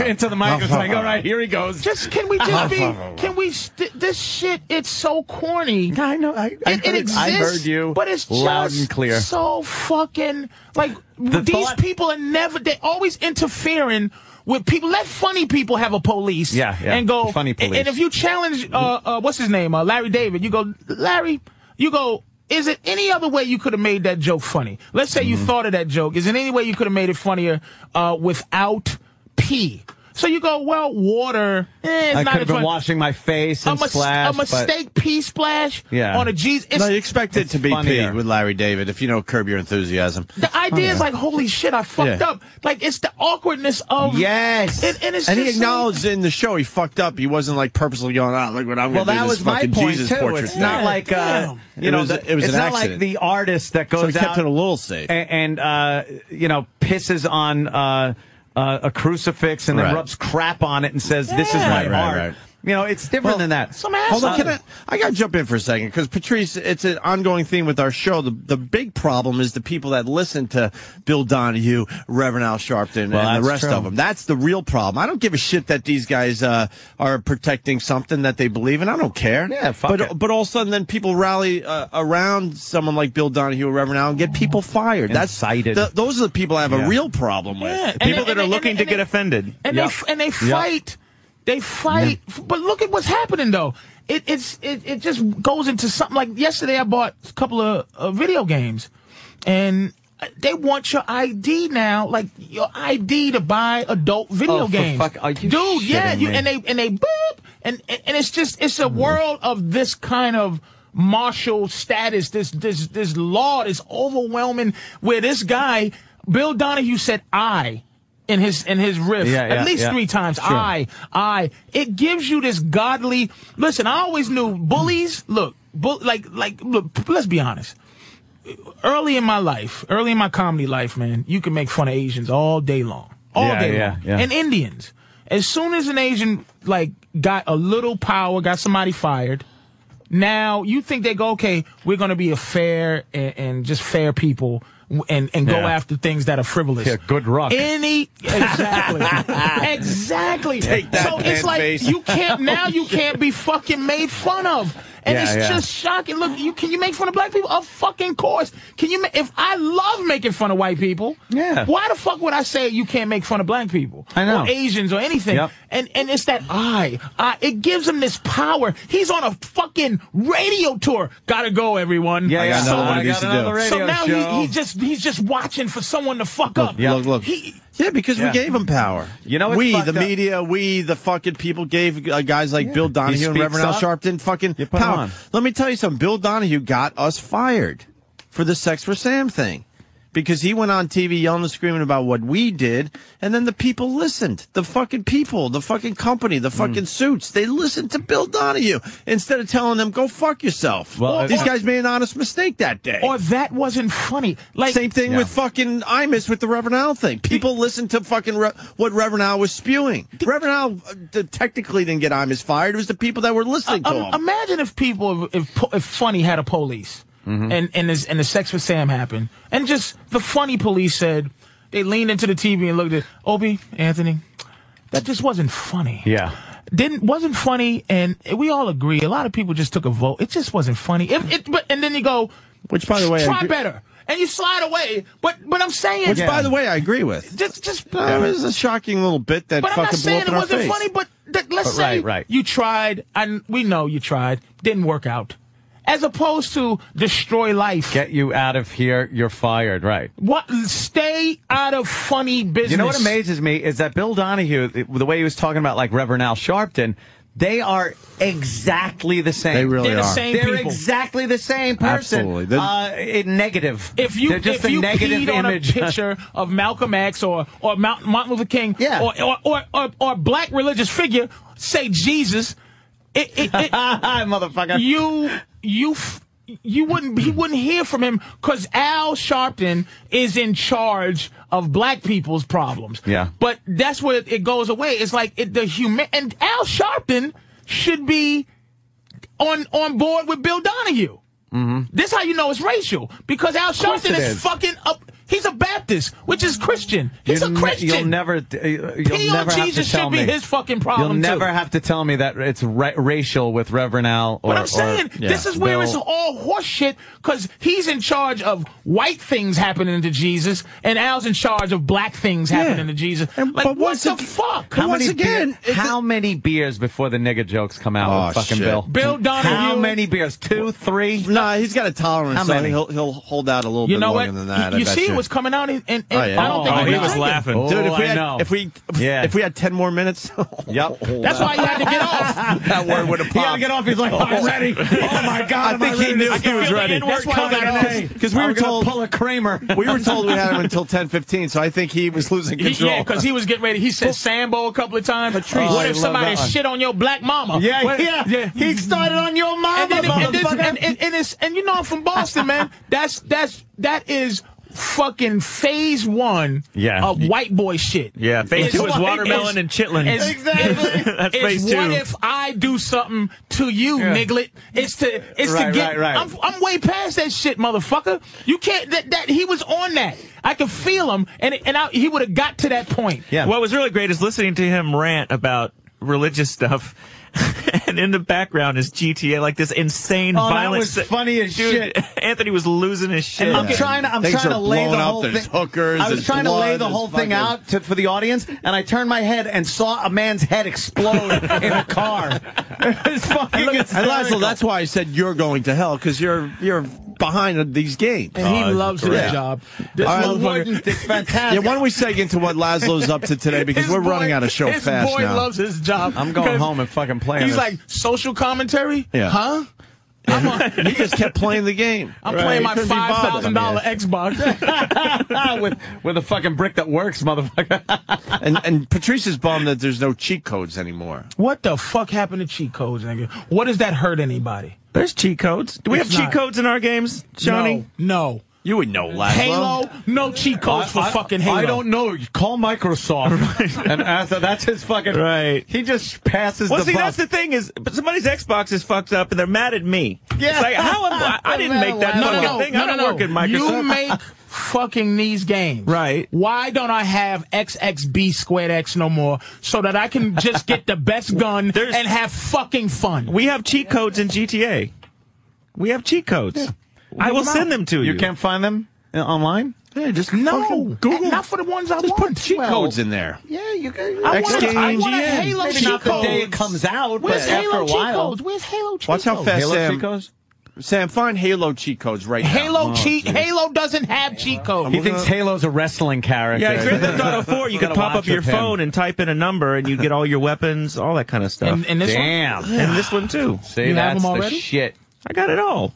into the microphone. Like, all right, here he goes. Just can we just be? Oh. Can we? St- this shit. It's so corny. I know. I, It, it exists. I heard you but it's loud just and clear. So fucking like The these thought- people are never. They always interfering with people. Let funny people have a police. Yeah, yeah. And go Funny and- police. And if you challenge, uh, uh, what's his name, uh, Larry David, you go, Larry, you go. Is it any other way you could have made that joke funny? Let's say you thought of that joke. Is there any way you could have made it funnier uh, without P? So you go, well, water. Eh, it's [LAUGHS] I not in could have been front- washing my face a, and mis- splash. a but- mistake pee splash Yeah. on a Jesus. no, you expect it to be funnier. Pete with Larry David if you know Curb Your Enthusiasm. The idea is like, holy shit, I fucked Yeah. up. Like it's the awkwardness of Yes, and, and it's he just like- acknowledged in the show he fucked up. He wasn't like purposely going, "Ah, look what I'm Well, going to that do." This was my fucking point Jesus too. portrait. It's not thing." like uh, you It know, was- the- it was it's an not like accident. the artist that So goes he kept out it a little safe. a- and, uh, you know pisses on uh, uh, a crucifix and then Right. rubs crap on it and says, "This is Yeah. my Right, right, art." right. You know, it's different than that. Hold on, can I? I gotta jump in for a second because Patrice, it's an ongoing theme with our show. The the big problem is the people that listen to Bill Donahue, Reverend Al Sharpton, Well, and the that's rest true. of them. That's the real problem. I don't give a shit that these guys uh, are protecting something that they believe in. I don't care. Yeah, fuck but it. but all of a sudden, then people rally uh, around someone like Bill Donahue or Reverend Al and get people fired. That's Incited. th- those are the people I have Yeah. a real problem with. Yeah, and People they- that and are they- looking and to they- get offended. and they f- and they fight. They fight. F- But look at what's happening though. It it's it, it just goes into something like yesterday I bought a couple of uh, video games and they want your ID now, like your ID to buy adult video Oh, for games. fuck- are you Dude, yeah, shitting you, me? and they and they boop and and and it's just it's a world of this kind of martial status, this this this law, this overwhelming where this guy, Bill Donahue said I in his in his riff Yeah, yeah, at least yeah. three times. Sure. I, I. It gives you this godly. Listen, I always knew bullies. Look, bull, like, like. Look, p- let's be honest. Early in my life, early in my comedy life, man, you can make fun of Asians all day long, all Yeah, day yeah, long, yeah. and Indians. As soon as an Asian like got a little power, got somebody fired. Now you think they go, okay, we're going to be a fair and, and just fair people w- and, and go Yeah. after things that are frivolous. Yeah, good ruck. Any [LAUGHS] exactly, exactly. Take that, so it's man like face. you can't now. You can't be fucking made fun of, and Yeah, it's yeah. just shocking. Look, you can you make fun of black people? Of fucking course. Can you? ma- If I love making fun of white people, Yeah. Why the fuck would I say you can't make fun of black people? I know. Or Asians or anything. Yep. And and it's that I, I. It gives him this power. He's on a fucking radio tour. Gotta go, everyone. Yeah, I got yeah. another one of these to do. So radio now show. he, he just he's just watching for someone to fuck up. Yeah, look, look. yeah, because Yeah. we gave him power. You know what's we, fucked the up? media, we, the fucking people gave uh, guys like Bill Donahue and speaks Reverend Al up. Sharpton fucking put 'em power. on. Let me tell you something. Bill Donahue got us fired for the Sex for Sam thing because he went on TV yelling and screaming about what we did, and then the people listened. The fucking people, the fucking company, Hmm. the fucking suits, they listened to Bill Donahue instead of telling them, go fuck yourself. Well, Well, uh, These or- guys made an honest mistake that day. Or Oh, that wasn't funny. Like Same thing Yeah. with fucking Imus with the Reverend Al thing. People listen to fucking Re- what Reverend Al was spewing. Reverend Al uh, d- technically didn't get Imus fired. It was the people that were listening to Um, him. Imagine if people, if, po- if Funny had a police Mm-hmm. and, and, this, and the sex with Sam happened, and just the Funny police said, they leaned into the TV and looked at Obi, Anthony, that just wasn't funny. Yeah. Didn't wasn't funny, and we all agree. A lot of people just took a vote. It just wasn't funny. If it, but and then you go, Which, by the way, I try agree- better, and you slide away. But but I'm saying, Which, by the way, I agree with. just just Uh, it was a shocking little bit that but I'm not fucking blew saying up it in our wasn't face. funny, but th- let's But right, say right. you tried, and we know you tried, didn't work out. As opposed to destroy life. Get you out of here. You're fired. Right. What? Stay out of funny business. You know what amazes me is that Bill Donahue, the the way he was talking about like Reverend Al Sharpton, they are exactly the same. They really They're the are. same They're people. exactly the same person. Absolutely. They're- Uh, it- negative. If you They're just if a you negative peed on a image. [LAUGHS] picture of Malcolm X or or Mount, Martin Luther King or, or, or or or a black religious figure, say Jesus, it, it, it [LAUGHS] motherfucker. You you f- you wouldn't he wouldn't hear from him because Al Sharpton is in charge of black people's problems. Yeah. but that's where it goes away. It's like it, the human and Al Sharpton should be on on board with Bill Donahue. This how you know it's racial because Al Mm-hmm. course Sharpton it is, is. fucking up. He's a Baptist, which is Christian. He's You'll a ne- Christian. you'll never. uh, You'll Pee on never have Jesus to tell should be me. his fucking problem, You'll never too. have to tell me that it's ra- racial with Reverend Al. Or, But I'm saying or- yeah, this is where it's Bill. all horseshit because he's in charge of white things happening to Jesus, and Al's in charge of black things happening to Jesus. like, but what once the ag- fuck? but once again, beer- how many beers before the nigga jokes come out Oh, with fucking shit. Bill? Bill Donahue. How many beers? Two, three? Nah, he's got a tolerance, How so many? he'll he'll hold out a little You bit know longer what? than that. You- I you bet see Lisa was coming out, and, and, and I don't think Oh, he yeah. was drinking. dude. Oh, If we had, if we, if we had ten more minutes, [LAUGHS] yep. That's why you had to get [LAUGHS] off. that word would have popped. gotta get off. He's like, "Oh, I'm ready. Oh, my God, I am think I he ready?" knew I he can was feel the ready. N-word coming out of me. because we I'm were gonna told pull a Kramer. [LAUGHS] We were told we had him [LAUGHS] until ten fifteen, so I think he was losing He, control. yeah, because he [LAUGHS] was getting ready. He said Sambo a couple of times. Oh, what I if love somebody that one. shit on your black mama? Yeah, What- yeah. He started on your mama, And, then, and, this- motherfucker. and, and, and it's, and you know I'm from [LAUGHS] Boston, man. That's that's that is fucking phase one Yeah. of white boy shit. Yeah, phase It's two is like- watermelon and chitlin. it's- Exactly. That's it's phase two. What if I do something to you, Yeah. niglet? It's to it's to Right, get. right, right. I'm, I'm way past that shit, motherfucker. You can't. That, that he was on that. I could feel him, and and I, he would have got to that point. What was really great is listening to him rant about religious [LAUGHS] stuff. and in the background is GTA, like this insane Oh, that violence. was funny as [LAUGHS] Dude, Anthony was losing his shit. I'm trying to. I'm trying to lay the whole thing. I was trying to lay the whole thing out to, for the audience, and I turned my head and saw a man's head explode in a car. It's fucking. And Laszlo, hysterical. that's why I said you're going to hell because you're you're behind these games. And he loves his job. This [LAUGHS] motherfucker- it's fantastic. Yeah, why don't we seg into what Laszlo's up to [LAUGHS] today because His we're boy- running out of show his fast boy now. [LAUGHS] [LAUGHS] loves his job. I'm going 'Cause home and fucking playing He's this. like social commentary. Yeah. Huh? I'm [LAUGHS] a, he just kept playing the game. I'm playing my five thousand dollar [LAUGHS] Xbox. with with a fucking brick that works, motherfucker. and and Patrice is bummed that there's no cheat codes anymore. what the fuck happened to cheat codes, nigga? What does that hurt anybody? There's cheat codes. Do we It's have cheat not. codes in our games, Johnny? No. You would know, Laszlo. Halo, no cheat codes for fucking Halo. I don't know. Call [LAUGHS] Microsoft. and after that's his fucking. Right. He just passes Well, the see, buck. that's the thing is, but somebody's Xbox is fucked up, and they're mad at me. Yeah. It's like, how am I? [LAUGHS] I didn't make that no, fucking no, thing. No, I don't no, no. work at Microsoft. You make fucking these games. Right. Why don't I have XXB squared X no more so that I can just get the [LAUGHS] best gun and have fucking fun? we have cheat codes in GTA. We have cheat codes. I will send them to you. You can't find them uh, online? Yeah, just No, Google. Not for the ones I want. Put cheat codes in there. Yeah, you can. I want, a, I X-Games, want a yeah. Halo Maybe cheat not the day it codes. comes out, Where's but after Halo a cheat while. codes? Where's Halo cheat Watch how codes? fast Halo Sam cheat codes? Sam, find Halo cheat codes right Halo now. cheat. Halo doesn't have cheat codes. He thinks Halo's a wrestling character. Yeah, Grand Theft Auto 4, [LAUGHS] you Gotta could pop watch up your with him. phone and type in a number, and you get all your weapons, all that kind of stuff. And- and this one? Damn. And this one, too. See, You have that's them the already? shit. I got it all.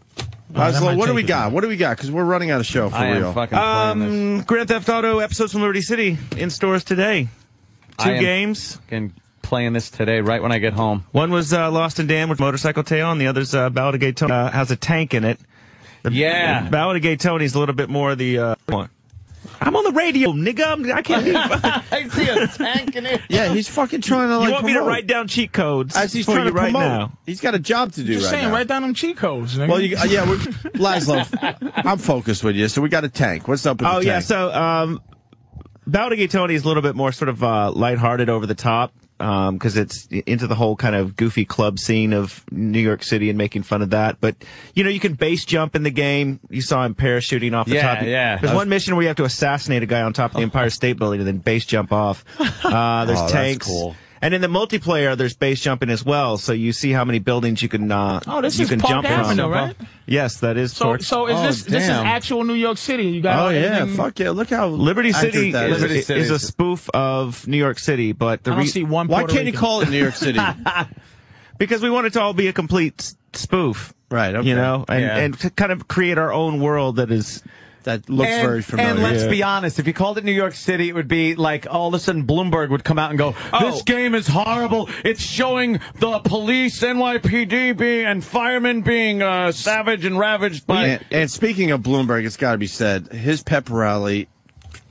Laszlo, what do we got? What do we got? Because we're running out of show for I am real. fucking playing this. Um, Grand Theft Auto episodes from Liberty City in stores today. Two I am games. fucking playing this today, right when I get home. [LAUGHS] One was uh, Lost and Damned with Motorcycle Tail, and the other's uh, Ballad of Gay Tony. Uh, has a tank in it. The, Yeah. the Ballad of Gay Tony's a little bit more the uh, one. I'm on the radio, nigga. I'm, I can't. you I see a tank in it. Yeah, he's fucking trying to like. want me to promote. write down cheat codes As he's for trying you to right promote. now? He's got a job to do Just right saying, now. write down them cheat codes. Nigga. Well, you, uh, yeah, we're, [LAUGHS] Laszlo, I'm focused with you. So we got a tank. What's up with the Oh tank? yeah, so um, Bowdigay Tony is a little bit more sort of uh, lighthearted, over the top, because it's into the whole kind of goofy club scene of New York City and making fun of that. But you know, you can base jump in the game. You saw him parachuting off the Yeah, top. yeah. There's I was- one mission where you have to assassinate a guy on top of the Empire State Building and then base jump [LAUGHS] off. Uh, there's Oh, that's tanks. cool. And in the multiplayer, there's base jumping as well, so you see how many buildings you can uh, Oh, this you is can Park jump Avenue, from. right? Yes, that is. so Park- so is Oh, this this is damn. actual New York City? You got Oh yeah, everything- fuck yeah! Look how Oh, Liberty accurate City, that is, is. is a spoof of New York City, but the I don't re- see one. Why Puerto can't you Rican. call it New York [LAUGHS] City? because we want it to all be a complete s- spoof, right. Okay. you know, and, Yeah. and to kind of create our own world that is that looks and, very familiar. And let's Yeah. be honest, if you called it New York City, it would be like all of a sudden Bloomberg would come out and go, "This game is horrible. It's showing the police, NYPD, being and firemen being uh, savage and ravaged by." And, and speaking of Bloomberg, it's got to be said his pep rally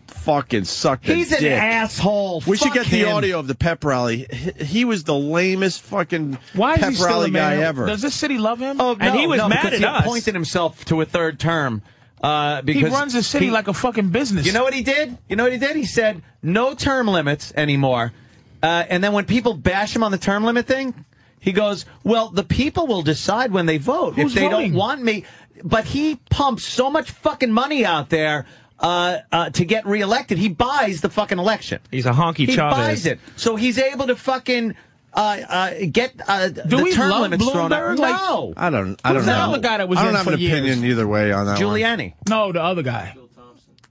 fucking sucked. a He's an dick. asshole. We should Fuck get the him. audio of the pep rally. He, he was the lamest fucking Why is pep he still rally a man? guy ever. Does this city love him? Oh, And no, he was no, mad because at he us. appointed himself to a third term. Uh, he because runs the city he- like a fucking business. You know what he did? You know what he did? He said no term limits anymore. Uh, and then when people bash him on the term limit thing, he goes, "Well, the people will decide when they vote Who's if they voting? don't want me." But he pumps so much fucking money out there. Uh, uh, to get reelected, he buys the fucking election. He's a honky He Chavez. buys it, so he's able to fucking uh, uh, get uh, Do the we term love limits thrown Bloomberg? out. Like- no, I don't. I don't Who's know. that other guy that was I don't in have for an years? opinion either way on that. one. Giuliani. No, the other guy.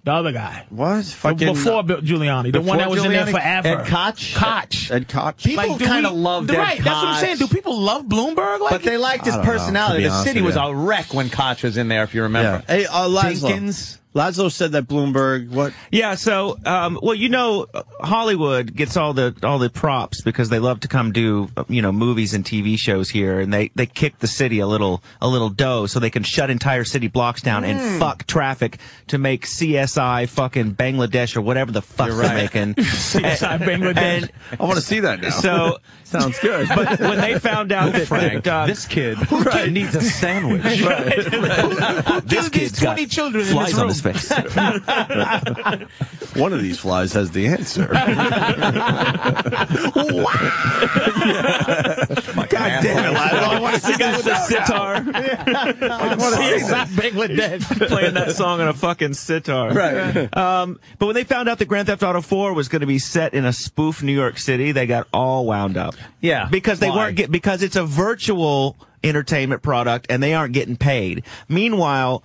The other guy. What? Fucking- before Bill Giuliani. The one that was in there forever. Ed Koch? Koch. Ed Koch. Like, People do kind of we- love Ed Right, that's what I'm Koch. saying. Do people love Bloomberg? Like but they liked his I don't know, to personality. be the honest city with was you. a wreck when Koch was in there, if you remember. Hey, uh, Laszlo. Dinkins? Laszlo said that Bloomberg. [LAUGHS] What? Yeah. So, um, well, you know, Hollywood gets all the all the props because they love to come do you know movies and TV shows here, and they they kick the city a little a little dough so they can shut entire city blocks down Mm. and fuck traffic to make CSI fucking Bangladesh or whatever the fuck You're they're right. making. CSI Bangladesh. I want to see that now. So [LAUGHS] sounds good. But when they [LAUGHS] found out that Frank, that, uh, this kid needs [LAUGHS] a sandwich. this kid's 20 children in flies this on his room? face. One of these flies has the [LAUGHS] answer. God damn it, Laszlo. [LAUGHS] I want to see Guys, this the [LAUGHS] sitar. I want to see CSI that. Bangladesh playing that song on a fucking sitar. Right. [LAUGHS] Um, but when they found out that Grand Theft Auto 4 was going to be set in a spoof New York City, they got all wound up. Yeah. Because they Why? weren't get, because it's a virtual entertainment product and they aren't getting paid. Meanwhile,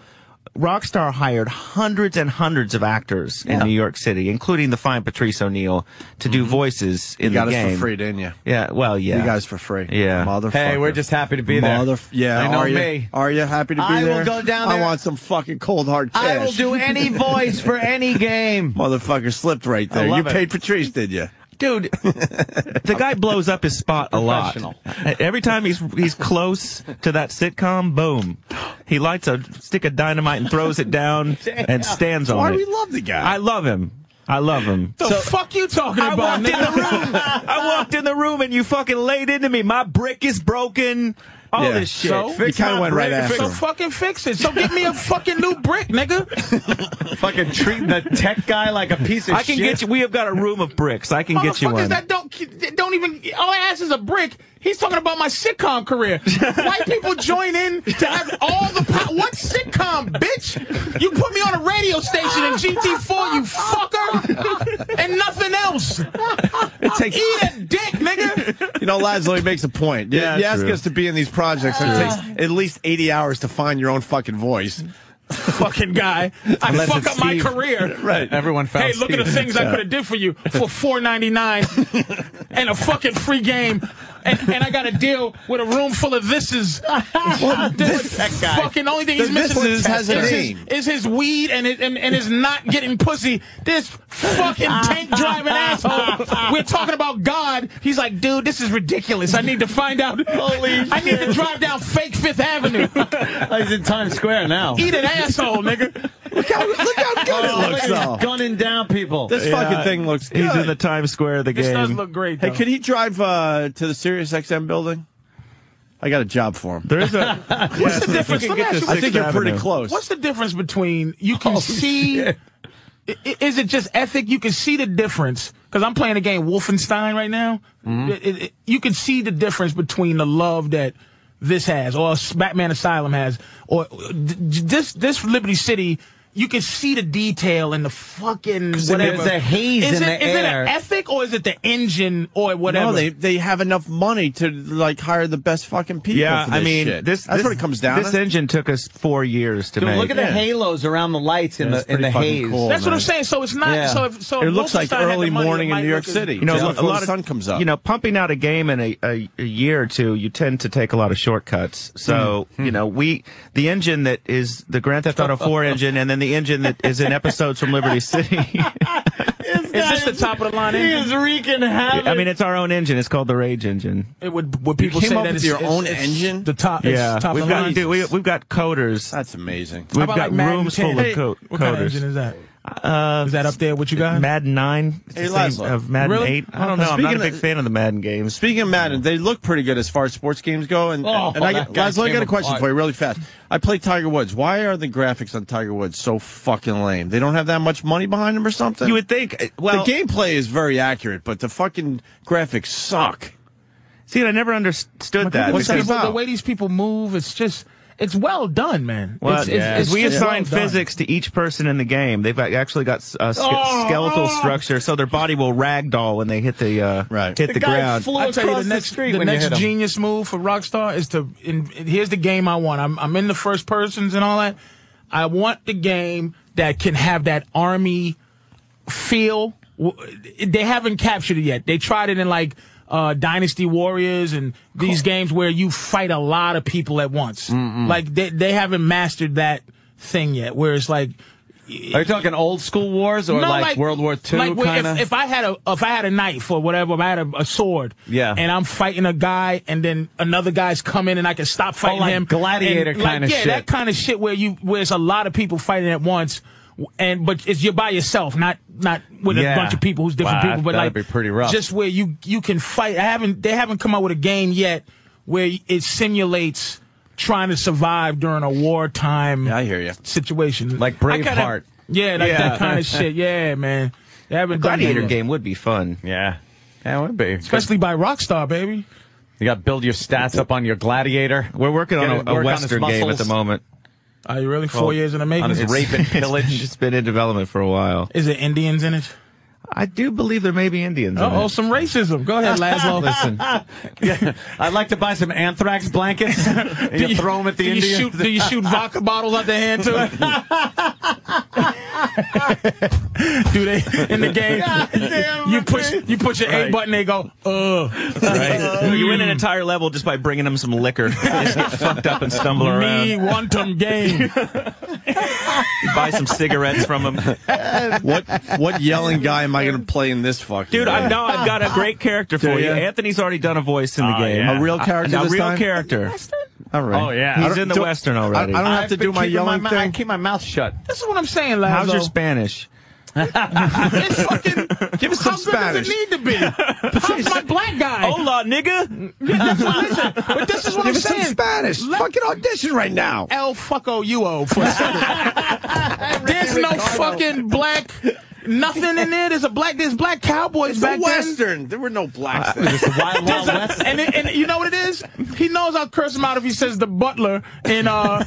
Rockstar hired hundreds and hundreds of actors in Yeah. Mm-hmm. New York City, including the fine Patrice O'Neill, to do voices in You got the us game. for free, didn't you? Yeah. Well, yeah. You guys for free. Yeah. Motherfucker. Hey, we're just happy to be there. Mother, yeah, They know are you, me. Are you happy to be I will there? go down I there. want some fucking cold hard cash. I will [LAUGHS] do any voice for any game. Motherfucker slipped right I there. You love it. paid Patrice, did you? [LAUGHS] dude. the guy blows up his spot a lot. Professional. Every time he's he's close to that sitcom, boom, he lights a stick of dynamite and throws [LAUGHS] it down and stands on Why it. we love the guy? I love him. I love him. The [LAUGHS] fuck you talking I about, walked in man? the [LAUGHS] room. I walked in the room and you fucking laid into me. My brick is broken. All Yeah. this shit. So? You Fix kinda my went right brick. after So him. fuck- Fucking fix it. So get me a fucking new brick, nigga. fucking treating the tech guy like a piece of I can shit. get you. We have got a room of bricks. I can get you Motherfuckers one. that don't that don't even all I ask is a brick. He's talking about my sitcom [LAUGHS] career. White people join in to have all the power. What sitcom, bitch? You put me on a radio station in GT4, you fucker, and nothing else. It takes- eat a dick, nigga. You know, Laszlo, he makes a point. You- Yeah, you ask true. us to be in these projects, and it True. takes at least 80 hours to find your own fucking voice. fucking guy. I Unless fuck it's up my Steve. career. [LAUGHS] Right. Everyone found Hey, look at the Steve. things I could have did for you for four [LAUGHS] ninety nine and a fucking free game. And, and I got to deal with a room full [LAUGHS] of thises. this that guy- fucking only thing he's The missing thises is, has a is name. his, is his weed and, his, and and his not getting pussy. This fucking tank driving asshole. We're talking about God. He's like, dude, this is ridiculous. I need to find out. Holy I need to drive down fake [LAUGHS] Fifth Avenue. Oh, He's in Times Square now. Eat an asshole, [LAUGHS] nigga. Look how, look how good it looks, though. gunning down people. This fucking thing looks good. He's in the Times Square of the This game. does look great. Hey, though. could he drive uh, to the Sirius XM building? I got a job for him. There is [LAUGHS] a. What's the difference? Let me ask you I think something. you're pretty close. What's the difference between you Oh, can see? i- i- Is it just ethic? You can see the difference because I'm playing the game Wolfenstein right now. Mm-hmm. It- it- it- you can see the difference between the love that this has, or s- Batman Asylum has, or uh, d- d- this this Liberty City. You can see the detail and the fucking There's whatever. a haze is in it, the is it air. an ethic or is it the engine or whatever? No, they they have enough money to like hire the best fucking people. Yeah, for I this mean, shit. this that's this, what it comes down. This to. engine took us four years to Dude, make. look at the halos around the lights in Yeah, the it's in the pretty fucking haze. cool, That's what I'm man. saying. So it's not. Yeah. So if, so it if looks like Wolfenstein had early the money, morning it in might New York look as- City. You know, just a before lot the of- sun comes up. You know, pumping out a game in a, a, a year or two, you tend to take a lot of shortcuts. So, you know, we the engine that is the Grand Theft Auto 4 engine, and then the engine that is in episodes from Liberty City. Is this the top of the line? engine? wreaking havoc. I mean, it's our own engine. It's called the Rage engine. It would would people came say up that with it's your it's- own it's engine? The top, it's yeah, top we've of the got line. dude, we, we've got coders. That's amazing. We've How about, got like, Madden rooms 10? full of co- What kind of coders. engine is that? Uh, Is that up there? What you got? Madden 9? It's Hey, the same Laszlo. of Madden Really? 8? I don't know. I'm not a Speaking big of- fan of the Madden games. Speaking of Madden, they look pretty good as far as sports games go. And, Oh, and I, got, that guy Laszlo, I came got a question apart. for you really fast. I play Tiger Woods. Why are the graphics on Tiger Woods so fucking lame? They don't have that much money behind them or something? You would think. uh, Well, the gameplay is very accurate, but the fucking graphics suck. see, I never understood that. What's that because- about? The way these people move, it's just it's well done, man. Well, it's, it's, yeah. it's we just assign well done. physics to each person in the game. They've actually got uh, ske- Oh! skeletal structure, so their body will ragdoll when they hit the uh, Right. hit the, ground. I tell you, across the the next street the when you next hit 'em. genius move for Rockstar is to. In, in- here's the game I want. I'm I'm in the first persons and all that. I want the game that can have that army feel. W- They haven't captured it yet. They tried it in like uh, Dynasty Warriors and these games where you fight a lot of people at once. Like they they haven't mastered that thing yet. Where it's like Are you talking old school wars or No, like, World War II like, where kind of? If, if I had a if I had a knife or whatever, if I had a, a sword, Yeah. and I'm fighting a guy, and then another guy's coming, and I can stop fighting Oh, like him. gladiator And, like, kinda yeah, that shit. kind of shit where you where it's a lot of people fighting at once, and but it's you're by yourself, not not with Yeah. a bunch of people who's different Wow, people, but that'd like be pretty rough. Just where you you can fight. I haven't they haven't come out with a game yet where it simulates trying to survive during a wartime. I hear you. Situation like Braveheart. Yeah, like Yeah. that kind of [LAUGHS] shit. Yeah, man. They haven't done that Gladiator yet. game would be fun. Yeah. Yeah, it would be. especially by Rockstar, baby. You got to build your stats up on your gladiator. We're working on a- a Western game at the moment. Are you [LAUGHS] really four years in the making? On his rape and [LAUGHS] pillage. it's been in development for a while. Is it Indians in it? I do believe there may be Indians. in Oh, it. some racism. Go [LAUGHS] ahead, Laszlo. Listen. Yeah, I'd like to buy some anthrax [LAUGHS] [LAUGHS] blankets and Do you, throw them at the do you Indians. shoot- do you shoot vodka bottles out the hand [LAUGHS] too? [LAUGHS] do they in the [LAUGHS] game? you push you push your A Right. button. They go. Uh, Right. you win an entire level just by bringing them some [LAUGHS] liquor. They just get fucked up and stumble around. Me wantum [LAUGHS] game. You buy some cigarettes from them. [LAUGHS] what what yelling guy am I going to play in this fucking? Dude, game? I've now I've got a great character for Do you. ya? Anthony's already done a voice in the Oh, game. yeah. A real character A this real time? character. Oh, All right. He's in the Western already. mou- I keep my mouth shut. This is what I'm saying, Laszlo. How's your Spanish? Give us some How good Spanish. does it need to be? How's my black guy? Hola, nigga. Listen, but this is what Give I'm us some saying. Spanish. Fucking audition right now. El fucko you o for a [LAUGHS] second. There's no fucking black nothing in there. There's a black. There's black cowboys It's back Uh, a western. There were no blacks. there. There's a- and, it- and you know what it is? He knows I'll curse him out if he says the butler in uh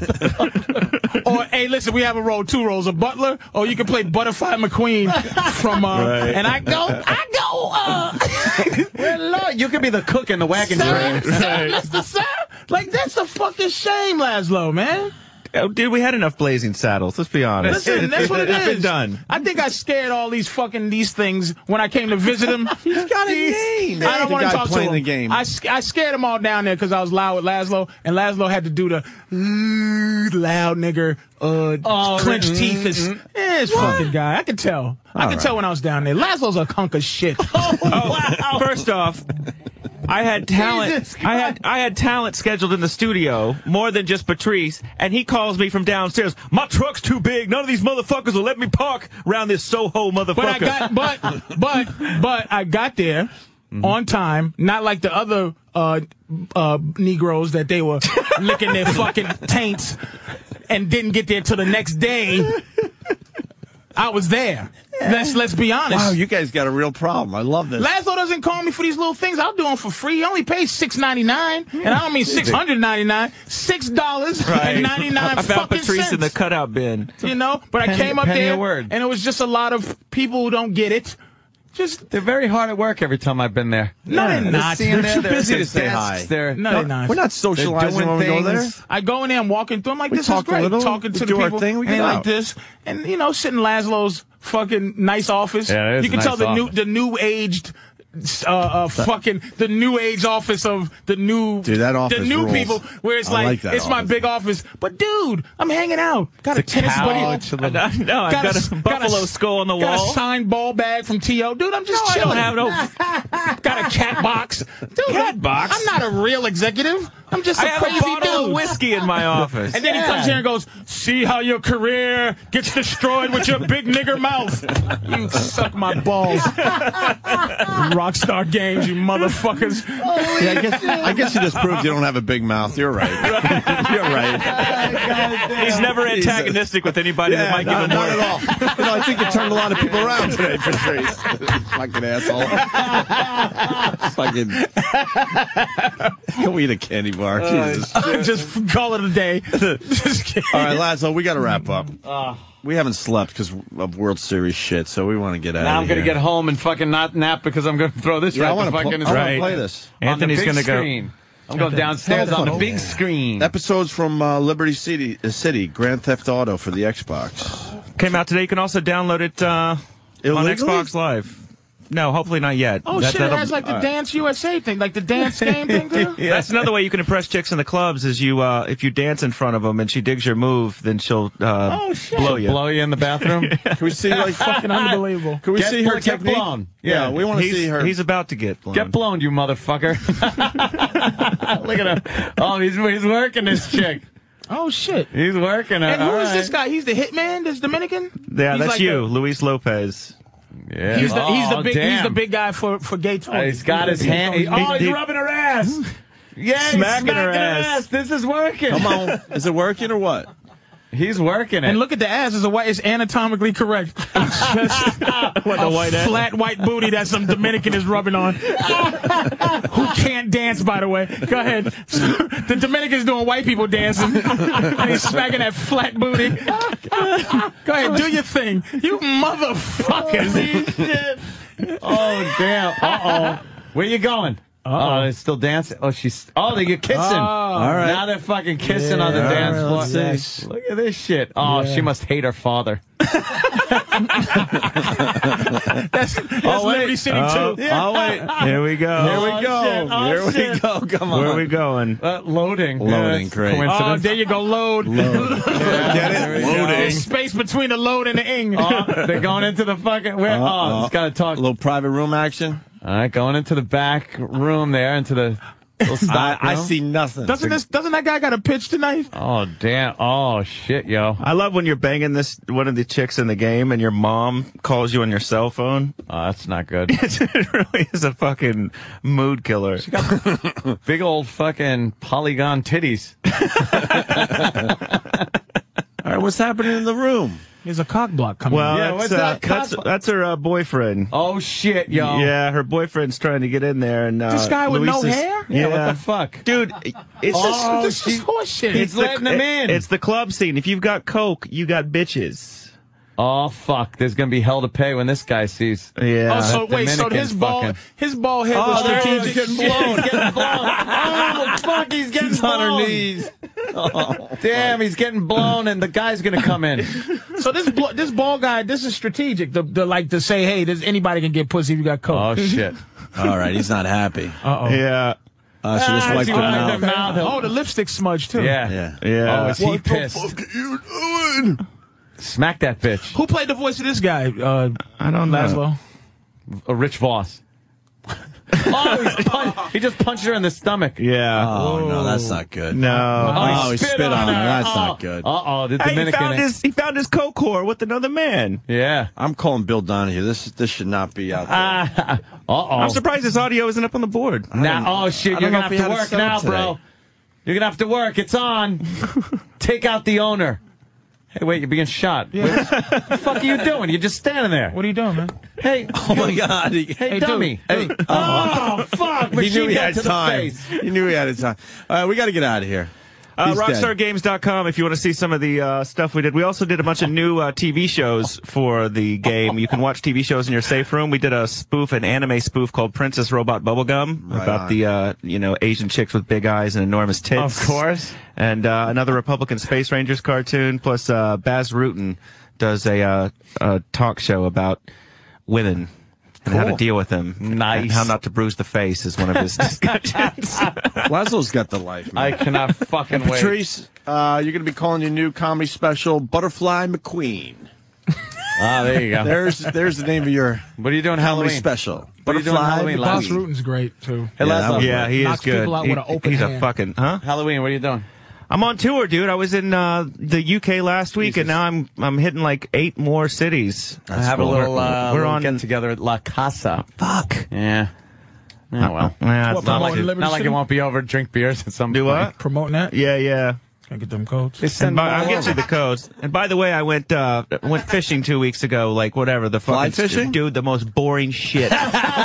or hey listen, we have a role, two roles, a butler, or you can play Butterfly McQueen [LAUGHS] from uh Right. and I go I go uh Well, Lord, you could be the cook in the wagon sir, train. [LAUGHS] sir, Mr. Sir. Like that's a fucking shame, Laszlo, man. Oh, dude, we had enough Blazing Saddles. Let's be honest. [LAUGHS] Listen, that's what it is. It's [LAUGHS] been done. I think I scared all these fucking these things when I came to visit him. He's got a name. I He's don't the want to guy talk to playing him. the game. I, sc- I scared them all down there because I was loud with Laszlo, and Laszlo had to do the "Ooh, loud nigger, uh, clenched mm, teeth. Is, mm. yeah, this fucking guy. I could tell. I All could right. tell when I was down there. Laszlo's a hunk of shit. First off, I had talent. Jesus I had I had talent scheduled in the studio more than just Patrice, and he calls me from downstairs. My truck's too big. None of these motherfuckers will let me park around this Soho motherfucker. But I got but but but I got there Mm-hmm. on time, not like the other uh uh Negroes that they were [LAUGHS] licking their fucking taints and didn't get there till the next day. I was there. Let's let's be honest. Wow, you guys got a real problem. I love this. [LAUGHS] Laszlo doesn't call me for these little things. I'll do them for free. He only pays six ninety nine, and I don't mean six hundred ninety nine. Six dollars [LAUGHS] Right. ninety nine I found fucking Patrice cents in the cutout bin. you know. But I Penny- came up penny a there, word. and it was just a lot of people who don't get it. Just They're very hard at work every time I've been there. no, they're not. They're too busy to stay high. They're, no, they're not. They're doing things. I go in there, I'm walking through. I'm like, We this is talk a great. little, Talking we to do the our people, thing, we get and like out. this, and you know, sitting in Laszlo's fucking nice office. Yeah, it is you can a tell nice the office. new, the new aged. Uh, uh, fucking the new age office of the new Dude, that office the new rules. people where it's I like, like that it's my office. big office but dude I'm hanging out got The a tennis ball couch, the- I know, I've got a s- buffalo s- skull on the got wall. a signed ball bag from T.O. dude I'm just I chilling don't have no [LAUGHS] got a cat box dude Cat box? I'm not a real executive I'm just a I have a crazy bottle dude of whiskey in [LAUGHS] my office. and then he comes here and goes, "See how your career gets destroyed with your big nigger mouth. [LAUGHS] You suck my [LAUGHS] balls, Rockstar Games, you motherfuckers." Yeah, I guess, I guess you just proved you don't have a big mouth. You're [LAUGHS] right. You're right. He's never antagonistic with anybody that Yeah, might give no, him not at work. all. [LAUGHS] You know, I think you turned a lot of people around today, Patrice. [LAUGHS] Fucking [LAUGHS] asshole. Fucking. Go eat a candy bar. Jesus. just call it a [LAUGHS] day. [LAUGHS] Just kidding. All right, Lazo, we got to wrap up. Ah, We haven't slept because of World Series shit, so we want to get out. Now of I'm going to here. get home and fucking not nap because I'm going to throw this Yeah, I right wanna the pl- fuck in his I wanna right. play this. On the Anthony's big gonna go- screen. I'm going Okay. downstairs on the Oh. big screen. Episodes from uh, Liberty City, uh, City, Grand Theft Auto for the Xbox. Came out today. You can also download it uh, on Illegally? Xbox Live. No, hopefully not yet. Oh That- shit! It that'll- has like the all right. Dance USA thing, like the [LAUGHS] dance game thing. Too? That's That's another way you can impress chicks in the clubs is you uh, if you dance in front of them and she digs your move, then she'll uh, Oh, shit. blow you. Blow you in [LAUGHS] the bathroom. Can we see like fucking unbelievable? Can we Get see blo- her get technique? blown. Yeah, we want to He's- see her. he's about to get blown. Get blown, [LAUGHS] you motherfucker. [LAUGHS] Look at him. Oh, he's, he's working this chick. Oh shit! He's working her. And who is All this right. guy? He's the hitman. This Dominican. Yeah, He's that's like Oh, you, Luis Lopez. The, Yeah, Oh, he's the he's the big he's the big guy for for gay Tony. he's got his hand- he- oh, he- you're rubbing her [LAUGHS] ass. Yeah, he's smacking, her, ass. This is working. Come on. [LAUGHS] Is it working or what? He's working it. And look at the ass. It's, a white, it's anatomically [LAUGHS] correct. It's just the a white ass? flat white booty that some Dominican is rubbing [LAUGHS] on. Who can't dance, by the way. Go ahead. [LAUGHS] the Dominican's doing white people dancing. [LAUGHS] and he's smacking that flat booty. Go ahead, do your thing. You [LAUGHS] motherfuckers. Oh damn! Uh oh. Where you going? oh they're still dancing. Oh, she's. Oh, they get kissing. Oh. All right. Now they're fucking kissing on the Yeah. dance All right, floor. let's see. Look at this shit. Oh, Yeah. she must hate her father. that's oh, wait. Liberty City, oh, too. Oh wait. Here we go. Here we go. Here we go. Come on. Where are we going? Uh, Loading, loading. That's great. Oh, Coincidence. there you go. Load. Get it? There's space between the load and the ing. Oh, they're going into the fucking. Where? Uh-oh. Oh, it's got to talk. A Uh, little private room action. All right, going into the back room there, into the. [LAUGHS] little I, stock I room. see nothing. doesn't this? Doesn't that guy got a pitch tonight? Oh damn! Oh shit, yo! I love when you're banging this one of the chicks in the game, and your mom calls you on your cell phone. Oh, that's not good. [LAUGHS] it really is a fucking mood killer. [LAUGHS] Big old fucking polygon titties. All right, what's happening in the room? There's a cock block coming. Well, in. that's, uh, that's that's her uh, boyfriend. Oh shit, yo! Yeah, her boyfriend's trying to get in there, and uh, This guy with no Luis is- hair? Yeah, what the fuck? dude? It's Oh, just, this is horseshit. He's letting him in. It's the club scene. If you've got coke, you got bitches. Oh fuck! There's gonna be hell to pay when this guy sees. Yeah. oh, so That wait, so Dominican his ball, fucking- his ball head was Oh, there he is, strategic. getting [LAUGHS] blown. getting blown. Oh, fuck, he's getting She's blown. on her [LAUGHS] knees. Oh. Damn, he's getting blown, and the guy's gonna come in. So this blo- this ball guy, this is strategic. The, the like to say, hey, this anybody can get pussy if you got [LAUGHS] Oh coke. [LAUGHS] shit! All right, he's not happy. Uh oh. Yeah. Uh, she just Ah, wiped she her mouth. wiped her mouth. Oh, the lipstick smudge too. Yeah. Yeah. Yeah. Oh, is he pissed? you doing? Smack that bitch. Who played the voice of this guy? Uh, I don't know. Laszlo. A Rich Voss. [LAUGHS] oh, he's pun- he just punched her in the stomach. Yeah. Oh, no, that's not good. No. Oh, he spit on her. That's not good. Uh oh, the Hey, he Dominican. found his he found his coke whore with another man. yeah. I'm calling Bill Donahue. This this should not be out there. Ah, Uh oh. I'm surprised his audio isn't up on the board. Now, oh shit, I you're don't know if gonna have we to had it work set up now, bro. today. You're gonna have to work. It's on. Take out the owner. Hey, wait, you're being shot. Wait, what the fuck are you doing? You're just standing there. What are you doing, man? Hey, oh my God. He, hey, Hey, dummy. Hey. Oh, fuck. he knew Machine he gun had to the time. face. He knew he had his time. All right, we got to get out of here. Uh, He's dead. RockstarGames.com if you want to see some of the uh, stuff we did. We also did a bunch of new uh, TV shows for the game. You can watch TV shows in your safe room. We did a spoof, an anime spoof called Princess Robot Bubblegum Right about on. the, uh, you know, Asian chicks with big eyes and enormous tits. Of course. And uh, another Republican Space Rangers cartoon, plus uh, Baz Rutten does a, uh, a talk show about women. And how to Cool. deal with them. Nice. And how not to bruise the face is one [LAUGHS] of [LAUGHS] his discussions. Laszlo's got the life, man. I [LAUGHS] cannot fucking wait. Patrice, uh, you're going to be calling your new comedy special Butterfly McQueen. Ah, there you go. There's there's the name of your What are you doing comedy Halloween? special. What are you doing Butterfly Halloween, Laszlo? McQueen. Boss Rutan's great too. Hey, Yeah, that Laszlo. one. Yeah, he Knocks is good. people out He- with an open he's a hand. fucking huh? Halloween, what are you doing? I'm on tour, dude. I was in uh, the UK last week, and now I'm I'm hitting like eight more cities. I have a cool. little, uh, We're little on- get together at La Casa. Fuck. Yeah. Yeah, Uh, well. Yeah, it's What, not promoting like it. Liberty Not like City? it won't be over. Drink beers at some do point. what? Promoting that. Yeah, yeah. Gotta get them codes. They And send by, them I'll all get over. you the codes. And by the way, I went uh, went fishing two weeks ago. Like whatever the fucking Fly fishing? dude, the most boring [LAUGHS] shit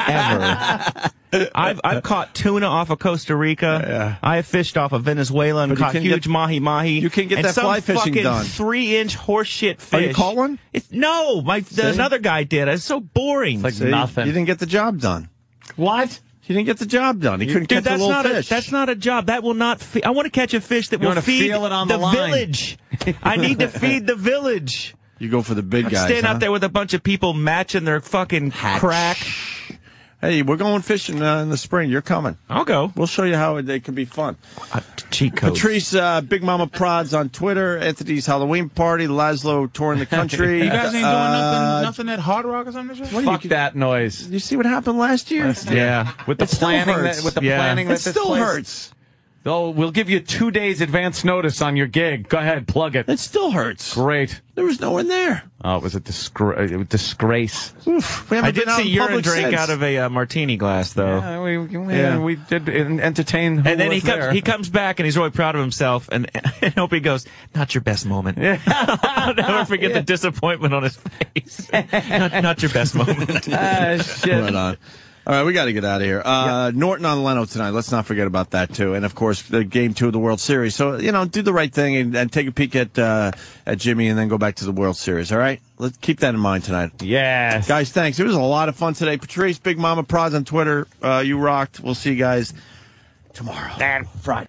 ever. I've I've caught tuna off of Costa Rica. I have fished off of Venezuela and But you caught can huge get- mahi mahi. you can get and that some fly fishing fucking done. Three inch horseshit Oh, fish. you caught one? It's, no, my the, See? another guy did. It's so boring. It's See, like nothing. You didn't get the job done. What? You didn't get the job done. He couldn't Dude, catch a that's little not fish. a that's not a job. That will not. Fe- I want to catch a fish that will wanna feed feel it on the [LAUGHS] line. village. I need to feed the village. You go for the big I'm guys. staying huh? out there with a bunch of people matching their fucking crack. Hey, we're going fishing uh, in the spring. You're coming. I'll go. We'll show you how it, it can be fun. cheat codes. Patrice, uh, Big Mama Prods on Twitter. Anthony's Halloween party. Laszlo touring the [LAUGHS] country. [LAUGHS] You guys ain't doing Uh, nothing, nothing at Hard Rock or something this year? Fuck that noise. You see what happened last year? Yeah, with the It still planning hurts. that with the Yeah. planning It that this still place- hurts. Though we'll give you two days advance notice on your gig. Go ahead, plug it. It still hurts. Great. There was no one there. Oh, it was a disgra- it was disgrace. Oof, we haven't I did been out in see urine public drink since. out of a uh, martini glass, though. Yeah, we, we, Yeah. we did en- entertain. Who And then he was comes, there. he comes back and he's really proud of himself and, [LAUGHS] and Opie goes, not your best moment. [LAUGHS] I'll never forget the disappointment on his [LAUGHS] face. not, not your best moment. Ah, [LAUGHS] Right on. All right, we got to get out of here. Uh, Norton on Leno tonight. Let's not forget about that too, and of course, the game two of the World Series. So you know, do the right thing and, and take a peek at uh, at Jimmy, and then go back to the World Series. All right, let's keep that in mind tonight. Yes, guys. Thanks. It was a lot of fun today. Patrice, Big Mama Prods on Twitter. Uh, you rocked. We'll see you guys tomorrow and Friday.